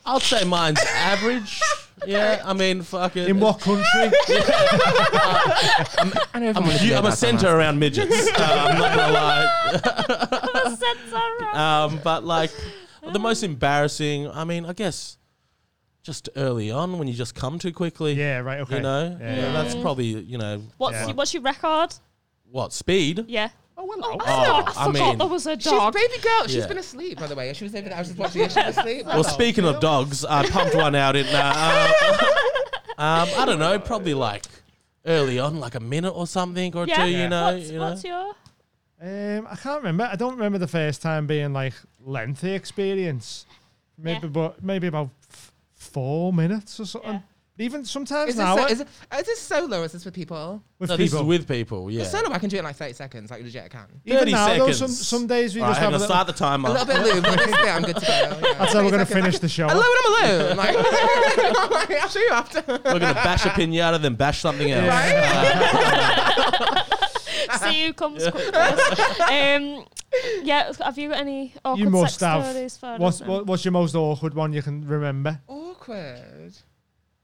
E: I'll say mine's average. Yeah, I mean, fucking.
A: In what country?
F: I know
E: I'm
F: everyone
E: a,
F: wants to
E: hu-
F: know
E: I'm a
F: about someone
E: center around midgets. Uh, I'm not gonna lie.
B: That's all
A: Uh,
B: right.
E: Um, but like the most embarrassing, I mean, I guess just early on when you just come too quickly.
A: yeah, right, okay.
E: You know,
A: Yeah,
E: Yeah,
A: yeah,
E: that's probably you know
B: What's,
A: Yeah.
B: your, what's your record?
E: what speed.
B: Yeah.
F: else. Oh, hello.
B: I forgot, I
E: I
B: forgot
E: mean-
B: there was a
F: She's
B: dog.
F: baby girl. She's
E: Yeah.
F: been asleep, by the way. She was over there. I was just watching her. She was asleep.
E: Well,
A: Oh,
E: speaking of dogs, I pumped one out in. Uh, uh, um, I don't know, probably like early on, like a minute or something or
B: yeah.
E: two. You know,
B: what's,
E: you know.
B: what's your?
A: Um, I can't remember. I don't remember the first time being like lengthy experience. Maybe,
B: Yeah.
A: but maybe about f- four minutes or something.
B: Yeah.
A: But Even sometimes
F: Is this,
A: now
F: so, is, it, is this solo? Or is this with people?
A: with
E: no, this
A: people.
E: is with people. Yeah.
F: Solo, I can do it in like 30 seconds. Like legit, I can.
A: even
E: 30
A: now,
E: seconds.
A: though, some some days we
E: Right,
A: just
E: I'm
A: have a
E: gonna
A: little,
E: start the timer.
F: A little bit lube. but this bit, I'm good to go. Yeah.
A: That's how we're
F: 30
A: gonna
F: seconds.
A: finish the show.
F: Alone, I'm alone. Like, I'm like, I'll show you after.
E: We're gonna bash a pinata, then bash something else. Uh,
B: See who comes quickest. Um, yeah. Have you got any awkward
A: You must
B: sex
A: have.
B: stories for us
A: What's
B: then?
A: what, what's your most awkward one you can remember?
F: Awkward.
B: You do,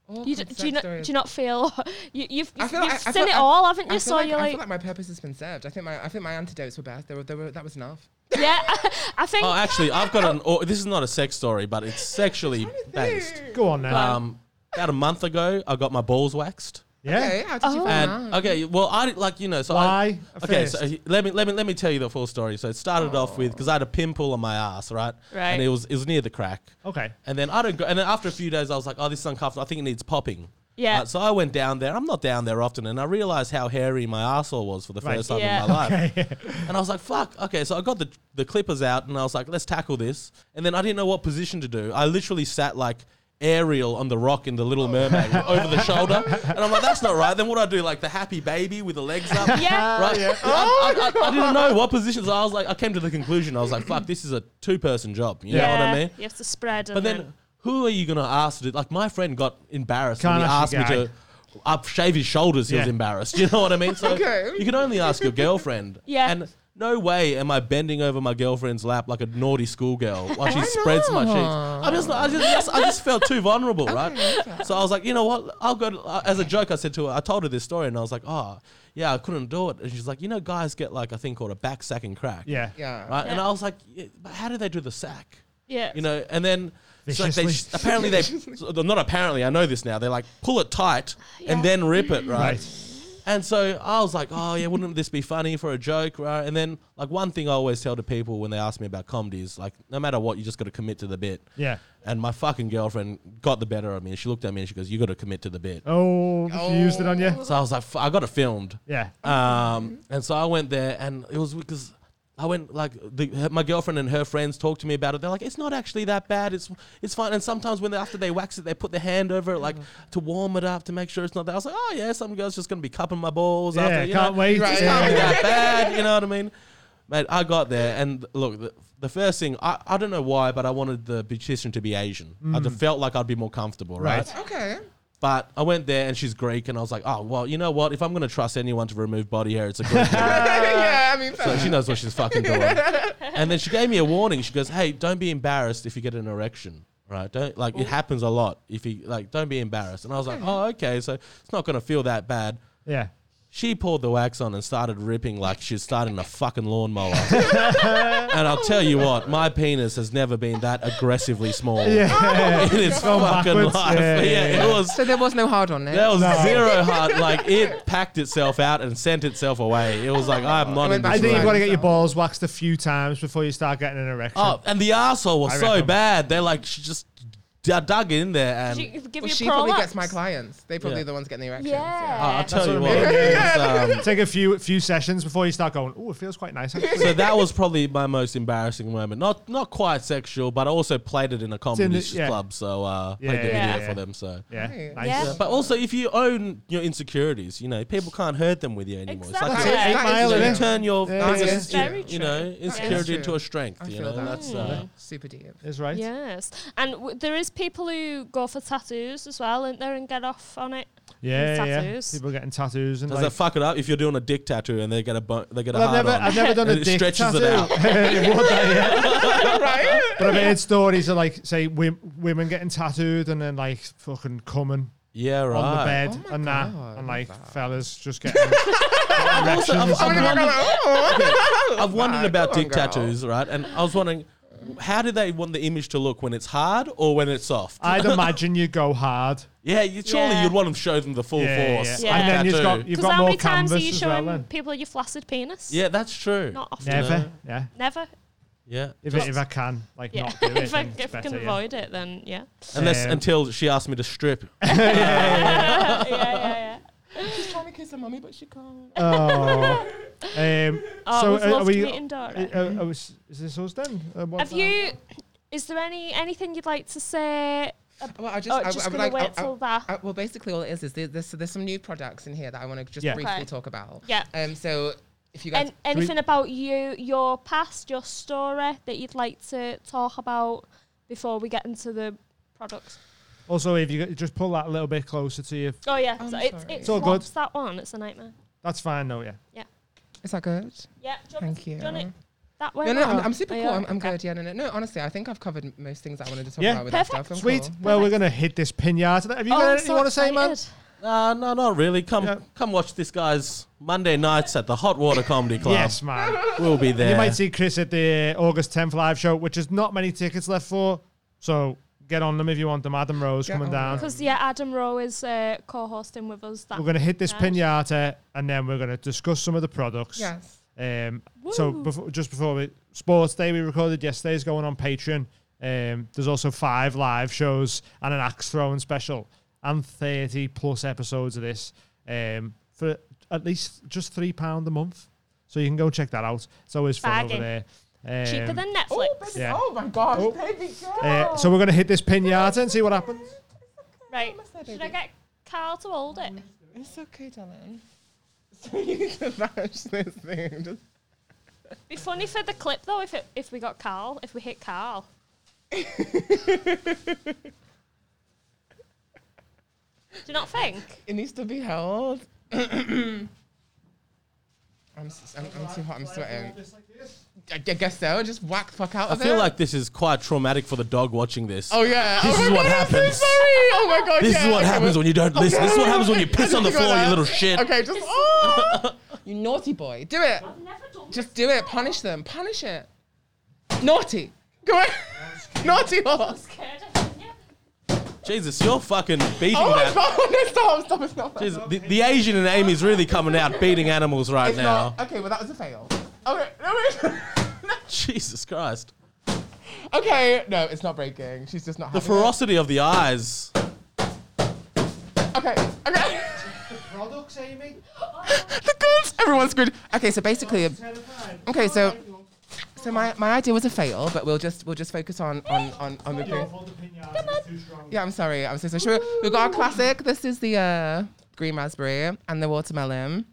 F: Awkward
B: do you
F: sex
B: not
F: stories.
B: do you not feel you, you've
F: I
B: you've,
F: feel
B: you've
F: like- I
B: seen
F: feel-
B: it
F: I-
B: all, haven't you?
F: I
B: so
F: feel, like,
B: you're
F: I
B: like,
F: feel like my purpose has been served. I think my I think my antidotes were bad. They were, they were that was enough.
B: yeah. I think
E: Oh, actually, I've got an. Or, this is not a sex story, but it's sexually based.
A: Go on now.
E: Um, about a month ago, I got my balls waxed.
A: yeah.
F: Okay, how did you
B: Oh.
F: find
E: And
F: out?
E: okay, well, I like you know. So
A: Why?
E: I, okay,
A: First.
E: so he- let me let me let me tell you the full story. So it started off with because I had a pimple on my ass, right?
B: Right.
E: And it was it was near the crack.
A: Okay.
E: And then I don't go. And then after a few days, I was like, oh, this is uncomfortable. I think it needs popping.
B: Yeah.
E: Uh, so I went down there. I'm not down there often, and I realized how hairy my asshole was for the
A: Right.
E: first time
B: Yeah.
E: in my life. And I was like, fuck, okay. So I got the, the clippers out and I was like, let's tackle this. And then I didn't know what position to do. I literally sat like Ariel on the rock in The Little Mermaid over the shoulder. And I'm like, that's not right. Then what do I do? Like the happy baby with the legs up?
B: yeah.
E: Right? I, I- I- I didn't know what positions. I was like, I came to the conclusion. I was like, fuck, this is a two person job. You know what I mean?
B: You have to spread.
E: But then who are you going to ask to do? Like my friend got embarrassed when he
A: Can't
E: asked
A: ask
E: me
A: your
E: to up shave his shoulders. He was
A: Yeah.
E: embarrassed. You know what I mean? So
F: Okay.
E: you can only ask your girlfriend.
B: Yeah.
E: And no way am I bending over my girlfriend's lap like a naughty schoolgirl while she spreads my cheeks. I'm just, I just, I just, I just felt too vulnerable, right? So I was like, you know what? I'll go. to- uh, as a joke, I said to her, I told her this story, and I was like, oh, yeah, I couldn't do it. And she's like, you know, guys get like a thing called a back sack and crack.
A: Yeah.
F: Yeah.
E: Right? And
B: Yeah.
E: I was like, yeah, but how do they do the sack?
B: yeah.
E: you know, and then it's like they sh-
A: Viciously.
E: apparently they so- not apparently I know this now. They like pull it tight
B: Yeah.
E: and then rip it right.
A: Right.
E: And so I was like, oh yeah, wouldn't this be funny for a joke, right? And then like one thing I always tell to people when they ask me about comedy is like, no matter what, you just got to commit to the bit.
A: Yeah.
E: And my fucking girlfriend got the better of me. and She looked at me and she goes, you got to commit to the bit.
A: Oh, you used it on you.
E: So I was like, F- I got it filmed.
A: Yeah.
E: Um, and so I went there, and it was because I went like the, her, my girlfriend and her friends talked to me about it. They're like, "It's not actually that bad. It's it's fine." And sometimes when they, after they wax it, they put their hand over it like to warm it up to make sure it's not that. I was like, "Oh yeah, some girls just gonna be cupping my balls
A: Yeah.
E: after." You
A: can't
E: know?
A: wait.
F: Right.
E: It's
A: Yeah.
E: not that bad. You know what I mean? Mate, I got there, and look, the, the first thing I, I don't know why, but I wanted the beautician to be Asian. I just felt like I'd be more comfortable,
A: Mm. Right.
E: right?
F: Okay.
E: But I went there and she's Greek, and I was like, oh, well, you know what? If I'm going to trust anyone to remove body hair, it's a Greek. girl."
F: Uh, yeah, I mean,
E: so she knows what she's fucking doing. And then she gave me a warning. She goes, hey, don't be embarrassed if you get an erection. Right, don't like it happens a lot. If you like, don't be embarrassed. And I was like, oh, okay, so it's not gonna feel that bad.
A: Yeah.
E: She poured the wax on and started ripping like she's starting a fucking lawnmower. and I'll tell you what, my penis has never been that aggressively small
A: Yeah.
E: in its
A: Gone
E: fucking
A: backwards.
E: life.
A: Yeah,
E: Yeah,
A: yeah,
E: it was
F: so there was no hard on there.
E: that was
A: No.
E: zero hard. Like it packed itself out and sent itself away. It was like I'm not
F: It
E: in
F: went
E: this.
A: I think you've
E: room.
A: got to get your balls waxed a few times before you start getting an erection.
E: Oh, and the asshole was
A: I
E: so
A: reckon.
E: bad. They like she just d- dug in there and.
B: Did you give
F: Well,
B: you a
F: she probably
B: prolapse?
F: gets my clients. They probably
E: Yeah.
F: the ones getting the erections.
E: Oh,
B: Yeah.
E: I'll tell
A: what I
E: you what.
A: mean.
E: it was, um,
A: Take a few few sessions before you start going. Oh, it feels quite nice. Actually.
E: so that was probably my most embarrassing moment. Not not quite sexual, but I also played it in a comedy
A: the-
E: sh-
A: yeah.
E: club. So uh,
A: Yeah,
E: played the
B: yeah,
E: video
A: yeah.
E: for them. So.
A: yeah,
F: Right.
A: nice.
B: Yeah.
E: Yeah, but also, if you own your insecurities, you know people can't hurt them with you anymore.
B: Exactly.
E: It's
B: That's
E: like
B: it.
A: Eight
F: That is
A: Mile,
E: you
F: true.
A: innit?
E: can turn your
A: Yeah,
F: yeah.
E: biggest,
B: Very
E: you know,
B: true.
E: insecurity
F: true.
E: into a strength.
F: I
E: you
F: feel
E: know,
F: that.
E: that's uh,
F: Super deep.
A: Is right.
B: Yes, and w- there is people who go for tattoos as well, and there and get off on it.
A: Yeah, yeah.
B: tattoos.
A: People getting tattoos and
E: Does
A: like,
E: that fuck it up if you're doing a dick tattoo and they get a bu- they get a
A: Well, I've
E: hard
A: never,
E: on?
A: I've never done a
E: And it
A: dick
E: stretches it
A: tattoo.
E: out.
A: It would, yeah.
F: right?
A: But I've heard stories of like, say, wom- women getting tattooed and then like fucking coming
E: yeah, right.
A: on the bed
F: Oh my
A: and
F: God,
A: that, and
F: I
A: like
F: love that.
A: fellas just getting erections.
E: Also, I've,
A: and
E: I've
A: that.
E: wondered,
F: Oh,
E: I've wondered about
F: Come on,
E: dick
F: girl.
E: tattoos, right? And I was wondering, how do they want the image to look when it's hard or when it's soft?
A: I'd imagine you go hard.
E: yeah, you, surely
B: Yeah.
E: you'd want to show them the full
A: Yeah,
E: force.
A: yeah.
E: of
B: Yeah.
A: And then you've
E: tattoo.
A: got you've
B: Because
A: got
B: how
A: more
B: many times are
A: canvas
B: you
A: as well.
B: showing
A: Then.
B: people your flaccid penis?
E: yeah, that's true.
B: Not often.
A: Never, yeah.
B: Never.
E: Yeah,
A: If, it, if I can, like
B: Yeah.
A: not do it,
B: if I,
A: then it's
B: if I can
A: better, yeah.
B: avoid it, then yeah.
E: unless
A: Um,
E: until she asked me to strip.
B: yeah, yeah, yeah.
F: She's trying to kiss her mummy, but she can't.
A: Oh. Um,
B: Oh,
A: so
B: it was
A: uh, are
B: loved
A: we?
B: meeting Dora.
A: uh, uh, uh, was- is this us then? Uh, what-
B: Have you? Is there any anything you'd like to say?
F: Well, I just,
B: Oh,
F: I,
B: just
F: I would
B: gonna
F: like, I-
B: wait
F: I-
B: till that.
F: I- well, basically, all it is is there- there's, there's some new products in here that I want to just
A: Yeah.
F: briefly
B: Okay.
F: talk about.
B: Yeah.
F: Um. So if you guys,
B: And anything about you, your past, your story that you'd like to talk about before we get into the products?
A: Also, if you g- just pull that a little bit closer to you,
B: Oh yeah,
F: I'm
B: so it,
F: sorry.
B: it
A: It's all good.
B: flops, that one. It's a nightmare.
A: that's fine though. Yeah.
F: is that good?
B: Yeah, do you want
F: Thank you.
B: it- do you want it that way.
F: No, no, I'm,
B: round?
F: I'm super
B: Oh,
F: cool.
B: yeah,
F: I'm, I'm
B: okay.
F: good. Yeah, no, no, no. Honestly, I think I've covered m- most things that I wanted to talk
A: Yeah.
F: about with that
B: Perfect.
F: stuff. I'm
A: Sweet.
F: cool.
A: Well, we're gonna hit this pinata. Have you
B: Oh,
A: got
B: I'm
A: anything
B: so
A: you want to say, man?
B: excited.
E: Uh, no, not really. Come,
A: Yeah.
E: come watch this guy's Monday nights at the Hot Water Comedy Club.
A: Yes, man.
E: we'll be there.
A: You might see Chris at the uh, August 10th live show, which is not many tickets left for. So get on them if you want them. Adam Rose
F: Get
A: coming
F: on
A: down.
B: Because yeah, Adam Rowe is uh, co-hosting with us. That
A: We're going to hit this
B: night.
A: pinata and then we're going to discuss some of the products.
F: Yes.
A: Um, so
B: Woo.
A: before, just before we, Sports Day we recorded yesterday's going on Patreon. Um, there's also five live shows and an axe throwing special and 30 plus episodes of this um, for at least just £3 pound a month. So you can go check that out. It's always fun over
B: Bargain.
A: there. Um,
B: cheaper than
F: Oh,
B: Netflix.
F: baby-
A: Yeah.
F: oh my gosh,
A: Oh.
F: baby girl.
A: Uh, so we're going to hit this pinata and see what happens.
B: right.
F: What's that,
B: Should I
F: baby?
B: get Carl to hold it?
F: It's okay, darling. So you need to bash this thing. Just
B: Be funny for the clip though if it, if we got Carl, if we hit Carl. Do you not think?
F: It needs to be held. I'm, s- I'm, I'm too hot. I'm sweating. I, I guess so. Just whack the fuck out
E: I
F: of
E: feel
F: it.
E: like this is quite traumatic for the dog watching this.
F: Oh yeah.
E: This
F: oh my
E: is what
F: God, I'm
E: happens.
F: so sorry. Oh my god.
E: This
F: yeah.
E: is what
F: okay,
E: happens
F: well-
E: when you don't listen. This is what happens when you
F: Okay,
E: piss
F: I
E: on the
F: think I
E: floor, you
F: got
E: little
F: that.
E: shit.
F: Okay, just oh, you naughty boy. Do it. Just do it. Punish them. Punish it. Naughty. Go on. Naughty horse.
E: Jesus, you're fucking beating
F: Oh my
E: that.
F: god. No, stop. Stop. Stop.
E: Jesus, the, the Asian in Amy's really coming out beating animals right
F: It's
E: now.
F: not. uh, Okay. Well, that was a fail. Okay. No, wait.
E: Jesus Christ.
F: Okay, no, it's not breaking. She's just not
E: The
F: having
E: ferocity of the eyes.
F: it. Okay, okay.
A: Products, Amy.
F: the goods. Everyone's screwed. Okay, so basically, okay, so so my, my idea was a fail, but we'll just we'll just focus on on on, on the thing. Yeah, I'm sorry. I'm so sorry. Should we, we've got our classic. This is the uh, green raspberry and the watermelon.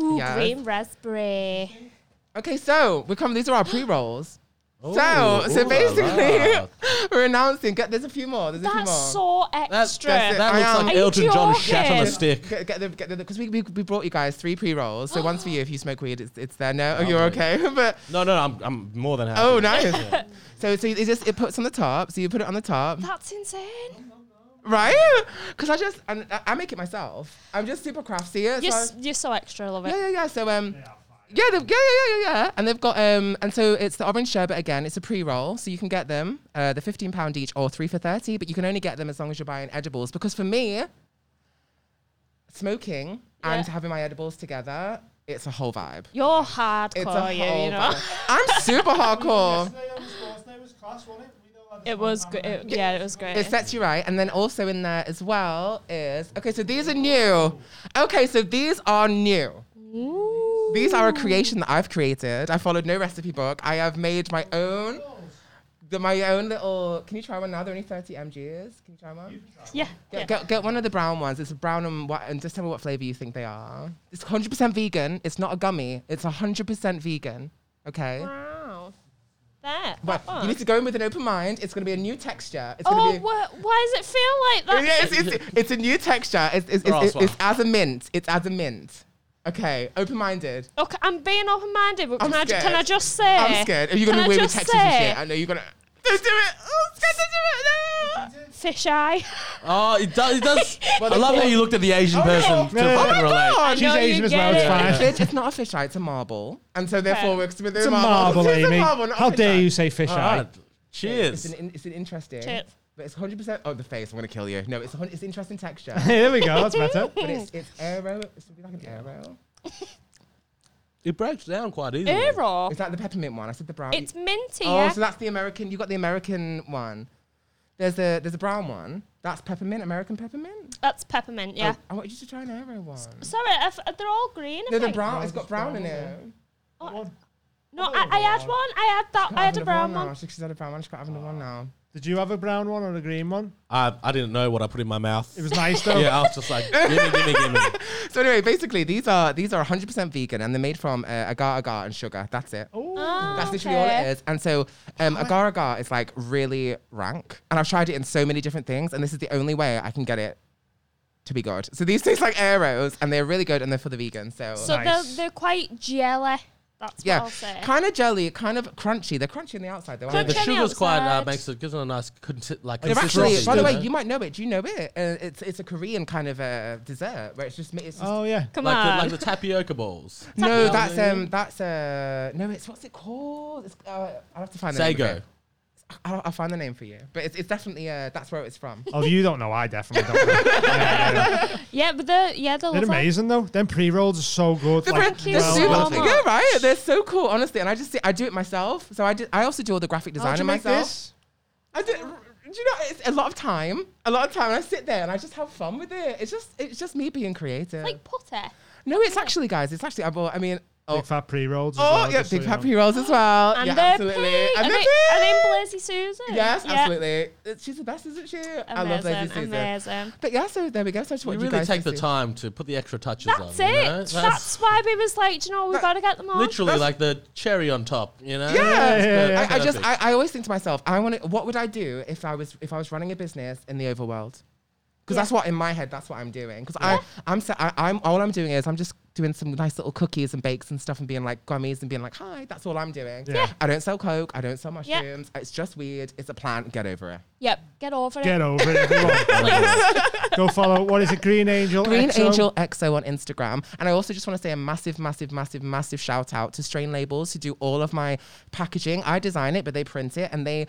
B: Ooh,
F: Yes.
B: green raspberry.
F: Okay, so we come. These are our pre rolls.
E: Ooh,
F: so
E: ooh,
F: so
E: la la.
F: basically, we're announcing. Get there's a few more. There's a few more.
B: That's so extra.
F: that's it.
E: that
F: I
E: looks
F: am-
E: like
B: Are you
E: Elton John shat on a
B: joking?
E: stick.
F: Get, get the get the because we, we we brought you guys three pre rolls. So one's for you if you smoke weed. It's, it's there. No, oh, you're okay. but
E: No, no, no I'm, I'm more than happy.
F: oh, nice. so so it just it puts on the top. So you put it on the top,
B: That's insane.
F: right? Because I just and I, I make it myself. I'm just super crafty. Yeah.
B: You're,
F: So I-
B: s- you're so extra, I love
F: yeah,
B: it.
F: yeah, yeah. So um. Yeah, they've, yeah, yeah, yeah, yeah, yeah. And they've got um, and so it's the orange sherbet again. It's a pre-roll, so you can get them. Uh, they're fifteen pound each or three for thirty, but you can only get them as long as you're buying edibles. Because for me, smoking and
B: Yeah.
F: having my edibles together, it's a whole vibe.
B: You're
F: It's
B: hardcore,
F: a
B: you,
F: whole
B: you know.
F: vibe. I'm super hardcore.
B: It was good. It, yeah, it was great.
F: It sets you right, and then also in there as well is okay. So these are new. Okay, so these are new. These are a creation that I've created. I followed no recipe book. I have made my own, the, my own little. Can you try one now? They're only 30 mgs. Can you try one?
B: yeah.
F: Get,
B: yeah.
F: get, get one of the brown ones. It's a brown and white, and just tell me what flavor you think they are. It's 100% vegan. It's not a gummy. It's 100% vegan. Okay.
B: Wow. There. that
F: But
B: one.
F: you need to go in with an open mind. It's going to be a new texture. It's
B: oh,
F: going to be.
B: wha- why does it feel like that?
F: Yeah, it's, it's, it's a new texture. It's, it's,
E: Right,
F: it's, it's,
E: well.
F: it's as a mint. It's as a mint. Okay, open minded.
B: Okay, I'm being open-minded, but
F: I'm
B: can I, ju-
F: scared.
B: can I just say?
F: I'm scared. Are you going to
B: can I
F: wear with
B: just
F: textures and
B: say-
F: shit? I know you're going to. Don't do it. Oh, I'm scared to do it. No.
B: Fish eye.
E: Oh, it does. It does. I love how you looked at the Asian person to
A: no,
F: Oh
E: fucking
A: no,
E: relate.
F: God.
A: She's
B: know you
A: Asian as well,
B: get
A: it's
B: it.
A: fine.
F: It's, it's not a fisheye, it's a marble. And so therefore
B: Okay.
F: it's with
A: It's a
F: marble.
A: marble,
F: It's a
A: Amy.
F: marble, not a
A: How dare
F: fisheye.
A: you say fish
E: All
A: eye?
E: right.
F: It's
E: Cheers.
F: an, it's an interesting.
B: Cheers.
F: But it's 100%. Oh, the face. I'm going to kill you. No, it's, a hun- it's interesting texture.
A: Here we go. That's better.
F: but it's, it's arrow. It's something like an arrow.
E: It breaks down quite easily.
B: Eero.
F: It's like the peppermint one. I said the brown.
B: It's minty,
F: oh,
B: yeah.
F: so that's the American. You got the American one. There's a there's a brown one. That's peppermint, American peppermint.
B: That's peppermint, yeah.
F: Oh, I want you to try an arrow one.
B: Sorry, I f- they're all green. I
F: No, the
B: think.
F: brown. It's got brown in it.
B: No, I, I had one. I had that. I had a brown one.
F: Now. She's had a brown one. She's got having one now.
A: Did you have a brown one or a green one?
E: I, I didn't know what I put in my mouth.
A: It was nice though.
E: yeah, I was just like, give me, give me, give me.
F: So anyway, basically these are these are 100% vegan and they're made from uh, agar agar and sugar. That's it.
B: Ah,
F: That's literally all
B: okay.
F: it is. And so um, agar agar is like really rank. And I've tried it in so many different things, and this is the only way I can get it to be good. So these taste like arrows, and they're really good, and they're for the vegans. So,
B: So
A: Nice.
B: they're, they're quite jelly. That's what
F: yeah,
B: I'll say.
F: kind of jelly, kind of crunchy. They're crunchy on the outside, though.
E: The
F: aren't
B: Crunchy.
F: they?
B: Kenny
E: sugar's quite uh,
B: outside.
E: makes it gives it a nice conti- like
F: They're actually,
E: consistency.
F: by the way,
E: know?
F: you might know it. Do you know it? Uh, it's it's a Korean kind of uh, dessert where it's just it's just
A: Oh yeah.
B: Come
E: like the,
B: on.
E: like the tapioca balls.
F: No,
E: Lovely.
F: that's um, that's uh, no, it's what's it called? It's, uh, I'll have to find the name. for
E: Sago.
F: it. I'll, I'll find the name for you, but it's, it's definitely uh, that's where it's from.
A: Oh, you don't know. I definitely don't. know.
B: yeah, but they're, yeah, they're,
A: They're
B: lovely.
A: amazing though. Them pre rolls are so good. Like,
B: Thank you
F: They're
B: so
F: super-
B: much.
F: yeah, right. They're so cool, honestly. And I just I do it myself. So I do, I also do all the graphic
A: How'd you
F: designing
A: make
F: myself.
A: this?
F: I do. Do you know? It's a lot of time. A lot of time. And I sit there and I just have fun with it. It's just it's just me being creative.
B: Like putter.
F: no, it's actually guys. It's actually I bought. I mean. Oh,
A: Big fat pre rolls.
F: oh yeah, big happy rolls as well.
B: And
F: yeah,
B: they're
F: absolutely.
B: pink.
F: And
B: Are
F: they're
B: they, are they
F: pink.
B: in Blazy Susan?
F: Yes,
B: Yeah.
F: absolutely. Uh, She's the best, isn't she? I love Lazy
B: Amazing,
F: Susan.
B: amazing.
F: But yeah, so there we go. So I just
E: You
F: wanted you
E: really
F: guys
E: take
F: to
E: the
F: see.
E: time to put the extra touches on.
B: That's
E: you
B: it.
E: know?
B: That's, why we was like, do you know, we've
F: That-
B: got to get them on.
E: literally like the cherry on top. You know.
F: Yeah.
E: It's
A: Yeah, yeah,
F: I, I just
E: perfect.
F: I, I always think to myself, I want to. What would I do if I was if I was running a business in the overworld? Because that's what in my head, that's what I'm doing. Because I I'm se- I, I'm all I'm doing is I'm just doing some nice little cookies and bakes and stuff and being like gummies and being like hi. That's all I'm doing.
A: Yeah. Yeah.
F: I don't sell coke. I don't sell
B: Yeah.
F: mushrooms. It's just weird. It's a plant. Get over it.
B: Yep, get over it.
A: Get over it, everyone. Go follow. What is it? Green Angel.
F: Green
A: XO?
F: Angel EXO on Instagram. And I also just want to say a massive, massive, massive, massive shout out to Strain Labels who do all of my packaging. I design it, but they print it and they.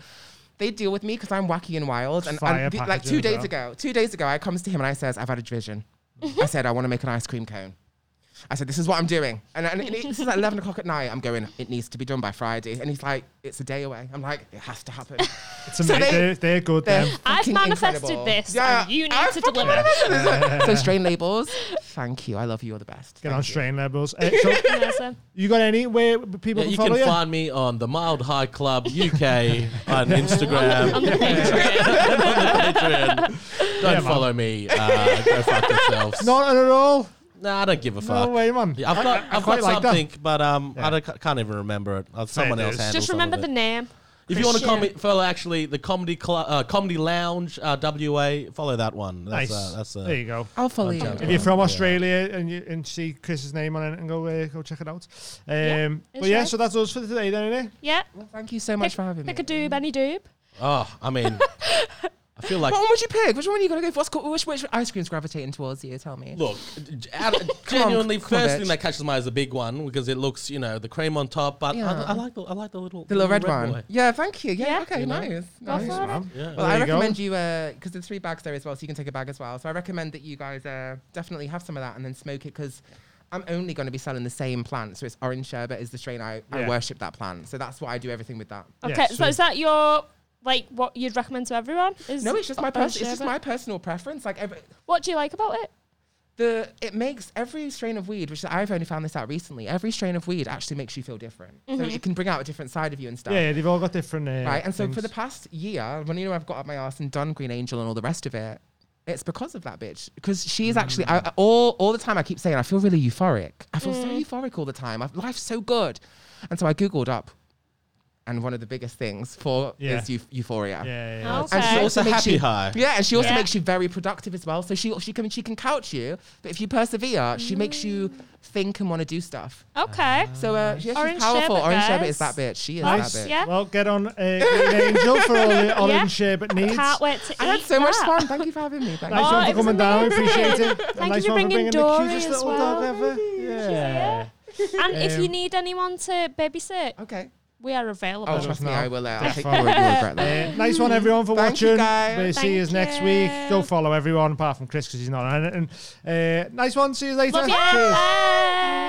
F: They deal with me because I'm wacky and wild. And,
A: Fire
F: and the- like
A: packaging,
F: two days
A: bro.
F: ago, two days ago, I comes to him and I says, "I've had a vision."
A: Mm-hmm.
F: I said, "I want to make an ice cream cone." I said, "This is what I'm doing." And, and it, this is at eleven o'clock at night. I'm going. It needs to be done by Friday. And he's like, "It's a day away." I'm like, "It has to happen."
A: It's amazing.
F: they-
A: they're, they're good. Them.
B: I've
F: fucking
B: manifested
F: incredible.
B: this,
F: Yeah,
B: and you need
F: I've
B: to
F: fucking
B: deliver.
F: so Strain Labels, thank you. I love you. You're the best.
A: Get
F: Thank
A: on
F: you.
A: strain levels. Uh, so
B: Amazing.
A: you got any where people
E: Yeah,
A: can
E: you
A: follow
E: can
A: you?
E: find me on the Mild High Club UK on Instagram.
B: On the Patreon.
E: and on the Patreon.
A: Yeah,
E: Don't
A: man.
E: follow me. Uh, go fuck yourselves.
A: Not at all.
E: nah, I don't give a
A: No
E: fuck.
A: way, man.
E: Yeah, I've got, I, have
A: quite
E: got
A: like that.
E: something, but um,
A: Yeah.
E: I don't, can't even remember it. Uh, someone
A: it
E: else
A: is.
E: handles
B: Just
E: some
B: remember
E: of
B: the
E: it.
B: name.
E: If you want to
B: Christian.
E: comment, follow actually the comedy cl- uh, comedy lounge uh, WA. Follow that one. That's,
A: Nice.
E: Uh, that's uh,
A: there you go.
F: I'll follow you.
E: joking.
A: If you're from Australia and you and see Chris's name on it and go uh, go check it out. Um, but
B: it's
A: yeah,
B: right.
A: so that's us for today, then, isn't it?
B: Yeah.
F: Thank you so much
B: Pick,
F: for having
B: pick
F: me.
B: a doob, any doob.
E: Oh, I mean, I feel like
F: what one would you pick? Which one are you gonna go for? What's cool? Which, which ice cream's gravitating towards you? Tell me.
E: Look, g- out, genuinely,
F: come on,
E: first
F: bitch.
E: thing that catches my eye is the big one because it looks, you know, the cream on top. But
F: Yeah.
E: I, I like the I like the little
F: the little red, one.
E: boy.
F: Yeah, thank you. Yeah,
B: Yeah.
F: okay,
E: You know?
F: nice.
B: Go
F: nice.
B: for it.
A: Man.
E: Yeah.
F: Well,
A: There
F: I
A: you go.
F: recommend you because there's three bags there as well, so you can take a bag as well. So I recommend that you guys uh, definitely have some of that and then smoke it because I'm only going to be selling the same plant. So it's orange sherbet is the strain. I, I
A: Yeah.
F: worship that plant, so that's why I do everything with that.
A: Yeah,
B: Okay, so
A: sweet.
B: is that your like what you'd recommend to everyone? Is
F: No, it's just my
B: orange
F: pers- it's just
B: sherbet?
F: my personal preference. Like every,
B: What do you like about it?
F: the it makes every strain of weed, which I've only found this out recently. Every strain of weed actually makes you feel different, so it can bring out a different side of you and stuff.
A: Yeah, yeah, they've all got different. Uh,
F: Right, and so for
A: things.
F: the past year, when you know I've got up my ass and done Green Angel and all the rest of it, it's because of that bitch. Because
A: Mm.
F: she's actually I, I- all all the time. I keep saying I feel really euphoric. I feel so euphoric all the time. I've, life's so good, and so I googled up and one of the biggest things for
A: Yeah.
F: is eu- euphoria.
A: Yeah, yeah, yeah.
B: Oh, Okay.
F: And she
E: It's
F: also
E: a
F: makes
E: happy
F: you,
E: high.
F: Yeah, and she also
B: Yeah.
F: makes you very productive as well. So she she can she can couch you, but if you persevere, she makes you think and want to do stuff.
B: okay.
F: So uh, yeah,
B: Mm. Orange
F: she's powerful.
B: Sherbet,
F: Orange
B: guys.
F: Sherbet is that bitch. She is
A: Nice.
F: that bitch.
B: Yeah.
A: Well, get on uh, Green Angel for all the orange sherbet needs.
B: Can't wait to
F: I
B: eat
F: had so much
B: that.
F: fun. Thank you for having me. Thank
A: Nice
B: Oh,
F: you.
A: one
B: it
A: for
B: was
A: coming down.
B: amazing.
A: Appreciate it. And
B: Thank you
A: nice
B: for
A: one
B: bringing
A: the
B: Dory
A: cutest
B: as
A: little
B: well.
A: dog ever. Yeah.
B: And if you
A: Um,
B: need anyone to babysit,
F: Okay,
B: we are available.
F: Oh, trust me,
A: now.
F: I will. Uh, I think you
A: fine.
F: will regret that.
A: Uh, nice one, everyone, for
F: Thank you,
A: watching.
F: guys.
A: We'll see
B: Thank
A: you next week.
B: you.
A: Go follow everyone apart from Chris because he's not on it. And uh, nice one. See you later.
B: Love you.
A: Cheers.
B: Bye.